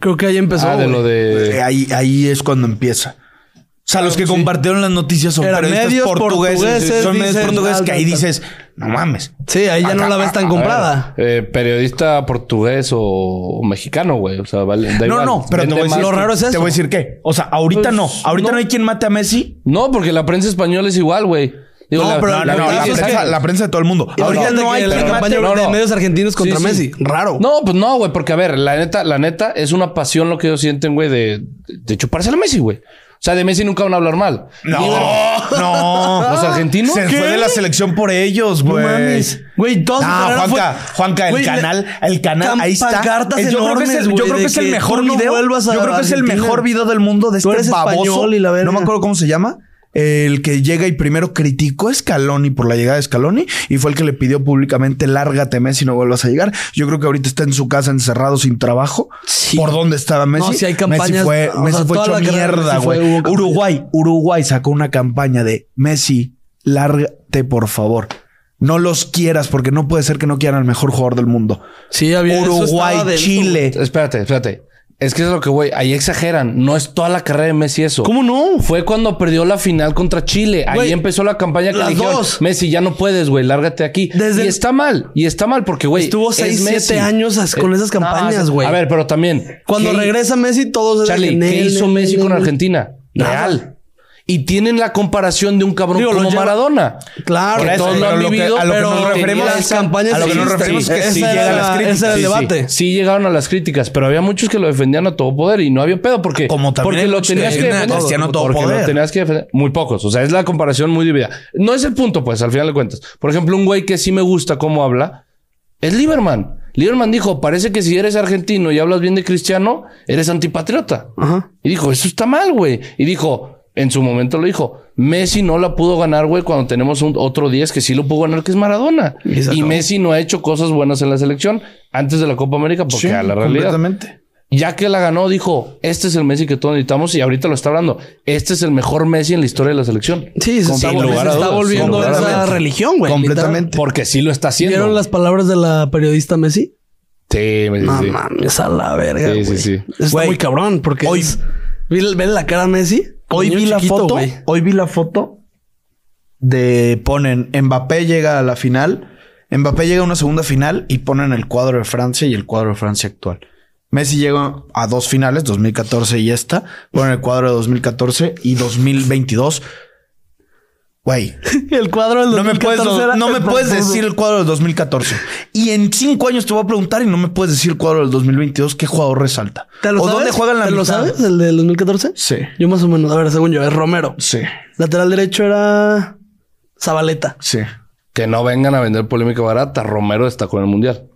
[SPEAKER 4] Creo que ahí empezó.
[SPEAKER 2] Ah, de
[SPEAKER 4] güey.
[SPEAKER 2] lo de...
[SPEAKER 1] Eh, Ahí, ahí es cuando empieza. O sea, los que compartieron las noticias son
[SPEAKER 4] Eran
[SPEAKER 1] periodistas
[SPEAKER 4] medios
[SPEAKER 1] portugueses.
[SPEAKER 4] portugueses,
[SPEAKER 1] son medios
[SPEAKER 4] dicen, "Ah,
[SPEAKER 1] portugueses que ahí
[SPEAKER 4] tal, tal,
[SPEAKER 1] dices, no mames.
[SPEAKER 4] Sí, ahí ya no la ves tan comprada.
[SPEAKER 2] Eh, periodista portugués o, o mexicano, güey. O sea, vale. da
[SPEAKER 1] No,
[SPEAKER 2] igual.
[SPEAKER 1] no, pero te
[SPEAKER 2] Vende
[SPEAKER 1] voy, a decir,
[SPEAKER 2] más.
[SPEAKER 4] lo raro es
[SPEAKER 1] te
[SPEAKER 4] eso.
[SPEAKER 1] voy a decir qué. O sea, ahorita
[SPEAKER 2] Pues,
[SPEAKER 1] no. Ahorita
[SPEAKER 2] no.
[SPEAKER 1] no. hay quien mate a Messi.
[SPEAKER 2] No, porque la prensa española es igual, güey. Digo,
[SPEAKER 4] No,
[SPEAKER 1] No,
[SPEAKER 4] pero
[SPEAKER 1] no,
[SPEAKER 4] Ahorita
[SPEAKER 1] la,
[SPEAKER 4] sí es
[SPEAKER 1] prensa,
[SPEAKER 2] que-
[SPEAKER 1] la prensa de todo el mundo.
[SPEAKER 4] Ahorita
[SPEAKER 1] Ahorita
[SPEAKER 4] no
[SPEAKER 1] no hay
[SPEAKER 4] la
[SPEAKER 1] quien mate
[SPEAKER 4] campaña
[SPEAKER 2] no,
[SPEAKER 4] de
[SPEAKER 2] no.
[SPEAKER 4] medios argentinos contra
[SPEAKER 2] Sí, sí.
[SPEAKER 4] Messi. Raro.
[SPEAKER 2] No, pues no, güey, porque a ver, la neta, la neta es una pasión lo que ellos sienten, güey, de, de chuparse a Messi, güey. O sea, de Messi nunca van a hablar mal. Ni de
[SPEAKER 1] No, no.
[SPEAKER 2] ¿Los argentinos?
[SPEAKER 1] Se
[SPEAKER 2] ¿Qué?
[SPEAKER 1] fue de la selección por ellos, güey.
[SPEAKER 4] mames. Güey, toda su
[SPEAKER 1] Ah,
[SPEAKER 4] carrera
[SPEAKER 1] Juanca,
[SPEAKER 4] fue-
[SPEAKER 1] Juanca, el
[SPEAKER 4] Güey, le-
[SPEAKER 1] canal, el canal,
[SPEAKER 4] tan
[SPEAKER 1] ahí está.
[SPEAKER 4] pancartas
[SPEAKER 1] Es- yo creo que es
[SPEAKER 4] enormes,
[SPEAKER 1] el, yo
[SPEAKER 4] güey,
[SPEAKER 1] creo
[SPEAKER 4] de
[SPEAKER 1] que es el
[SPEAKER 4] que
[SPEAKER 1] mejor
[SPEAKER 4] tú no
[SPEAKER 1] video.
[SPEAKER 4] vuelvas a
[SPEAKER 1] yo creo que es el
[SPEAKER 4] Argentina.
[SPEAKER 1] mejor video del mundo de
[SPEAKER 4] Tú
[SPEAKER 1] este
[SPEAKER 4] eres
[SPEAKER 1] baboso.
[SPEAKER 4] español y la verga.
[SPEAKER 1] no me acuerdo cómo se llama. El que llega y primero criticó a Scaloni por la llegada de Scaloni y fue el que le pidió públicamente lárgate Messi no vuelvas a llegar. Yo creo que ahorita está en su casa encerrado sin trabajo.
[SPEAKER 4] Sí.
[SPEAKER 1] ¿Por dónde estaba Messi?
[SPEAKER 4] No, sí hay
[SPEAKER 1] Messi
[SPEAKER 4] campañas,
[SPEAKER 1] fue,
[SPEAKER 4] o
[SPEAKER 1] Messi
[SPEAKER 4] sea,
[SPEAKER 1] fue
[SPEAKER 4] toda
[SPEAKER 1] hecho
[SPEAKER 4] la carrera de
[SPEAKER 1] mierda,
[SPEAKER 4] Messi fue-
[SPEAKER 1] güey.
[SPEAKER 4] hubo campañas.
[SPEAKER 1] Uruguay, Uruguay sacó una campaña de Messi, lárgate por favor. No los quieras porque no puede ser que no quieran al mejor jugador del mundo.
[SPEAKER 4] Sí, había eso
[SPEAKER 1] Uruguay,
[SPEAKER 4] estaba dentro, güey.
[SPEAKER 1] Chile.
[SPEAKER 2] Espérate, espérate. Es que es lo que, güey, ahí exageran. No es toda la carrera de Messi eso.
[SPEAKER 4] ¿Cómo no?
[SPEAKER 2] Fue cuando perdió la final contra Chile. Ahí
[SPEAKER 4] Güey,
[SPEAKER 2] empezó la campaña que
[SPEAKER 4] las
[SPEAKER 2] le dijeron,
[SPEAKER 4] dos.
[SPEAKER 2] Messi, ya no puedes, güey, lárgate aquí.
[SPEAKER 4] Desde
[SPEAKER 2] y
[SPEAKER 4] el-
[SPEAKER 2] está mal, y está mal porque, güey,
[SPEAKER 4] Estuvo
[SPEAKER 2] es
[SPEAKER 4] seis,
[SPEAKER 2] Messi.
[SPEAKER 4] siete años as- con esas campañas,
[SPEAKER 2] no, o sea,
[SPEAKER 4] güey.
[SPEAKER 2] A ver, pero también...
[SPEAKER 4] Cuando
[SPEAKER 2] ¿qué-
[SPEAKER 4] regresa Messi, todos... se
[SPEAKER 2] Charlie,
[SPEAKER 4] dicen,
[SPEAKER 2] ¿qué
[SPEAKER 4] "Nel,
[SPEAKER 2] hizo
[SPEAKER 4] nel,
[SPEAKER 2] Messi
[SPEAKER 4] nel,
[SPEAKER 2] con
[SPEAKER 4] nel".
[SPEAKER 2] Argentina?
[SPEAKER 4] Nada.
[SPEAKER 2] Real. Y tienen la comparación de un cabrón
[SPEAKER 4] Digo, lo
[SPEAKER 2] como
[SPEAKER 4] lleva-
[SPEAKER 2] Maradona.
[SPEAKER 4] Claro,
[SPEAKER 2] Que
[SPEAKER 4] pero
[SPEAKER 2] todos lo han
[SPEAKER 1] lo que-
[SPEAKER 2] vivido,
[SPEAKER 1] a lo que
[SPEAKER 2] pero
[SPEAKER 1] nos
[SPEAKER 2] tenía
[SPEAKER 1] referimos-
[SPEAKER 2] esa-
[SPEAKER 4] las campañas
[SPEAKER 1] a lo que nos
[SPEAKER 4] existen.
[SPEAKER 1] referimos es que
[SPEAKER 4] Ese
[SPEAKER 1] sí
[SPEAKER 4] era-
[SPEAKER 1] llegan las críticas.
[SPEAKER 4] Ese era el
[SPEAKER 1] Sí, sí.
[SPEAKER 4] debate.
[SPEAKER 2] Sí llegaron a las críticas, pero había muchos que lo defendían a todo poder y no había pedo porque,
[SPEAKER 1] Como también
[SPEAKER 2] porque
[SPEAKER 1] hay
[SPEAKER 2] lo
[SPEAKER 1] muchos que
[SPEAKER 2] tenías que
[SPEAKER 1] defienden a
[SPEAKER 2] defender.
[SPEAKER 1] Cristiano a todo
[SPEAKER 2] porque lo
[SPEAKER 1] poder.
[SPEAKER 2] tenías que defender. Muy pocos. O sea, es la comparación muy dividida. No es el punto, pues, al final de cuentas. Por ejemplo, un güey que sí me gusta cómo habla es Lieberman. Lieberman dijo: Parece que si eres argentino y hablas bien de cristiano, eres antipatriota.
[SPEAKER 4] Ajá.
[SPEAKER 2] Y dijo, eso está mal, güey. Y dijo, en su momento lo dijo, Messi no la pudo ganar, güey, cuando tenemos un, otro 10 que sí lo pudo ganar, que es Maradona.
[SPEAKER 4] Y se
[SPEAKER 2] Y,
[SPEAKER 4] acabó.
[SPEAKER 2] Messi no ha hecho cosas buenas en la selección antes de la Copa América, porque a la realidad.
[SPEAKER 1] completamente.
[SPEAKER 2] Ya que la ganó, dijo, este es el Messi que todos necesitamos y ahorita lo está hablando. Este es el mejor Messi en la historia de la selección.
[SPEAKER 4] Sí, se
[SPEAKER 2] Sin
[SPEAKER 4] está, vol-
[SPEAKER 2] lugar
[SPEAKER 4] se
[SPEAKER 2] a
[SPEAKER 4] está
[SPEAKER 2] dudas, sin
[SPEAKER 4] volviendo
[SPEAKER 2] lugar a
[SPEAKER 4] esa
[SPEAKER 2] dudas.
[SPEAKER 4] religión, güey.
[SPEAKER 1] Completamente.
[SPEAKER 2] Porque sí lo está
[SPEAKER 4] literal.
[SPEAKER 2] haciendo.
[SPEAKER 4] ¿Vieron las palabras de la periodista Messi?
[SPEAKER 2] Sí, me
[SPEAKER 4] No
[SPEAKER 2] sí.
[SPEAKER 4] mames, a la verga.
[SPEAKER 2] Sí, sí,
[SPEAKER 4] güey.
[SPEAKER 2] sí.
[SPEAKER 4] Eso Está
[SPEAKER 1] Güey,
[SPEAKER 4] muy cabrón porque.
[SPEAKER 1] hoy-
[SPEAKER 4] es- ¿Ve ve la cara a Messi?
[SPEAKER 1] Hoy
[SPEAKER 4] Niño
[SPEAKER 1] vi la
[SPEAKER 4] chiquito,
[SPEAKER 1] foto.
[SPEAKER 4] güey.
[SPEAKER 1] Hoy vi la foto de ponen Mbappé llega a la final. Mbappé llega a una segunda final y ponen el cuadro de Francia y el cuadro de Francia actual. Messi llega a dos finales, 2014 y esta. Ponen el cuadro de 2014 y 2022. Güey,
[SPEAKER 4] El cuadro del
[SPEAKER 1] no me puedes,
[SPEAKER 4] 2014 era
[SPEAKER 1] no me
[SPEAKER 4] el
[SPEAKER 1] puedes
[SPEAKER 4] profundo.
[SPEAKER 1] decir el cuadro del 2014. Y en cinco años te voy a preguntar y no me puedes decir el cuadro del 2022 qué jugador resalta.
[SPEAKER 4] ¿Te lo
[SPEAKER 1] ¿O
[SPEAKER 4] sabes?
[SPEAKER 1] dónde juegan la
[SPEAKER 4] ¿Te lo
[SPEAKER 1] mitad?
[SPEAKER 4] sabes? ¿El del 2014?
[SPEAKER 1] Sí.
[SPEAKER 4] Yo más o menos. A ver, según yo, es Romero.
[SPEAKER 1] Sí.
[SPEAKER 4] Lateral derecho era. Zabaleta.
[SPEAKER 1] Sí.
[SPEAKER 2] Que no vengan a vender polémica barata. Romero está con el mundial.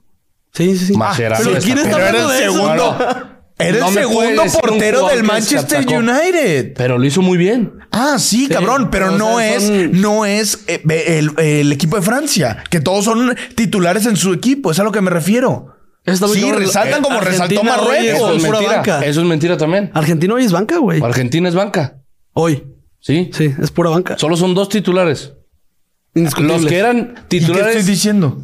[SPEAKER 4] Sí, sí, sí.
[SPEAKER 2] Mascherano
[SPEAKER 4] pero
[SPEAKER 2] está
[SPEAKER 4] ¿quién
[SPEAKER 2] con-
[SPEAKER 4] está
[SPEAKER 1] Pero era
[SPEAKER 4] hablando
[SPEAKER 1] el
[SPEAKER 4] de eso?
[SPEAKER 1] segundo. Era
[SPEAKER 2] No
[SPEAKER 1] el
[SPEAKER 2] me puedes
[SPEAKER 1] segundo
[SPEAKER 2] decir un
[SPEAKER 1] portero
[SPEAKER 2] jugador
[SPEAKER 1] del
[SPEAKER 2] que
[SPEAKER 1] Manchester
[SPEAKER 2] destacó.
[SPEAKER 1] United.
[SPEAKER 2] Pero lo hizo muy bien.
[SPEAKER 1] Ah, sí, cabrón, pero
[SPEAKER 4] o
[SPEAKER 1] no
[SPEAKER 4] sea,
[SPEAKER 1] es,
[SPEAKER 4] son-
[SPEAKER 1] no es eh, el, el equipo de Francia, que todos son titulares en su equipo, es a lo que me refiero.
[SPEAKER 4] Está muy
[SPEAKER 1] Sí,
[SPEAKER 4] cabrón.
[SPEAKER 1] resaltan como resaltó
[SPEAKER 4] Argentina hoy es
[SPEAKER 1] Marruecos.
[SPEAKER 4] pura
[SPEAKER 2] mentira.
[SPEAKER 4] banca.
[SPEAKER 2] Eso es mentira también.
[SPEAKER 4] Argentina hoy es banca, güey.
[SPEAKER 2] Argentina es banca.
[SPEAKER 4] Hoy.
[SPEAKER 2] Sí.
[SPEAKER 4] Sí, es pura banca.
[SPEAKER 2] Solo son dos titulares.
[SPEAKER 4] Indiscutible.
[SPEAKER 2] Los que eran
[SPEAKER 1] ¿Y qué estoy
[SPEAKER 2] titulares
[SPEAKER 1] diciendo?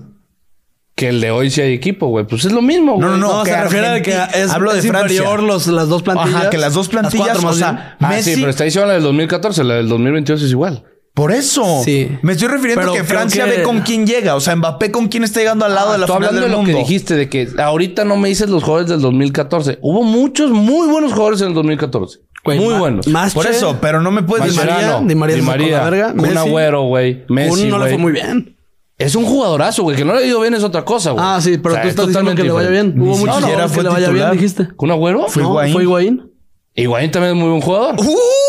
[SPEAKER 2] que el de hoy sí hay equipo, güey. Pues es lo mismo, güey.
[SPEAKER 1] no, no,
[SPEAKER 4] No,
[SPEAKER 1] que
[SPEAKER 4] se refiere a que
[SPEAKER 1] Argentina-
[SPEAKER 4] es,
[SPEAKER 1] hablo de
[SPEAKER 4] es inferior
[SPEAKER 1] Francia.
[SPEAKER 4] los, las dos plantillas.
[SPEAKER 1] Ajá, que las dos plantillas,
[SPEAKER 4] cuatro más
[SPEAKER 1] o sea,
[SPEAKER 4] bien.
[SPEAKER 2] Ah,
[SPEAKER 1] Messi-
[SPEAKER 2] sí, pero está diciendo la del 2014, la del 2022 es igual.
[SPEAKER 1] Por eso.
[SPEAKER 4] Sí.
[SPEAKER 1] Me estoy refiriendo
[SPEAKER 4] Pero
[SPEAKER 1] que
[SPEAKER 4] creo
[SPEAKER 1] Francia
[SPEAKER 4] que-
[SPEAKER 1] ve con quién llega. O sea, Mbappé con quién está llegando al lado de la
[SPEAKER 2] Tú
[SPEAKER 1] final
[SPEAKER 2] Ah, hablando
[SPEAKER 1] del
[SPEAKER 2] de lo
[SPEAKER 1] mundo.
[SPEAKER 2] que dijiste, de que ahorita no me dices los jugadores del 2014. Hubo muchos muy buenos jugadores en el 2014.
[SPEAKER 4] Güey,
[SPEAKER 2] muy
[SPEAKER 4] ma-
[SPEAKER 2] buenos.
[SPEAKER 4] Masche,
[SPEAKER 1] Por eso, pero no me puedes
[SPEAKER 4] Di
[SPEAKER 1] decir.
[SPEAKER 4] María,
[SPEAKER 2] Mascherano,
[SPEAKER 4] Di María se sacó la verga,
[SPEAKER 2] Kun
[SPEAKER 4] Messi.
[SPEAKER 2] Agüero, güey. Messi,
[SPEAKER 4] Kun no le
[SPEAKER 2] güey.
[SPEAKER 4] fue muy bien.
[SPEAKER 2] Es un jugadorazo, güey. Que no le ha ido bien es otra cosa, güey.
[SPEAKER 4] Ah, sí, pero
[SPEAKER 2] O sea,
[SPEAKER 4] tú
[SPEAKER 2] es
[SPEAKER 4] estás diciendo
[SPEAKER 2] totalmente
[SPEAKER 4] que le vaya
[SPEAKER 2] diferente.
[SPEAKER 4] bien. Hubo muchos
[SPEAKER 1] siquiera
[SPEAKER 4] jugadores
[SPEAKER 1] fue
[SPEAKER 4] que le vaya bien,
[SPEAKER 1] titular.
[SPEAKER 4] dijiste.
[SPEAKER 2] ¿Kun Agüero?
[SPEAKER 4] no,
[SPEAKER 1] Higuaín.
[SPEAKER 4] fue Higuaín.
[SPEAKER 2] Higuaín también es muy buen jugador.
[SPEAKER 1] ¡Uy!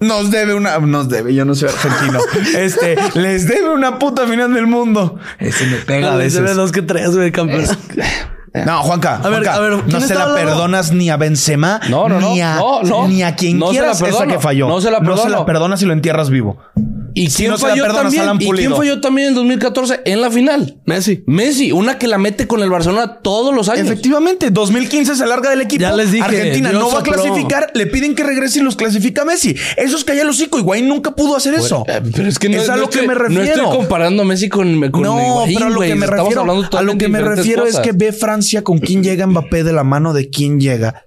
[SPEAKER 1] Nos debe una. Nos debe, yo no soy argentino. este, les debe una puta final del mundo.
[SPEAKER 5] Ese me pega a
[SPEAKER 4] Ah, Se ve
[SPEAKER 5] veces.
[SPEAKER 4] dos que tres, güey, campeón.
[SPEAKER 1] No, Juanca.
[SPEAKER 4] ver,
[SPEAKER 1] Juanca,
[SPEAKER 4] a ver,
[SPEAKER 1] no
[SPEAKER 4] ¿quién
[SPEAKER 1] se
[SPEAKER 4] está
[SPEAKER 1] la
[SPEAKER 4] hablando?
[SPEAKER 1] perdonas ni a Benzema,
[SPEAKER 2] No, no, no,
[SPEAKER 1] ni, a,
[SPEAKER 2] no, no.
[SPEAKER 1] ni a quien
[SPEAKER 2] No se la
[SPEAKER 1] quieras esa
[SPEAKER 2] perdono,
[SPEAKER 1] que falló.
[SPEAKER 2] no se la
[SPEAKER 1] No se
[SPEAKER 2] perdono.
[SPEAKER 1] la perdonas si lo entierras vivo.
[SPEAKER 2] ¿Y
[SPEAKER 1] Si
[SPEAKER 2] quién
[SPEAKER 1] no se la
[SPEAKER 2] falló
[SPEAKER 1] perdonas,
[SPEAKER 2] también?
[SPEAKER 1] Alan
[SPEAKER 2] ¿Y
[SPEAKER 1] Pulido.
[SPEAKER 2] quién falló también en 2014 en la final?
[SPEAKER 4] Messi.
[SPEAKER 2] Messi, una que la mete con el Barcelona todos los años.
[SPEAKER 1] Efectivamente, 2015 se larga del equipo.
[SPEAKER 4] Ya les dije,
[SPEAKER 1] Argentina
[SPEAKER 4] Dios
[SPEAKER 1] no va a
[SPEAKER 4] sopló.
[SPEAKER 1] clasificar, le piden que regrese y los clasifica Messi. Eso es que allá los hocico. Higuaín nunca pudo hacer eso.
[SPEAKER 2] Eh, Pero es que no
[SPEAKER 1] es a
[SPEAKER 2] no
[SPEAKER 1] lo
[SPEAKER 2] estoy-
[SPEAKER 1] que me refiero.
[SPEAKER 2] No estoy comparando a Messi con, con
[SPEAKER 1] No,
[SPEAKER 2] Higuaín,
[SPEAKER 1] pero a lo
[SPEAKER 2] güey.
[SPEAKER 1] que me
[SPEAKER 2] Estamos
[SPEAKER 1] refiero,
[SPEAKER 2] hablando
[SPEAKER 1] a lo
[SPEAKER 2] totalmente
[SPEAKER 1] que me
[SPEAKER 2] diferentes
[SPEAKER 1] refiero es
[SPEAKER 2] cosas.
[SPEAKER 1] que ve Francia con quién llega Mbappé de la mano de quién llega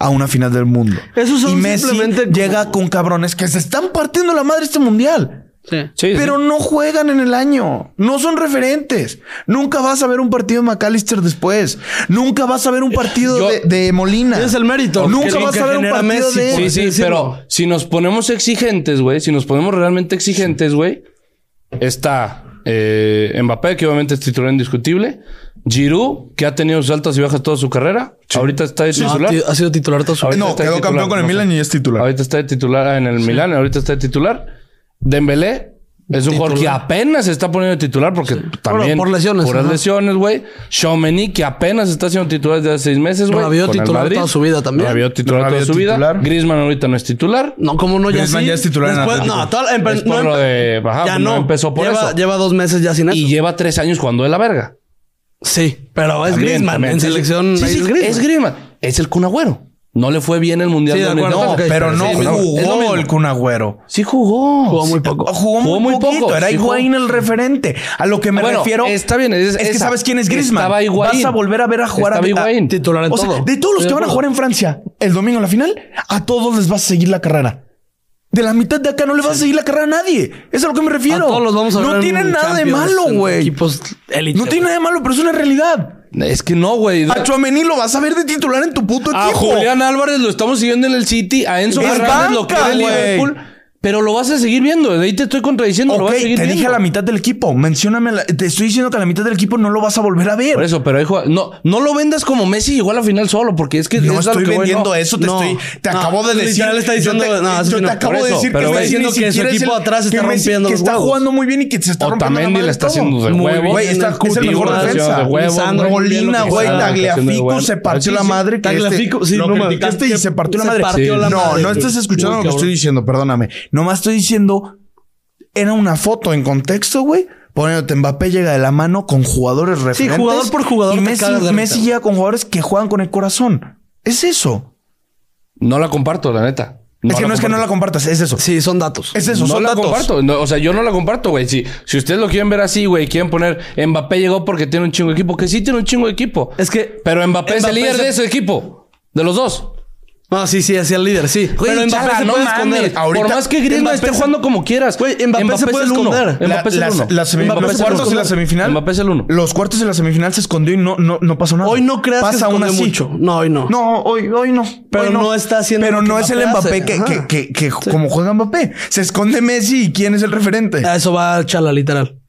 [SPEAKER 1] a una final del mundo.
[SPEAKER 4] Esos son
[SPEAKER 1] y Messi
[SPEAKER 4] simplemente como-
[SPEAKER 1] llega con cabrones que se están partiendo la madre este mundial.
[SPEAKER 4] Sí.
[SPEAKER 2] Sí, sí.
[SPEAKER 1] Pero no juegan en el año. No son referentes. Nunca vas a ver un partido de McAllister después. Nunca vas a ver un partido
[SPEAKER 2] Eh, Yo-
[SPEAKER 1] de, de Molina.
[SPEAKER 4] Es el mérito.
[SPEAKER 1] Nunca
[SPEAKER 4] que lo
[SPEAKER 1] vas
[SPEAKER 4] que
[SPEAKER 1] a ver un
[SPEAKER 4] genera
[SPEAKER 1] partido
[SPEAKER 4] Messi,
[SPEAKER 1] de-
[SPEAKER 4] por
[SPEAKER 2] pues. Sí,
[SPEAKER 4] así
[SPEAKER 2] sí,
[SPEAKER 4] decirlo.
[SPEAKER 2] pero si nos ponemos exigentes, güey, si nos ponemos realmente exigentes, güey, está eh, Mbappé, que obviamente es titular indiscutible, Giroud, que ha tenido sus altas y bajas toda su carrera, ahorita está de
[SPEAKER 4] No,
[SPEAKER 2] titular.
[SPEAKER 4] tío, ha sido titular todo su
[SPEAKER 2] Ahorita
[SPEAKER 1] No,
[SPEAKER 2] está de
[SPEAKER 1] quedó
[SPEAKER 2] titular,
[SPEAKER 1] campeón con el
[SPEAKER 2] no sé.
[SPEAKER 1] Milan y es titular.
[SPEAKER 2] Ahorita está de titular en el Milan, ahorita está de titular. Dembélé es un jugador que apenas se está poniendo de titular porque también...
[SPEAKER 4] Por- por lesiones,
[SPEAKER 2] Por las
[SPEAKER 4] ajá.
[SPEAKER 2] lesiones, güey. Chouameni que apenas está siendo titular desde hace seis meses, güey.
[SPEAKER 4] Rabiot
[SPEAKER 2] con el
[SPEAKER 4] titular
[SPEAKER 2] Madrid.
[SPEAKER 4] toda su vida también.
[SPEAKER 2] Rabiot titular
[SPEAKER 1] Rabiot
[SPEAKER 2] toda su vida.
[SPEAKER 1] titular.
[SPEAKER 2] Griezmann ahorita no es titular.
[SPEAKER 4] No, como no ya
[SPEAKER 1] Griezmann
[SPEAKER 4] sí.
[SPEAKER 1] ya es titular en
[SPEAKER 4] Después-
[SPEAKER 1] Atlético.
[SPEAKER 4] no, toda la- empe-
[SPEAKER 2] Es por
[SPEAKER 4] no,
[SPEAKER 2] lo de-
[SPEAKER 4] empe-
[SPEAKER 2] ajá, pues
[SPEAKER 4] ya
[SPEAKER 2] no
[SPEAKER 4] no.
[SPEAKER 2] empezó por
[SPEAKER 4] lleva,
[SPEAKER 2] eso.
[SPEAKER 4] Lleva dos meses ya sin eso.
[SPEAKER 2] Y lleva tres años jugando de la verga.
[SPEAKER 4] Sí, pero es
[SPEAKER 2] También,
[SPEAKER 4] Griezmann.
[SPEAKER 2] también,
[SPEAKER 4] En
[SPEAKER 2] sí, sí.
[SPEAKER 4] selección
[SPEAKER 2] Sí,
[SPEAKER 4] ahí
[SPEAKER 2] sí,
[SPEAKER 4] es Griezmann.
[SPEAKER 2] es Griezmann. Es el Kun Agüero. No le fue bien el Mundial.
[SPEAKER 4] Sí, de acuerdo.
[SPEAKER 2] 2014.
[SPEAKER 4] No, Ok,
[SPEAKER 1] pero
[SPEAKER 4] pero
[SPEAKER 1] no
[SPEAKER 4] sí, es lo mismo. Es lo
[SPEAKER 1] jugó
[SPEAKER 4] mismo.
[SPEAKER 1] el Kun Agüero.
[SPEAKER 2] Sí jugó.
[SPEAKER 4] Jugó muy poco.
[SPEAKER 1] Jugó,
[SPEAKER 2] Jugó
[SPEAKER 1] muy,
[SPEAKER 2] muy
[SPEAKER 1] poquito.
[SPEAKER 2] poco,
[SPEAKER 1] Era
[SPEAKER 2] sí,
[SPEAKER 1] Higuaín
[SPEAKER 2] jugó.
[SPEAKER 1] el referente. A lo que me
[SPEAKER 2] Bueno,
[SPEAKER 1] refiero.
[SPEAKER 2] está bien, es-
[SPEAKER 1] Es, que
[SPEAKER 2] esa.
[SPEAKER 1] sabes quién es Griezmann.
[SPEAKER 2] Estaba Higuaín.
[SPEAKER 1] Vas a volver a ver a jugar a-
[SPEAKER 2] Estaba Higuaín.
[SPEAKER 1] a
[SPEAKER 4] Titular en
[SPEAKER 1] o sea,
[SPEAKER 4] todo.
[SPEAKER 1] de todos los
[SPEAKER 4] Estoy
[SPEAKER 1] que van
[SPEAKER 4] de
[SPEAKER 1] a
[SPEAKER 4] acuerdo.
[SPEAKER 1] jugar en Francia el domingo en la final, a todos les vas a seguir la carrera. De la mitad de acá no le vas a seguir la carrera a nadie. Es a lo que me refiero.
[SPEAKER 4] A todos los vamos a ver
[SPEAKER 1] no
[SPEAKER 4] en
[SPEAKER 1] tiene nada de
[SPEAKER 4] Champions,
[SPEAKER 1] malo,
[SPEAKER 4] en
[SPEAKER 1] güey.
[SPEAKER 4] Equipos élite.
[SPEAKER 1] No tiene nada de malo, pero es una realidad.
[SPEAKER 2] Es que no, güey.
[SPEAKER 1] A Chuamení lo vas a ver de titular en tu puto
[SPEAKER 2] A
[SPEAKER 1] equipo.
[SPEAKER 2] Ah, Julián Álvarez lo estamos siguiendo en el City. A Enzo
[SPEAKER 1] Es
[SPEAKER 2] Fernández lo que
[SPEAKER 1] banca,
[SPEAKER 2] era el
[SPEAKER 1] güey.
[SPEAKER 2] Liverpool. Pero lo vas a seguir viendo. De ahí te estoy contradiciendo. lo
[SPEAKER 1] Ok,
[SPEAKER 2] vas a
[SPEAKER 1] te
[SPEAKER 2] seguir viendo.
[SPEAKER 1] dije a la mitad del equipo. Mencióname. la- te estoy diciendo que a la mitad del equipo no lo vas a volver a ver.
[SPEAKER 2] Por eso, pero hijo, no, no lo vendas como Messi llegó a la final solo, porque es que
[SPEAKER 1] No
[SPEAKER 2] es a lo
[SPEAKER 1] estoy
[SPEAKER 2] que voy,
[SPEAKER 1] vendiendo
[SPEAKER 2] no.
[SPEAKER 1] eso, te
[SPEAKER 4] No,
[SPEAKER 1] estoy. Te
[SPEAKER 4] no,
[SPEAKER 1] acabo de decir.
[SPEAKER 4] literal está
[SPEAKER 1] yo
[SPEAKER 4] diciendo,
[SPEAKER 1] te,
[SPEAKER 4] no, eso
[SPEAKER 1] yo
[SPEAKER 4] sí
[SPEAKER 1] te
[SPEAKER 4] no.
[SPEAKER 1] acabo
[SPEAKER 2] Por
[SPEAKER 1] de
[SPEAKER 2] eso,
[SPEAKER 1] decir
[SPEAKER 2] pero
[SPEAKER 1] que
[SPEAKER 2] güey,
[SPEAKER 1] Messi ni
[SPEAKER 4] diciendo que su
[SPEAKER 1] siquiera es
[SPEAKER 4] equipo
[SPEAKER 1] el-
[SPEAKER 4] atrás está
[SPEAKER 1] que Messi-
[SPEAKER 4] rompiendo
[SPEAKER 1] que
[SPEAKER 4] los
[SPEAKER 1] está
[SPEAKER 4] huevos.
[SPEAKER 1] jugando muy bien y que se está rompiendo la
[SPEAKER 2] Otamendi
[SPEAKER 1] madre
[SPEAKER 2] le está
[SPEAKER 1] todo.
[SPEAKER 2] haciendo de
[SPEAKER 4] Muy
[SPEAKER 2] huevo.
[SPEAKER 4] bien,
[SPEAKER 1] Güey, está-
[SPEAKER 4] Cuti
[SPEAKER 1] es el mejor
[SPEAKER 4] Guardiola,
[SPEAKER 1] defensa.
[SPEAKER 2] de huevo,
[SPEAKER 4] Lisandro,
[SPEAKER 2] muy bien lo
[SPEAKER 1] Molina,
[SPEAKER 2] que
[SPEAKER 1] güey,
[SPEAKER 2] está haciendo de
[SPEAKER 1] Tagliafico
[SPEAKER 2] huevo.
[SPEAKER 1] se partió
[SPEAKER 2] Sí,
[SPEAKER 1] la
[SPEAKER 2] sí.
[SPEAKER 1] madre. que este-
[SPEAKER 4] Tagliafico, sí,
[SPEAKER 1] lo
[SPEAKER 4] no me-
[SPEAKER 1] criticaste y se partió la
[SPEAKER 4] se
[SPEAKER 1] madre.
[SPEAKER 4] partió la
[SPEAKER 1] no,
[SPEAKER 4] madre,
[SPEAKER 1] no estás
[SPEAKER 4] güey.
[SPEAKER 1] escuchando
[SPEAKER 4] Muy
[SPEAKER 1] lo que
[SPEAKER 4] cabrón.
[SPEAKER 1] estoy diciendo, perdóname. Nomás estoy diciendo, era una foto en contexto, güey. Poniéndote Mbappé llega de la mano con jugadores referentes.
[SPEAKER 4] jugador por jugador
[SPEAKER 1] Y
[SPEAKER 4] te
[SPEAKER 1] Messi,
[SPEAKER 4] cagas de
[SPEAKER 1] Messi
[SPEAKER 4] risa.
[SPEAKER 1] llega con jugadores que juegan con el corazón. Es eso.
[SPEAKER 2] No la comparto, la neta.
[SPEAKER 1] es que no es que no la
[SPEAKER 2] comparto.
[SPEAKER 1] compartas, es eso.
[SPEAKER 4] Sí, son datos.
[SPEAKER 1] Es eso,
[SPEAKER 2] No
[SPEAKER 1] son
[SPEAKER 2] la
[SPEAKER 1] datos.
[SPEAKER 2] comparto. No, o sea, yo no la comparto, güey. Si, si ustedes lo quieren ver así, güey, quieren poner Mbappé llegó porque tiene un chingo de equipo, que sí tiene un chingo de equipo.
[SPEAKER 4] Es que-
[SPEAKER 2] Pero Mbappé, es el
[SPEAKER 4] Mbappé
[SPEAKER 2] líder
[SPEAKER 4] se-
[SPEAKER 2] de ese equipo. De los dos.
[SPEAKER 4] No, sí, sí, hacia el líder, sí.
[SPEAKER 2] Güey,
[SPEAKER 4] pero Mbappé
[SPEAKER 2] chala,
[SPEAKER 4] se
[SPEAKER 2] no
[SPEAKER 4] puede
[SPEAKER 2] mames.
[SPEAKER 4] esconder.
[SPEAKER 1] Ahorita-
[SPEAKER 2] Por más que Griezmann
[SPEAKER 4] Mbappé
[SPEAKER 2] esté
[SPEAKER 4] se-
[SPEAKER 2] jugando como quieras.
[SPEAKER 4] Güey, Mbappé se
[SPEAKER 2] es
[SPEAKER 4] puede
[SPEAKER 2] el uno.
[SPEAKER 4] esconder.
[SPEAKER 2] Mbappé es el
[SPEAKER 1] La-
[SPEAKER 2] uno.
[SPEAKER 1] las- las-
[SPEAKER 2] Mbappé
[SPEAKER 1] los
[SPEAKER 2] es el
[SPEAKER 1] cuartos y
[SPEAKER 2] uno.
[SPEAKER 1] la semifinal.
[SPEAKER 2] Mbappé es el uno.
[SPEAKER 1] Los cuartos de la semifinal se escondió y no, no, no pasó nada.
[SPEAKER 4] Hoy no creas que
[SPEAKER 1] aún
[SPEAKER 4] esconde
[SPEAKER 1] así.
[SPEAKER 4] mucho. No, hoy no.
[SPEAKER 1] No, hoy, hoy no.
[SPEAKER 4] Pero
[SPEAKER 1] Hoy
[SPEAKER 4] no está haciendo
[SPEAKER 1] Pero
[SPEAKER 4] lo que
[SPEAKER 1] no es el
[SPEAKER 4] Mbappé
[SPEAKER 1] Mbappé
[SPEAKER 4] hace.
[SPEAKER 1] que,
[SPEAKER 4] Ajá.
[SPEAKER 1] que, que, que como juega Mbappé. Se esconde Messi y quién es el referente.
[SPEAKER 4] A eso va Chala, literal.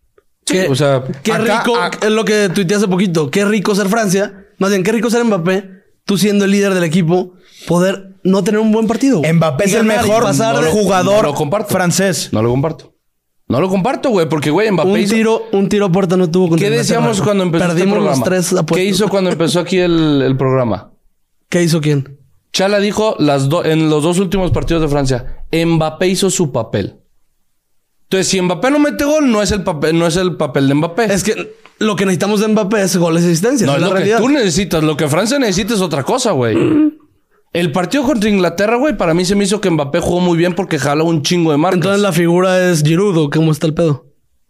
[SPEAKER 2] Sí,
[SPEAKER 4] Qué-
[SPEAKER 2] o sea,
[SPEAKER 4] qué
[SPEAKER 1] acá-
[SPEAKER 4] rico,
[SPEAKER 1] a-
[SPEAKER 4] es lo que tuiteé hace poquito. Qué rico ser Francia. Más bien, qué rico ser Mbappé. Tú siendo el líder del equipo, poder no tener un buen partido.
[SPEAKER 1] Mbappé
[SPEAKER 4] Y
[SPEAKER 1] es el
[SPEAKER 4] ganar y
[SPEAKER 1] mejor
[SPEAKER 4] pasar
[SPEAKER 1] no lo-
[SPEAKER 4] de-
[SPEAKER 1] jugador
[SPEAKER 2] no lo comparto.
[SPEAKER 1] francés.
[SPEAKER 2] No lo comparto. No lo comparto, güey, porque, güey, Mbappé
[SPEAKER 4] un
[SPEAKER 2] hizo-
[SPEAKER 4] tiro, un tiro a puerta no tuvo contra
[SPEAKER 2] ¿Qué
[SPEAKER 4] Inglaterra.
[SPEAKER 2] decíamos cuando empezó este
[SPEAKER 4] Perdimos
[SPEAKER 2] programa?
[SPEAKER 4] los tres a puerta.
[SPEAKER 2] ¿Qué hizo cuando empezó aquí el, el programa?
[SPEAKER 4] ¿Qué hizo quién?
[SPEAKER 2] Chala dijo las do- en los dos últimos partidos de Francia, Mbappé hizo su papel. Entonces, si Mbappé no mete gol, no es el papel, no es el papel de Mbappé.
[SPEAKER 4] Es que lo que necesitamos de Mbappé es goles y asistencias.
[SPEAKER 2] No, es
[SPEAKER 4] la
[SPEAKER 2] lo
[SPEAKER 4] realidad.
[SPEAKER 2] que tú necesitas. Lo que Francia necesita es otra cosa, güey. El partido contra Inglaterra, güey, para mí se me hizo que Mbappé jugó muy bien porque jaló un chingo de marcas.
[SPEAKER 4] Entonces la figura es Giroud o cómo está el pedo.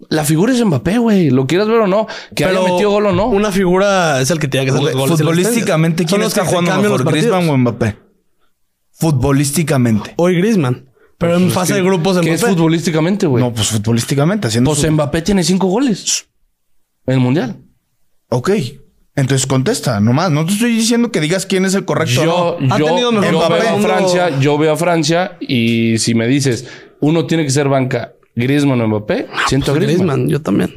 [SPEAKER 2] La figura es Mbappé, güey. Lo quieras ver o no. Que haya metido gol o no.
[SPEAKER 4] Una figura es el que tiene que hacer los goles. y las
[SPEAKER 1] Futbolísticamente, ¿quién
[SPEAKER 4] asistencias. Son los
[SPEAKER 1] está
[SPEAKER 4] que te
[SPEAKER 1] jugando
[SPEAKER 4] cambian
[SPEAKER 1] mejor?
[SPEAKER 4] los partidos.
[SPEAKER 1] ¿Griezmann o Mbappé? Futbolísticamente.
[SPEAKER 4] Hoy Griezmann. Pues Pero en fase de grupos
[SPEAKER 2] Que es
[SPEAKER 4] Mbappé.
[SPEAKER 2] futbolísticamente, güey.
[SPEAKER 1] No, pues futbolísticamente, haciendo.
[SPEAKER 2] pues
[SPEAKER 1] fut-
[SPEAKER 2] Mbappé tiene cinco goles en el Mundial.
[SPEAKER 1] Ok. Entonces contesta, nomás. No te estoy diciendo que digas quién es el correcto.
[SPEAKER 2] Yo,
[SPEAKER 1] ¿no?
[SPEAKER 2] yo,
[SPEAKER 4] tenido mejor
[SPEAKER 2] yo
[SPEAKER 1] Mbappé.
[SPEAKER 2] veo a Francia, yo veo a Francia y si me dices, uno tiene que ser banca, Griezmann o Mbappé, siento a
[SPEAKER 4] Pues Griezmann.
[SPEAKER 2] Griezmann.
[SPEAKER 4] yo también.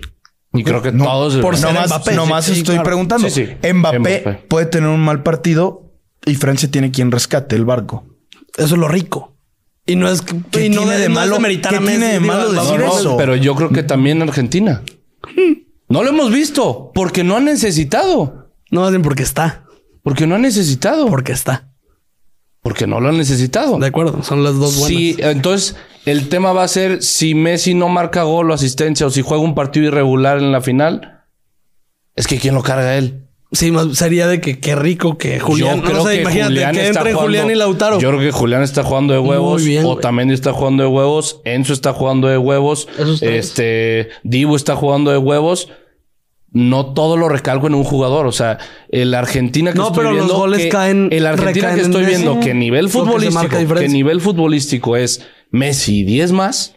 [SPEAKER 2] Y creo que
[SPEAKER 1] No,
[SPEAKER 2] todos...
[SPEAKER 4] por ser
[SPEAKER 1] nomás
[SPEAKER 4] Mbappé.
[SPEAKER 1] nomás
[SPEAKER 4] Sí, sí,
[SPEAKER 1] estoy
[SPEAKER 4] claro.
[SPEAKER 1] preguntando.
[SPEAKER 2] Sí, sí.
[SPEAKER 1] Mbappé,
[SPEAKER 2] Mbappé.
[SPEAKER 1] puede tener un mal partido y Francia tiene quien rescate el barco.
[SPEAKER 4] Eso es lo rico. Y no es que
[SPEAKER 1] ¿Qué
[SPEAKER 4] y no
[SPEAKER 1] tiene de
[SPEAKER 4] no es
[SPEAKER 1] malo-
[SPEAKER 4] demeritar a
[SPEAKER 1] qué tiene
[SPEAKER 4] Messi,
[SPEAKER 1] de
[SPEAKER 4] digo,
[SPEAKER 1] malo
[SPEAKER 4] al-
[SPEAKER 1] decir
[SPEAKER 4] al-
[SPEAKER 2] No,
[SPEAKER 1] eso?
[SPEAKER 2] Pero yo creo que también Argentina. No lo hemos visto porque no ha necesitado.
[SPEAKER 4] No, más bien porque está.
[SPEAKER 2] Porque no ha necesitado.
[SPEAKER 4] Porque está.
[SPEAKER 2] Porque no lo han necesitado.
[SPEAKER 4] De acuerdo. Son las dos buenas.
[SPEAKER 2] Sí, entonces el tema va a ser si Messi no marca gol o asistencia o si juega un partido irregular en la final, es que quién lo carga él.
[SPEAKER 4] Sí, más sería de que qué rico que Julián.
[SPEAKER 2] yo creo
[SPEAKER 4] no sé,
[SPEAKER 2] que
[SPEAKER 4] imagínate
[SPEAKER 2] Julián
[SPEAKER 4] que
[SPEAKER 2] está
[SPEAKER 4] entre
[SPEAKER 2] jugando-
[SPEAKER 4] Julián y Lautaro.
[SPEAKER 2] Yo creo que Julián está jugando de huevos,
[SPEAKER 4] Muy bien, güey.
[SPEAKER 2] Otamendi está jugando de huevos, Enzo está jugando de huevos,
[SPEAKER 4] Esos tres.
[SPEAKER 2] este Divo está jugando de huevos. No todo lo recalco en un jugador, o sea, el Argentina que
[SPEAKER 4] No,
[SPEAKER 2] estoy
[SPEAKER 4] pero los
[SPEAKER 2] viendo
[SPEAKER 4] goles
[SPEAKER 2] que-
[SPEAKER 4] caen-
[SPEAKER 2] el Argentina
[SPEAKER 4] recaen
[SPEAKER 2] que
[SPEAKER 4] en
[SPEAKER 2] estoy
[SPEAKER 4] Messi.
[SPEAKER 2] viendo que nivel
[SPEAKER 4] Creo que se
[SPEAKER 2] futbolístico,
[SPEAKER 4] marca
[SPEAKER 2] que,
[SPEAKER 4] diferencia.
[SPEAKER 2] nivel futbolístico es Messi 10 más,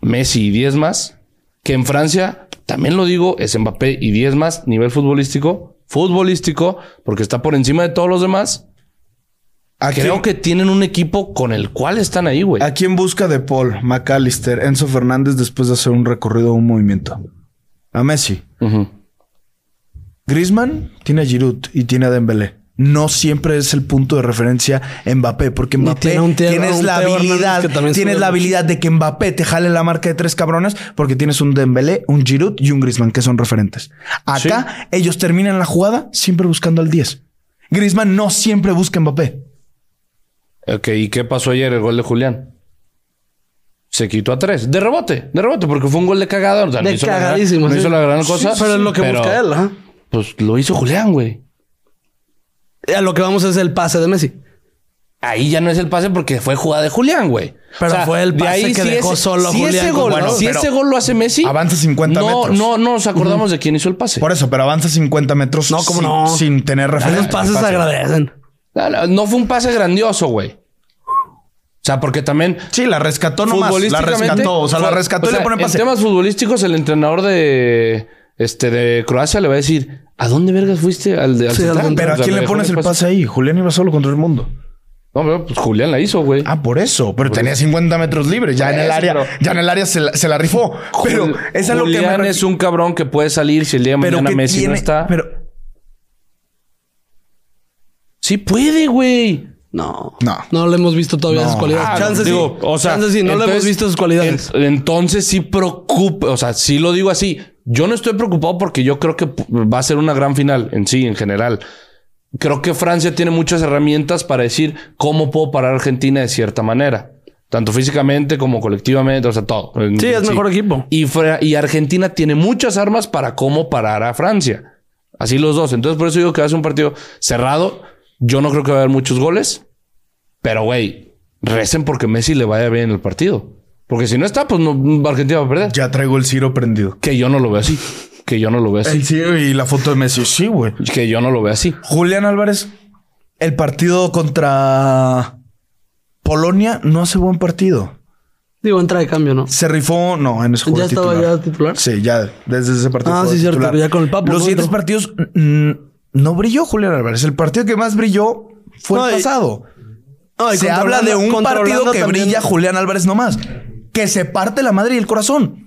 [SPEAKER 2] Messi y 10 más, que en Francia, también lo digo, es Mbappé y 10 más, nivel futbolístico, futbolístico, porque está por encima de todos los demás.
[SPEAKER 1] ¿A quién-
[SPEAKER 2] Creo que tienen un equipo con el cual están ahí, güey.
[SPEAKER 1] ¿A quién busca de Paul, McAllister, Enzo Fernández después de hacer un recorrido o un movimiento? A Messi.
[SPEAKER 2] Ujú.
[SPEAKER 1] Griezmann tiene a Giroud y tiene a Dembélé. No siempre es el punto de referencia Mbappé, porque Mbappé
[SPEAKER 4] tiene un Teo-
[SPEAKER 1] tienes
[SPEAKER 4] un
[SPEAKER 1] la
[SPEAKER 4] Teo Hernández que
[SPEAKER 1] habilidad, tienes
[SPEAKER 4] también sube
[SPEAKER 1] la
[SPEAKER 4] mucho.
[SPEAKER 1] habilidad de que Mbappé te jale la marca de tres cabrones, porque tienes un Dembélé, un Giroud y un Griezmann que son referentes. Acá ellos terminan la jugada siempre buscando al 10. Griezmann no siempre busca a Mbappé.
[SPEAKER 2] Ok, ¿y qué pasó ayer el gol de Julián? Se quitó a tres. De rebote, de rebote, porque fue un gol de cagada. O sea, no
[SPEAKER 4] de
[SPEAKER 2] hizo la gran-
[SPEAKER 4] cagadísimo.
[SPEAKER 2] no
[SPEAKER 4] sí.
[SPEAKER 2] hizo la gran cosa.
[SPEAKER 4] Sí, pero es lo que
[SPEAKER 2] pero,
[SPEAKER 4] busca él. ajá.
[SPEAKER 2] Pues lo hizo Julián, güey.
[SPEAKER 4] A lo que vamos es el pase de Messi.
[SPEAKER 2] Ahí ya no es el pase porque fue jugada de Julián, güey.
[SPEAKER 4] Pero fue el
[SPEAKER 2] de
[SPEAKER 4] pase que dejó solo a
[SPEAKER 2] si
[SPEAKER 4] Julián
[SPEAKER 2] Ese
[SPEAKER 4] con-
[SPEAKER 2] gol,
[SPEAKER 4] Bueno,
[SPEAKER 2] si
[SPEAKER 1] pero
[SPEAKER 2] ese gol lo hace Messi,
[SPEAKER 1] avanza 50
[SPEAKER 2] no,
[SPEAKER 1] metros.
[SPEAKER 2] No, no nos acordamos de quién hizo el pase.
[SPEAKER 1] Por eso, pero avanza 50 metros
[SPEAKER 4] No, ¿cómo
[SPEAKER 1] sin,
[SPEAKER 4] no?
[SPEAKER 1] sin tener
[SPEAKER 4] Esos
[SPEAKER 1] referencia.
[SPEAKER 4] pases se agradecen.
[SPEAKER 2] No, no, no fue un pase grandioso, güey. O sea, porque también
[SPEAKER 1] Sí, la rescató nomás. La
[SPEAKER 2] futbolísticamente
[SPEAKER 1] rescató. O sea, la
[SPEAKER 2] fue-
[SPEAKER 1] rescató
[SPEAKER 2] o
[SPEAKER 1] y
[SPEAKER 2] sea,
[SPEAKER 1] le pone pase.
[SPEAKER 2] En temas futbolísticos, el entrenador de este de Croacia le va a decir: ¿A dónde vergas fuiste? Al de al
[SPEAKER 4] Sí, al
[SPEAKER 2] central?"
[SPEAKER 4] central.
[SPEAKER 1] Pero
[SPEAKER 2] O
[SPEAKER 1] ¿a
[SPEAKER 2] sea,
[SPEAKER 1] quién le
[SPEAKER 2] dejó
[SPEAKER 1] pones el pase ahí? Julián iba solo contra el mundo.
[SPEAKER 2] No, pero, pues Julián la hizo, güey.
[SPEAKER 1] Ah, por eso. Pero tenía 50 metros libres. Ya en el
[SPEAKER 2] eso,
[SPEAKER 1] área,
[SPEAKER 2] pero-
[SPEAKER 1] ya en el área se la, se la rifó. Pero
[SPEAKER 2] Jul-
[SPEAKER 1] es a lo que me
[SPEAKER 2] Julián
[SPEAKER 1] refiero.
[SPEAKER 2] es un cabrón que puede salir si el día de
[SPEAKER 1] pero
[SPEAKER 2] mañana
[SPEAKER 1] que
[SPEAKER 2] Messi no
[SPEAKER 1] tiene-
[SPEAKER 2] está.
[SPEAKER 1] Pero
[SPEAKER 2] Sí puede, güey.
[SPEAKER 4] No.
[SPEAKER 1] No.
[SPEAKER 4] No le hemos visto todavía sus cualidades.
[SPEAKER 2] Ah,
[SPEAKER 4] Chances
[SPEAKER 2] digo,
[SPEAKER 4] sí.
[SPEAKER 2] o sea,
[SPEAKER 4] Chances sí, no le
[SPEAKER 2] entonces-
[SPEAKER 4] hemos visto sus cualidades.
[SPEAKER 2] en- entonces sí preocupa, o sea, sí lo digo así. Yo no estoy preocupado porque yo creo que p- va a ser una gran final en sí, en general. Creo que Francia tiene muchas herramientas para decir cómo puedo parar a Argentina de cierta manera. Tanto físicamente como colectivamente, o sea, todo. En-
[SPEAKER 4] sí, es mejor equipo.
[SPEAKER 2] y, Fra- y Argentina tiene muchas armas para cómo parar a Francia. Así los dos. Entonces, por eso digo que va a ser un partido cerrado. Yo no creo que va a haber muchos goles. Pero, güey, recen porque Messi le vaya bien el partido. Porque si no está, pues no, Argentina va a perder.
[SPEAKER 1] ya traigo el Ciro prendido.
[SPEAKER 2] Que yo no lo veo así. Que yo no lo veo así.
[SPEAKER 1] El Ciro y la foto de Messi. Sí, güey.
[SPEAKER 2] Que yo no lo veo así.
[SPEAKER 1] Julián Álvarez, el partido contra Polonia no hace buen partido.
[SPEAKER 4] Digo, entra de cambio, ¿no?
[SPEAKER 1] Se rifó, no, en ese
[SPEAKER 4] ¿Ya estaba ya titular?
[SPEAKER 1] Sí, ya desde ese partido.
[SPEAKER 4] Ah,
[SPEAKER 1] fue
[SPEAKER 4] sí, cierto,
[SPEAKER 1] titular.
[SPEAKER 4] ya con el Papu,
[SPEAKER 1] Los
[SPEAKER 4] ¿no?
[SPEAKER 1] siguientes
[SPEAKER 4] Entró.
[SPEAKER 1] partidos mm, no brilló Julián Álvarez. El partido que más brilló fue
[SPEAKER 4] No, y-
[SPEAKER 1] el pasado.
[SPEAKER 4] No, y
[SPEAKER 1] se
[SPEAKER 4] contra
[SPEAKER 1] habla de
[SPEAKER 4] Holanda-
[SPEAKER 1] un
[SPEAKER 4] contra
[SPEAKER 1] partido
[SPEAKER 4] Holanda
[SPEAKER 1] que
[SPEAKER 4] también.
[SPEAKER 1] brilla Julián Álvarez nomás. Que se parte la madre y el corazón.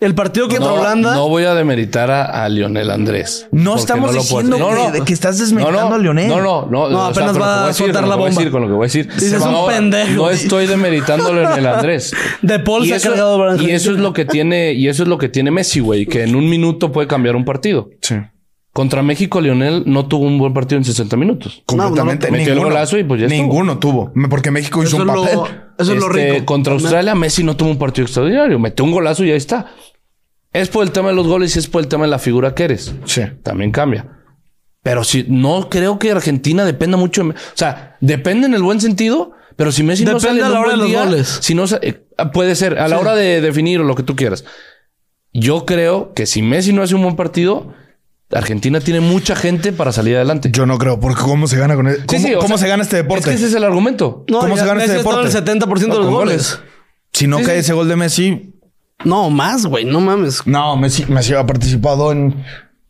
[SPEAKER 4] El partido contra
[SPEAKER 2] No,
[SPEAKER 4] Holanda.
[SPEAKER 2] no voy a demeritar a, a Lionel Andrés.
[SPEAKER 1] No
[SPEAKER 2] Porque
[SPEAKER 1] estamos
[SPEAKER 2] lo puedo
[SPEAKER 1] diciendo
[SPEAKER 2] hacer.
[SPEAKER 1] que- que estás desmeritando
[SPEAKER 2] no, no,
[SPEAKER 1] a Lionel.
[SPEAKER 2] No, no, no.
[SPEAKER 4] No,
[SPEAKER 2] o sea,
[SPEAKER 4] apenas
[SPEAKER 2] con lo
[SPEAKER 4] va
[SPEAKER 2] que voy
[SPEAKER 4] a
[SPEAKER 2] decir,
[SPEAKER 4] soltar
[SPEAKER 2] con
[SPEAKER 4] la
[SPEAKER 2] lo que voy a
[SPEAKER 4] bomba.
[SPEAKER 2] decir, con lo que voy a decir.
[SPEAKER 4] Dices, "Es un
[SPEAKER 2] No,
[SPEAKER 4] pendejo".
[SPEAKER 2] No estoy demeritando a Lionel Andrés.
[SPEAKER 4] De Paul
[SPEAKER 2] y,
[SPEAKER 4] se ha
[SPEAKER 2] eso,
[SPEAKER 4] cargado para
[SPEAKER 2] y eso es lo que tiene, y eso es lo que tiene Messi, güey, que en un minuto puede cambiar un partido.
[SPEAKER 1] Sí.
[SPEAKER 2] Contra México, Lionel no tuvo un buen partido en 60 minutos.
[SPEAKER 1] Completamente.
[SPEAKER 2] Metió el
[SPEAKER 1] ninguno,
[SPEAKER 2] golazo y pues ya estuvo.
[SPEAKER 1] ninguno tuvo. Porque México hizo
[SPEAKER 4] Eso
[SPEAKER 1] un
[SPEAKER 4] es lo-
[SPEAKER 1] papel.
[SPEAKER 4] eso es lo
[SPEAKER 2] Este,
[SPEAKER 4] rico.
[SPEAKER 2] Contra Australia, Messi no tuvo un partido extraordinario. Metió un golazo y ahí está. Es por el tema de los goles y es por el tema de la figura que eres.
[SPEAKER 1] Sí.
[SPEAKER 2] También cambia. Pero si no creo que Argentina dependa mucho. de Me- o sea, depende en el buen sentido, pero si Messi no
[SPEAKER 4] Depende
[SPEAKER 2] sale en
[SPEAKER 4] a la
[SPEAKER 2] un
[SPEAKER 4] hora de
[SPEAKER 2] buen
[SPEAKER 4] los
[SPEAKER 2] día,
[SPEAKER 4] goles.
[SPEAKER 2] Si no sa- eh, puede ser a la hora de definir o lo que tú quieras. Yo creo que si Messi no hace un buen partido, Argentina tiene mucha gente para salir adelante.
[SPEAKER 1] Yo no creo, porque cómo se gana con el-
[SPEAKER 2] Sí,
[SPEAKER 1] ¿Cómo,
[SPEAKER 2] sí, o
[SPEAKER 1] cómo
[SPEAKER 2] sea,
[SPEAKER 1] se gana este deporte?
[SPEAKER 2] Es que ese es el argumento.
[SPEAKER 4] No,
[SPEAKER 1] ¿Cómo
[SPEAKER 4] ya
[SPEAKER 1] se gana este
[SPEAKER 4] Messi está
[SPEAKER 1] deporte?
[SPEAKER 4] en el 70% de
[SPEAKER 2] No,
[SPEAKER 4] los
[SPEAKER 2] con
[SPEAKER 4] goles.
[SPEAKER 1] si no
[SPEAKER 2] sí,
[SPEAKER 1] cae
[SPEAKER 2] sí.
[SPEAKER 1] ese gol de Messi,
[SPEAKER 4] No, más, güey. No mames.
[SPEAKER 1] no, Messi, Messi ha participado en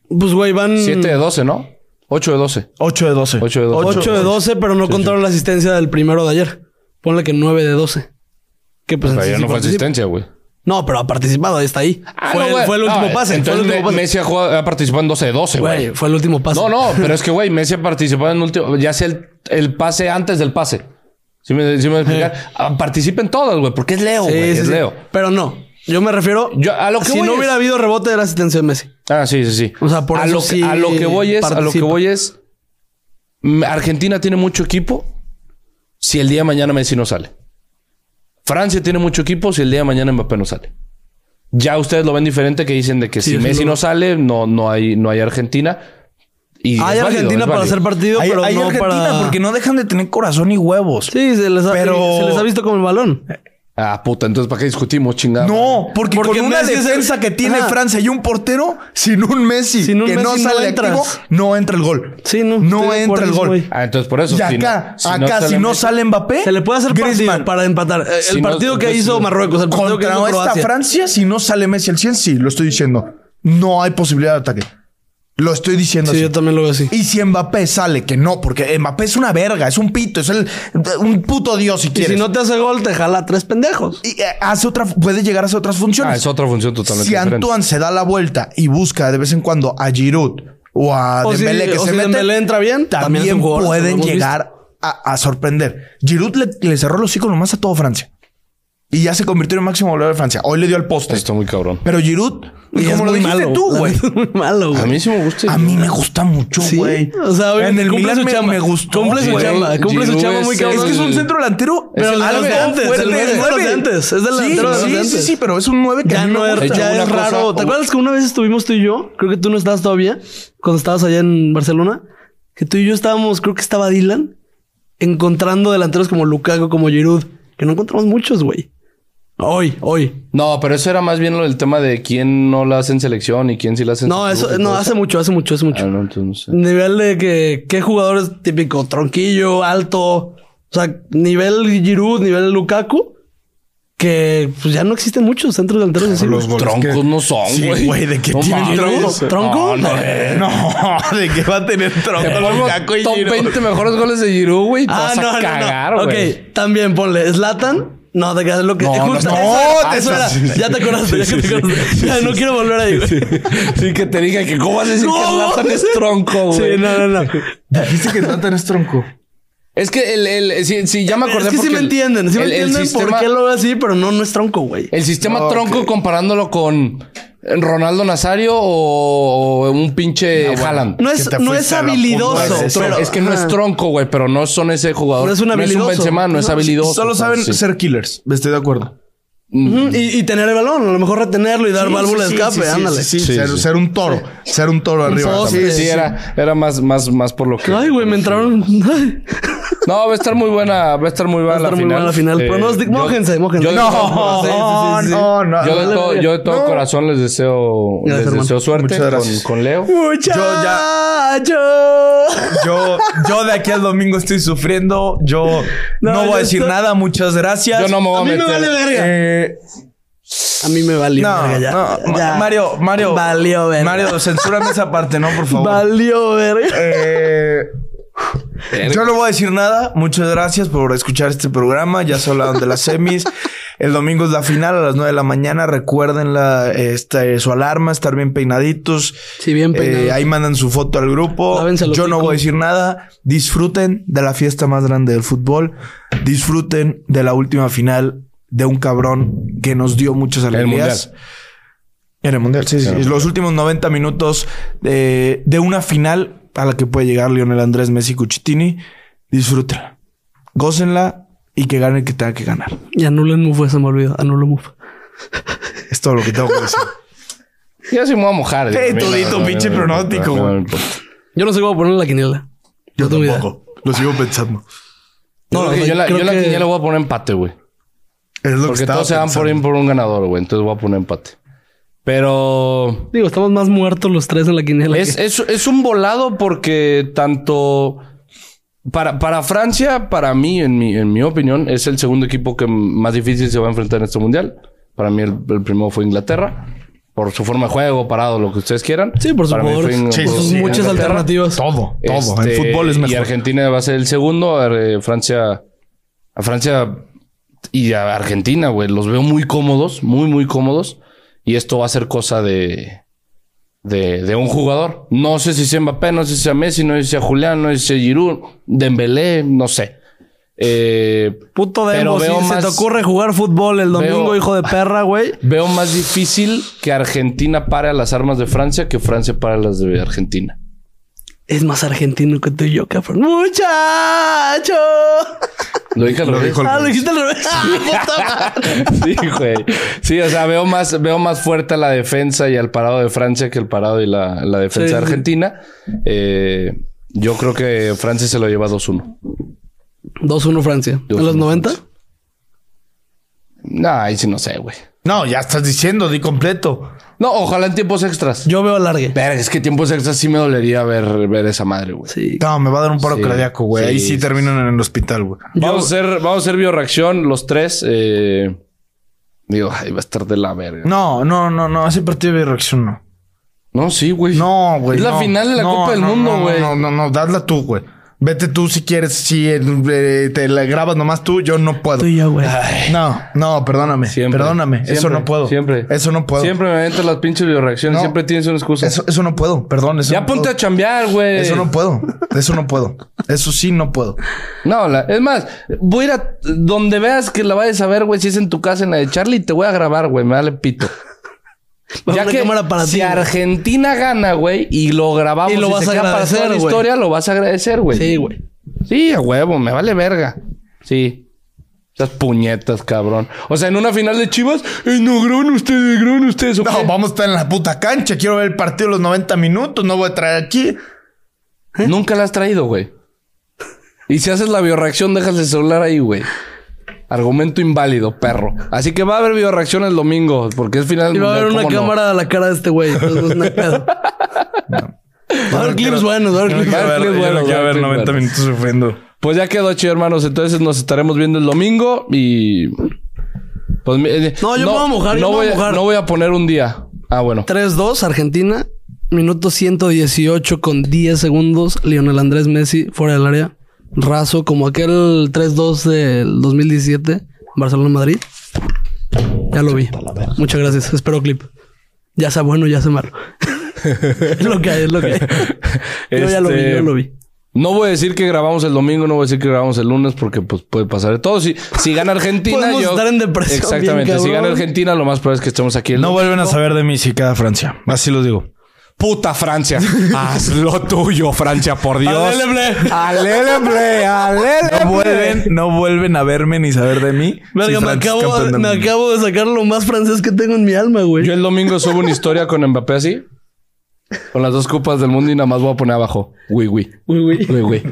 [SPEAKER 4] Pues, güey, van
[SPEAKER 2] 7 de 12, ¿no? 8 de 12.
[SPEAKER 1] 8 de 12.
[SPEAKER 2] 8 de 12.
[SPEAKER 4] 8 de 12, pero no contaron la asistencia del primero de ayer. Ponle que 9 de 12. Que pues
[SPEAKER 2] Pero
[SPEAKER 4] así
[SPEAKER 2] ayer
[SPEAKER 4] sí
[SPEAKER 2] no fue
[SPEAKER 4] participa.
[SPEAKER 2] asistencia, güey.
[SPEAKER 4] No, pero ha participado, ahí está ahí.
[SPEAKER 2] Ah,
[SPEAKER 4] fue,
[SPEAKER 2] no, güey.
[SPEAKER 4] fue el último
[SPEAKER 2] No,
[SPEAKER 4] pase. Fue el
[SPEAKER 2] Entonces
[SPEAKER 4] último
[SPEAKER 2] Me-
[SPEAKER 4] pase.
[SPEAKER 2] Messi ha, jugado- ha participado en 12 de 12, güey.
[SPEAKER 4] Güey, fue el último pase.
[SPEAKER 2] No, no, pero es que, güey, Messi ha participado en último. Ya sea el, el pase antes del pase. Si me, si me voy a explicar. Ah, Participa en todas, güey, porque es Leo,
[SPEAKER 4] Eh. Sí,
[SPEAKER 2] güey.
[SPEAKER 4] sí,
[SPEAKER 2] es
[SPEAKER 4] sí.
[SPEAKER 2] Leo.
[SPEAKER 4] Pero no. Yo me refiero.
[SPEAKER 2] Yo- a lo que
[SPEAKER 4] si
[SPEAKER 2] voy
[SPEAKER 4] no
[SPEAKER 2] es-
[SPEAKER 4] hubiera habido rebote de la asistencia de Messi.
[SPEAKER 2] Ah, sí, sí, sí.
[SPEAKER 4] O sea, por
[SPEAKER 2] a
[SPEAKER 4] eso
[SPEAKER 2] lo, que-
[SPEAKER 4] sí
[SPEAKER 2] a lo que voy es, a lo que
[SPEAKER 4] participa.
[SPEAKER 2] voy es. mm, Argentina tiene mucho equipo. Si el día de mañana Messi no sale. Francia tiene mucho equipo. Si el día de mañana Mbappé no sale. Ya ustedes lo ven diferente que dicen de que
[SPEAKER 4] Sí,
[SPEAKER 2] si
[SPEAKER 4] eso
[SPEAKER 2] Messi
[SPEAKER 4] lo-
[SPEAKER 2] no sale, no, no hay, no hay Argentina. Y
[SPEAKER 4] Hay
[SPEAKER 2] es válido,
[SPEAKER 4] Argentina
[SPEAKER 2] es
[SPEAKER 4] para
[SPEAKER 2] válido.
[SPEAKER 4] hacer partido,
[SPEAKER 1] Hay,
[SPEAKER 4] pero
[SPEAKER 1] hay
[SPEAKER 4] no
[SPEAKER 1] Argentina,
[SPEAKER 4] para.
[SPEAKER 1] porque no dejan de tener corazón y huevos.
[SPEAKER 4] Sí, se les, ha,
[SPEAKER 1] Pero-
[SPEAKER 4] se les ha visto como el balón.
[SPEAKER 2] Ah, puta, entonces ¿para qué discutimos, chingada?
[SPEAKER 1] No, porque,
[SPEAKER 4] Porque
[SPEAKER 1] con una
[SPEAKER 4] Messi es el-
[SPEAKER 1] defensa que tiene
[SPEAKER 4] Ajá.
[SPEAKER 1] Francia y un portero sin un Messi
[SPEAKER 4] Sin un
[SPEAKER 1] que no
[SPEAKER 4] Messi no
[SPEAKER 1] sale
[SPEAKER 4] entras.
[SPEAKER 1] activo, no entra el gol.
[SPEAKER 4] Sí, no, estoy
[SPEAKER 1] No
[SPEAKER 4] de
[SPEAKER 1] entra
[SPEAKER 4] acuerdo,
[SPEAKER 1] el
[SPEAKER 4] güey.
[SPEAKER 1] gol.
[SPEAKER 2] Ah, entonces por
[SPEAKER 1] Y
[SPEAKER 2] eso. si no-
[SPEAKER 1] acá,
[SPEAKER 2] si no
[SPEAKER 1] acá,
[SPEAKER 2] sale
[SPEAKER 1] si no
[SPEAKER 2] Messi-
[SPEAKER 1] sale Mbappé,
[SPEAKER 4] Se le puede hacer partido
[SPEAKER 1] Griezmann.
[SPEAKER 4] para empatar. Eh, El
[SPEAKER 2] Si no-
[SPEAKER 4] partido que
[SPEAKER 2] pues,
[SPEAKER 4] hizo
[SPEAKER 2] sí.
[SPEAKER 4] Marruecos, el partido que
[SPEAKER 1] Contra
[SPEAKER 4] hizo
[SPEAKER 1] esta
[SPEAKER 4] Croacia.
[SPEAKER 1] Francia, si no sale Messi al 100, sí, lo estoy diciendo. No hay posibilidad de ataque. Lo estoy diciendo
[SPEAKER 4] Sí,
[SPEAKER 1] así.
[SPEAKER 4] yo también lo veo así.
[SPEAKER 1] Y si Mbappé sale, que no, porque Mbappé es una verga, es un pito, es el, un puto dios si
[SPEAKER 4] Y
[SPEAKER 1] quieres.
[SPEAKER 4] si no te hace gol, te jala tres pendejos.
[SPEAKER 1] Y, eh, hace otra, puede llegar a hacer otras funciones.
[SPEAKER 2] Ah, es otra función totalmente
[SPEAKER 1] Si
[SPEAKER 2] diferente.
[SPEAKER 1] Antoine se da la vuelta y busca de vez en cuando a Giroud o a
[SPEAKER 4] O si-
[SPEAKER 1] Dembélé que
[SPEAKER 4] o
[SPEAKER 1] se
[SPEAKER 4] si
[SPEAKER 1] mete,
[SPEAKER 4] Dembélé entra bien, también
[SPEAKER 1] también,
[SPEAKER 4] es un jugadorazo, lo
[SPEAKER 1] pueden
[SPEAKER 4] hemos
[SPEAKER 1] llegar a, a sorprender. Giroud le, le cerró los hocico nomás a todo Francia. Y ya se convirtió en el máximo goleador de Francia. Hoy le dio al poste.
[SPEAKER 2] Está muy cabrón.
[SPEAKER 1] Pero Giroud,
[SPEAKER 4] Y es
[SPEAKER 1] como lo
[SPEAKER 4] muy
[SPEAKER 1] dijiste
[SPEAKER 4] malo,
[SPEAKER 1] tú,
[SPEAKER 4] la
[SPEAKER 1] güey.
[SPEAKER 4] neta, es muy malo, güey.
[SPEAKER 2] A mí sí me gusta.
[SPEAKER 1] A mí me gusta mucho,
[SPEAKER 4] Sí.
[SPEAKER 1] güey.
[SPEAKER 4] O sea, obviamente
[SPEAKER 1] en el
[SPEAKER 4] cumple
[SPEAKER 1] Milan
[SPEAKER 4] su
[SPEAKER 1] me,
[SPEAKER 4] chamba.
[SPEAKER 1] me gustó.
[SPEAKER 4] Cumple su
[SPEAKER 1] güey.
[SPEAKER 4] chamba, cumple su
[SPEAKER 2] Giroud
[SPEAKER 4] chamba muy
[SPEAKER 2] es
[SPEAKER 4] cabrón.
[SPEAKER 1] Es que es un centro delantero,
[SPEAKER 4] Pero
[SPEAKER 1] pero
[SPEAKER 4] el
[SPEAKER 1] algo
[SPEAKER 4] de antes,
[SPEAKER 1] fuerte,
[SPEAKER 4] el
[SPEAKER 1] es
[SPEAKER 4] delantero de
[SPEAKER 1] nueve.
[SPEAKER 4] antes, es delantero de
[SPEAKER 1] sí, sí,
[SPEAKER 4] antes.
[SPEAKER 1] sí, sí, pero es un 9 que
[SPEAKER 4] Ya
[SPEAKER 1] a mí
[SPEAKER 4] no
[SPEAKER 1] me
[SPEAKER 4] es,
[SPEAKER 1] gusta.
[SPEAKER 4] ya
[SPEAKER 2] una
[SPEAKER 4] es
[SPEAKER 2] cosa
[SPEAKER 4] raro. ¿Te
[SPEAKER 2] o-
[SPEAKER 4] acuerdas que una vez estuvimos tú y yo? Creo que tú no estabas todavía, cuando estabas allá en Barcelona, que tú y yo estábamos, creo que estaba Dylan, encontrando delanteros como Lukaku, como Giroud, que no encontramos muchos, güey. Hoy, hoy.
[SPEAKER 2] No, pero eso era más bien lo del tema de quién no la hace en selección y quién sí la hace en
[SPEAKER 4] No, eso, no, hace mucho, hace mucho, hace
[SPEAKER 2] Ah,
[SPEAKER 4] mucho.
[SPEAKER 2] no, entonces no sé.
[SPEAKER 4] Nivel de que, ¿qué jugador es típico? Tronquillo, alto. O sea, nivel Giroud, nivel Lukaku, que pues ya no existen muchos centros delanteros así. güey.
[SPEAKER 2] Troncos no son,
[SPEAKER 1] Sí,
[SPEAKER 2] güey.
[SPEAKER 1] güey, ¿de qué
[SPEAKER 2] No
[SPEAKER 1] tienen
[SPEAKER 2] mames.
[SPEAKER 1] troncos?
[SPEAKER 2] No,
[SPEAKER 4] ¿Tronco?
[SPEAKER 2] no,
[SPEAKER 1] No, de que va a tener tronco.
[SPEAKER 2] Te pongo
[SPEAKER 1] Lukaku y
[SPEAKER 2] top
[SPEAKER 1] Giroud.
[SPEAKER 2] 20 mejores goles de Giroud, güey. y Te
[SPEAKER 4] Ah,
[SPEAKER 2] vas
[SPEAKER 4] no,
[SPEAKER 2] a
[SPEAKER 4] no,
[SPEAKER 2] cagar,
[SPEAKER 4] no.
[SPEAKER 2] güey.
[SPEAKER 4] Ok, también ponle Slatan. No, te quedas lo que.
[SPEAKER 2] No, no,
[SPEAKER 4] justo
[SPEAKER 2] no, Ah,
[SPEAKER 4] eso
[SPEAKER 1] te
[SPEAKER 4] era, eso era.
[SPEAKER 1] estás-
[SPEAKER 4] Ya te acordaste, ya te acordaste. Ya no quiero volver ahí. güey.
[SPEAKER 2] Sí que te dije que cómo vas a decir que
[SPEAKER 4] ¿Cómo?
[SPEAKER 2] Zlatan es tronco,
[SPEAKER 4] Sí,
[SPEAKER 2] güey.
[SPEAKER 4] no, no, no.
[SPEAKER 1] Dijiste que no tenés tronco.
[SPEAKER 2] Es que el, el, sí, sí, ya me acordé
[SPEAKER 4] Es que sí
[SPEAKER 2] porque
[SPEAKER 4] me
[SPEAKER 2] el-
[SPEAKER 4] entienden, sí me
[SPEAKER 2] el- el
[SPEAKER 4] entienden por
[SPEAKER 2] sistema-
[SPEAKER 4] qué lo veo así, pero no, no es tronco, güey.
[SPEAKER 2] El sistema tronco comparándolo con Ronaldo Nazario o o un pinche Haaland.
[SPEAKER 4] No
[SPEAKER 1] que
[SPEAKER 4] es,
[SPEAKER 1] te
[SPEAKER 4] no
[SPEAKER 1] fuiste
[SPEAKER 4] es
[SPEAKER 1] a la
[SPEAKER 4] habilidoso.
[SPEAKER 1] punta de
[SPEAKER 2] Es,
[SPEAKER 1] eso.
[SPEAKER 4] pero-
[SPEAKER 2] es que no es
[SPEAKER 4] Ajá.
[SPEAKER 2] tronco, güey, pero no son ese jugador.
[SPEAKER 4] No es un habilidoso.
[SPEAKER 2] No es un Benzema, no es habilidoso.
[SPEAKER 1] Solo saben
[SPEAKER 2] Sí.
[SPEAKER 1] Ah, ser killers. Estoy de acuerdo.
[SPEAKER 4] Ujú, Y, y tener el balón, a lo mejor retenerlo y dar válvula de escape, ándale.
[SPEAKER 1] Sí,
[SPEAKER 2] Sí,
[SPEAKER 1] ser,
[SPEAKER 2] sí.
[SPEAKER 1] ser un toro. Ser un toro arriba.
[SPEAKER 2] Sí, sí, era, era más, más, más por lo que.
[SPEAKER 4] Ay, güey, me entraron. ay.
[SPEAKER 2] No, va a estar muy buena, va a estar muy buena
[SPEAKER 4] Va a estar
[SPEAKER 2] la
[SPEAKER 4] muy
[SPEAKER 2] final. eh,
[SPEAKER 4] buena la final. Pronóstico,
[SPEAKER 2] yo-
[SPEAKER 4] mójense, mójense.
[SPEAKER 2] yo de
[SPEAKER 4] No,
[SPEAKER 2] todo-
[SPEAKER 4] sí, sí, sí, sí.
[SPEAKER 1] no, no.
[SPEAKER 2] Yo de todo, yo de todo corazón les deseo,
[SPEAKER 4] Gracias,
[SPEAKER 2] les
[SPEAKER 4] hermano.
[SPEAKER 2] deseo suerte
[SPEAKER 1] Muchas
[SPEAKER 2] con,
[SPEAKER 1] gracias.
[SPEAKER 2] con Leo.
[SPEAKER 4] Muchacho.
[SPEAKER 1] Yo, yo de aquí al domingo estoy sufriendo. Yo
[SPEAKER 4] No,
[SPEAKER 1] no,
[SPEAKER 4] yo
[SPEAKER 1] voy a decir
[SPEAKER 4] estoy-
[SPEAKER 1] nada. Muchas gracias.
[SPEAKER 2] Yo no me voy a A mí me meter. vale
[SPEAKER 1] verga.
[SPEAKER 4] A mí me valió.
[SPEAKER 1] no,
[SPEAKER 4] verga ya.
[SPEAKER 1] no,
[SPEAKER 4] Ya.
[SPEAKER 1] Mario, Mario.
[SPEAKER 4] Valió verga.
[SPEAKER 1] Mario, censúrame esa parte, ¿no? Por favor.
[SPEAKER 4] Valió verga.
[SPEAKER 1] Eh, yo no voy a decir nada. Muchas gracias por escuchar este programa. Ya se hablaron de las semis. El domingo es la final a las 9 de la mañana. Recuerden la, este, su alarma, estar bien peinaditos.
[SPEAKER 4] Sí, bien peinados.
[SPEAKER 1] Eh, ahí mandan su foto al grupo.
[SPEAKER 4] Lávense el
[SPEAKER 1] Yo no
[SPEAKER 4] hocico.
[SPEAKER 1] voy a decir nada. Disfruten de la fiesta más grande del fútbol. Disfruten de la última final de un cabrón que nos dio muchas
[SPEAKER 2] El
[SPEAKER 1] alegrías.
[SPEAKER 2] mundial.
[SPEAKER 1] En el Mundial, sí, sí. Los últimos 90 minutos de, de una final a la que puede llegar Lionel Andrés Messi Cuchitini. Disfrútenla. Gócenla y que gane el que tenga que ganar.
[SPEAKER 4] Y anulen Mufo, se me olvidó. Anulen Mufo.
[SPEAKER 1] Es todo lo que tengo que decir.
[SPEAKER 2] Yo sí me voy a mojar.
[SPEAKER 5] Eh,
[SPEAKER 2] digo,
[SPEAKER 5] tú
[SPEAKER 2] a mí
[SPEAKER 5] di tu pinche
[SPEAKER 2] me
[SPEAKER 5] pronóstico,
[SPEAKER 2] importa,
[SPEAKER 5] güey.
[SPEAKER 2] me importa.
[SPEAKER 4] Yo no sé cómo poner la quiniela.
[SPEAKER 8] Yo
[SPEAKER 4] No tengo idea.
[SPEAKER 8] tampoco. Lo sigo pensando.
[SPEAKER 4] No,
[SPEAKER 2] Yo creo que
[SPEAKER 4] o sea,
[SPEAKER 2] yo la,
[SPEAKER 4] creo
[SPEAKER 2] yo la
[SPEAKER 4] que-
[SPEAKER 2] quiniela voy a poner empate, güey.
[SPEAKER 8] Es lo que
[SPEAKER 2] Porque
[SPEAKER 8] estaba
[SPEAKER 2] todos se van por,
[SPEAKER 8] pensando.
[SPEAKER 2] un- por un ganador, güey. Entonces voy a poner empate. Pero
[SPEAKER 4] Digo, estamos más muertos los tres en la quiniela.
[SPEAKER 2] es,
[SPEAKER 4] que-
[SPEAKER 2] es, es un volado porque tanto para, para Francia, para mí, en mi, en mi opinión, es el segundo equipo que más difícil se va a enfrentar en este mundial. Para mí, el, el primero fue Inglaterra. Por su forma de juego, parado, lo que ustedes quieran.
[SPEAKER 4] Sí, por
[SPEAKER 2] Para mí
[SPEAKER 4] supuesto.
[SPEAKER 2] fue Ing-
[SPEAKER 8] Sí,
[SPEAKER 4] Por sus
[SPEAKER 8] sí,
[SPEAKER 4] muchas
[SPEAKER 8] Inglaterra.
[SPEAKER 4] alternativas.
[SPEAKER 8] Todo, todo. el
[SPEAKER 2] Este,
[SPEAKER 8] fútbol es
[SPEAKER 2] Y
[SPEAKER 8] mejor.
[SPEAKER 2] Argentina va a ser el segundo. a ver, eh, Francia. A Francia y a Argentina, güey. Los veo muy cómodos, muy, muy cómodos. Y esto va a ser cosa de. De, de un jugador. No sé si sea Mbappé, no sé si sea Messi, no sé si sea Julián, no sé si sea Giroud, Dembélé, no sé. Eh,
[SPEAKER 3] Puto
[SPEAKER 2] Pero
[SPEAKER 3] Demo, si
[SPEAKER 2] veo
[SPEAKER 3] se
[SPEAKER 2] más-
[SPEAKER 3] te ocurre jugar fútbol el domingo,
[SPEAKER 2] Veo-
[SPEAKER 3] hijo de perra, güey.
[SPEAKER 2] veo más difícil que Argentina pare a las armas de Francia que Francia para las de Argentina.
[SPEAKER 4] Es más argentino que tú y yo, cabrón. ¡Muchacho!
[SPEAKER 2] Lo dije al
[SPEAKER 8] Lo
[SPEAKER 2] revés.
[SPEAKER 8] dijo el
[SPEAKER 4] Ah, lo
[SPEAKER 8] Luis.
[SPEAKER 4] dijiste al revés.
[SPEAKER 2] Sí, güey. Sí, o sea, veo más, veo más fuerte a la defensa y al parado de Francia que el parado y la, la defensa
[SPEAKER 4] Sí,
[SPEAKER 2] de
[SPEAKER 4] sí.
[SPEAKER 2] Argentina. Eh, yo creo que Francia se lo lleva 2-1.
[SPEAKER 4] 2-1 Francia. ¿En
[SPEAKER 2] 2-1
[SPEAKER 4] los 90?
[SPEAKER 2] Nah, ahí sí no sé, güey.
[SPEAKER 8] No, ya estás diciendo, di completo.
[SPEAKER 2] No, ojalá en tiempos extras.
[SPEAKER 4] Yo veo largue.
[SPEAKER 2] Verga, es que tiempos extras sí me dolería ver, ver esa madre, güey.
[SPEAKER 4] Sí.
[SPEAKER 8] No, me va a dar un paro
[SPEAKER 2] Sí,
[SPEAKER 8] cardíaco, güey. Ahí
[SPEAKER 2] sí,
[SPEAKER 8] sí
[SPEAKER 2] sí.
[SPEAKER 8] terminan en el hospital, güey.
[SPEAKER 2] Vamos a hacer, vamos a hacer bioreacción los tres. eh, digo, ahí va a estar de la verga. No,
[SPEAKER 8] No, no, no, no. Ese partido de reacción no.
[SPEAKER 2] sí, güey.
[SPEAKER 8] No, güey.
[SPEAKER 2] Es la
[SPEAKER 8] no.
[SPEAKER 2] final de la
[SPEAKER 8] No,
[SPEAKER 2] Copa del
[SPEAKER 8] no,
[SPEAKER 2] Mundo,
[SPEAKER 8] no,
[SPEAKER 2] güey.
[SPEAKER 8] No, no, no, dadla tú, güey. Vete tú si quieres, si eh, te la grabas nomás tú, yo no puedo.
[SPEAKER 4] Tú y yo, güey.
[SPEAKER 8] No, no, perdóname.
[SPEAKER 2] Siempre.
[SPEAKER 8] perdóname. eso
[SPEAKER 2] Siempre.
[SPEAKER 8] no puedo.
[SPEAKER 2] Siempre.
[SPEAKER 8] Eso no puedo.
[SPEAKER 2] Siempre me aventas las pinches bioreacciones.
[SPEAKER 8] No.
[SPEAKER 2] Siempre tienes una excusa.
[SPEAKER 8] Eso, eso no puedo, perdón. Eso
[SPEAKER 2] ya
[SPEAKER 8] no
[SPEAKER 2] ponte
[SPEAKER 8] puedo.
[SPEAKER 2] a chambear, güey.
[SPEAKER 8] Eso no puedo. Eso no puedo. Eso sí no puedo.
[SPEAKER 2] No, la- es más, voy a ir a donde veas que la vayas a ver, güey. Si es en tu casa, en la de Charlie, te voy a grabar, güey. Me vale pito.
[SPEAKER 4] Vamos a
[SPEAKER 2] Ya
[SPEAKER 4] una
[SPEAKER 2] que
[SPEAKER 4] cámara para
[SPEAKER 2] si
[SPEAKER 4] ti. güey.
[SPEAKER 2] Argentina gana, güey, y lo grabamos
[SPEAKER 4] Y lo
[SPEAKER 2] y
[SPEAKER 4] vas
[SPEAKER 2] se
[SPEAKER 4] a
[SPEAKER 2] queda para
[SPEAKER 4] agradecer,
[SPEAKER 2] toda la
[SPEAKER 4] güey.
[SPEAKER 2] historia, lo vas a agradecer, güey.
[SPEAKER 4] Sí, güey.
[SPEAKER 2] Sí, a huevo, me vale verga. Sí. Esas puñetas, cabrón. O sea, en una final de Chivas, eh, no graban ustedes, graban ustedes. ¿o
[SPEAKER 8] No,
[SPEAKER 2] qué?
[SPEAKER 8] vamos a estar en la puta cancha. Quiero ver el partido los 90 minutos. No voy a traer aquí.
[SPEAKER 4] ¿Eh?
[SPEAKER 2] Nunca la has traído, güey. Y si haces la bioreacción, dejas el celular ahí, güey. Argumento inválido, perro. Así que va a haber bioreacción el domingo, porque es final
[SPEAKER 4] Y
[SPEAKER 2] del
[SPEAKER 4] va a haber
[SPEAKER 2] mundial,
[SPEAKER 4] una
[SPEAKER 2] ¿cómo no?
[SPEAKER 4] cámara a la cara de este güey. Entonces, no hay pedo. Va a haber clips buenos, va a haber clips
[SPEAKER 2] quiero
[SPEAKER 4] buenos.
[SPEAKER 2] ver, yo no quiero ver 90
[SPEAKER 8] minutos sufriendo.
[SPEAKER 2] Pues ya quedó chido, hermanos. Entonces nos estaremos viendo el domingo y. Pues, mi- eh,
[SPEAKER 4] No, yo me voy a mojar, yo
[SPEAKER 2] no
[SPEAKER 4] me voy a mojar.
[SPEAKER 2] No voy a poner un día. Ah, bueno.
[SPEAKER 4] 3-2, Argentina. Minuto 118 con 10 segundos. Lionel Andrés Messi fuera del área. Raso, como aquel 3-2 del 2017. Barcelona-Madrid. Ya lo vi. Muchas gracias. Espero clip. Ya sea bueno, ya sea malo. es lo que hay, es lo que hay. Yo ya lo vi,
[SPEAKER 2] Este,
[SPEAKER 4] yo lo vi.
[SPEAKER 2] No voy a decir que grabamos el domingo, no voy a decir que grabamos el lunes porque pues puede pasar de todo. Si, si gana Argentina,
[SPEAKER 4] Podemos
[SPEAKER 2] yo
[SPEAKER 4] estar en depresión
[SPEAKER 2] Exactamente.
[SPEAKER 4] bien
[SPEAKER 2] si gana
[SPEAKER 4] cabrón.
[SPEAKER 2] Argentina, lo más probable es que estemos aquí. el
[SPEAKER 8] No
[SPEAKER 2] lunes.
[SPEAKER 8] vuelven a saber de mí si queda Francia. Así lo digo.
[SPEAKER 2] Puta Francia. Haz lo tuyo, Francia, por Dios.
[SPEAKER 5] Aleleble, aleleble. No vuelven, no vuelven a verme ni saber de mí.
[SPEAKER 4] Verga,
[SPEAKER 5] si
[SPEAKER 4] me,
[SPEAKER 5] Francia es
[SPEAKER 4] acabo,
[SPEAKER 5] campeón del
[SPEAKER 4] me
[SPEAKER 5] mundo.
[SPEAKER 4] acabo de sacar lo más francés que tengo en mi alma, güey.
[SPEAKER 2] Yo el domingo subo una historia con Mbappé así. Con las dos copas del mundo y nada más voy a poner abajo. Uy, uy.
[SPEAKER 4] Uy, güey.
[SPEAKER 2] Uy, uy.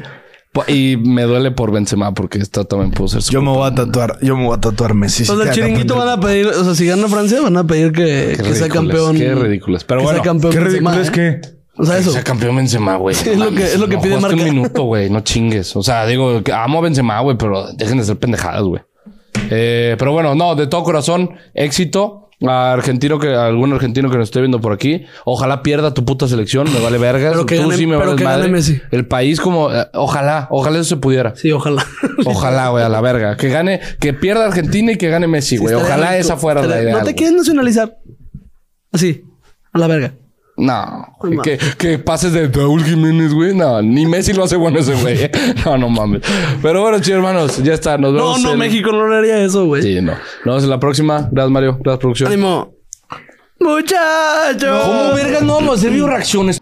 [SPEAKER 2] Po- Y me duele por Benzema porque esta también pudo ser su
[SPEAKER 8] Yo me
[SPEAKER 2] copa.
[SPEAKER 8] voy a tatuar. Yo me voy a tatuar Messi.
[SPEAKER 4] O sea, el chiringuito van a pedir, o sea, si gana Francia, van a pedir que, que sea
[SPEAKER 2] ridículas,
[SPEAKER 4] campeón.
[SPEAKER 2] Qué ridículas. Pero
[SPEAKER 4] que sea
[SPEAKER 2] bueno.
[SPEAKER 4] campeón
[SPEAKER 8] Qué
[SPEAKER 4] Benzema,
[SPEAKER 8] ridículo es
[SPEAKER 4] ¿eh?
[SPEAKER 8] que.
[SPEAKER 4] O sea,
[SPEAKER 2] Que
[SPEAKER 4] eso.
[SPEAKER 2] sea campeón Benzema, güey.
[SPEAKER 4] es lo que- es lo que
[SPEAKER 2] No
[SPEAKER 4] pide
[SPEAKER 2] jugaste
[SPEAKER 4] marca.
[SPEAKER 2] un minuto, güey. No chingues. O sea, digo, que amo a Benzema, güey, pero dejen de ser pendejadas, güey. Eh, pero bueno, no, de todo corazón, éxito. A argentino que, a algún argentino que nos esté viendo por aquí. Ojalá pierda tu puta selección. Me vale vergas.
[SPEAKER 4] Pero que
[SPEAKER 2] Tú
[SPEAKER 4] gane-
[SPEAKER 2] sí me
[SPEAKER 4] pero
[SPEAKER 2] vales
[SPEAKER 4] que gane
[SPEAKER 2] madre.
[SPEAKER 4] Messi.
[SPEAKER 2] El país como... eh, ojalá, ojalá eso se pudiera.
[SPEAKER 4] Sí, ojalá.
[SPEAKER 2] Ojalá, güey, a la verga. Que gane, que pierda Argentina y que gane Messi, güey.
[SPEAKER 4] Estaría
[SPEAKER 2] Ojalá
[SPEAKER 4] rico.
[SPEAKER 2] esa fuera la
[SPEAKER 4] Estaría-
[SPEAKER 2] idea.
[SPEAKER 4] No te
[SPEAKER 2] güey.
[SPEAKER 4] quieres nacionalizar. Así. A la verga.
[SPEAKER 2] No, güey,
[SPEAKER 4] No.
[SPEAKER 2] que, que pases de Raúl Jiménez, güey. No, ni Messi lo hace bueno ese güey. ¿eh? No, no mames. Pero bueno, chicos, hermanos, ya está. Nos
[SPEAKER 4] No,
[SPEAKER 2] vemos.
[SPEAKER 4] no,
[SPEAKER 2] en-
[SPEAKER 4] México no le haría eso, güey.
[SPEAKER 2] Sí, no. Nos vemos en la próxima. Gracias, Mario. Gracias, producción.
[SPEAKER 4] Ánimo. Muchachos.
[SPEAKER 2] ¿Cómo vergas no vamos a hacer bioreacciones?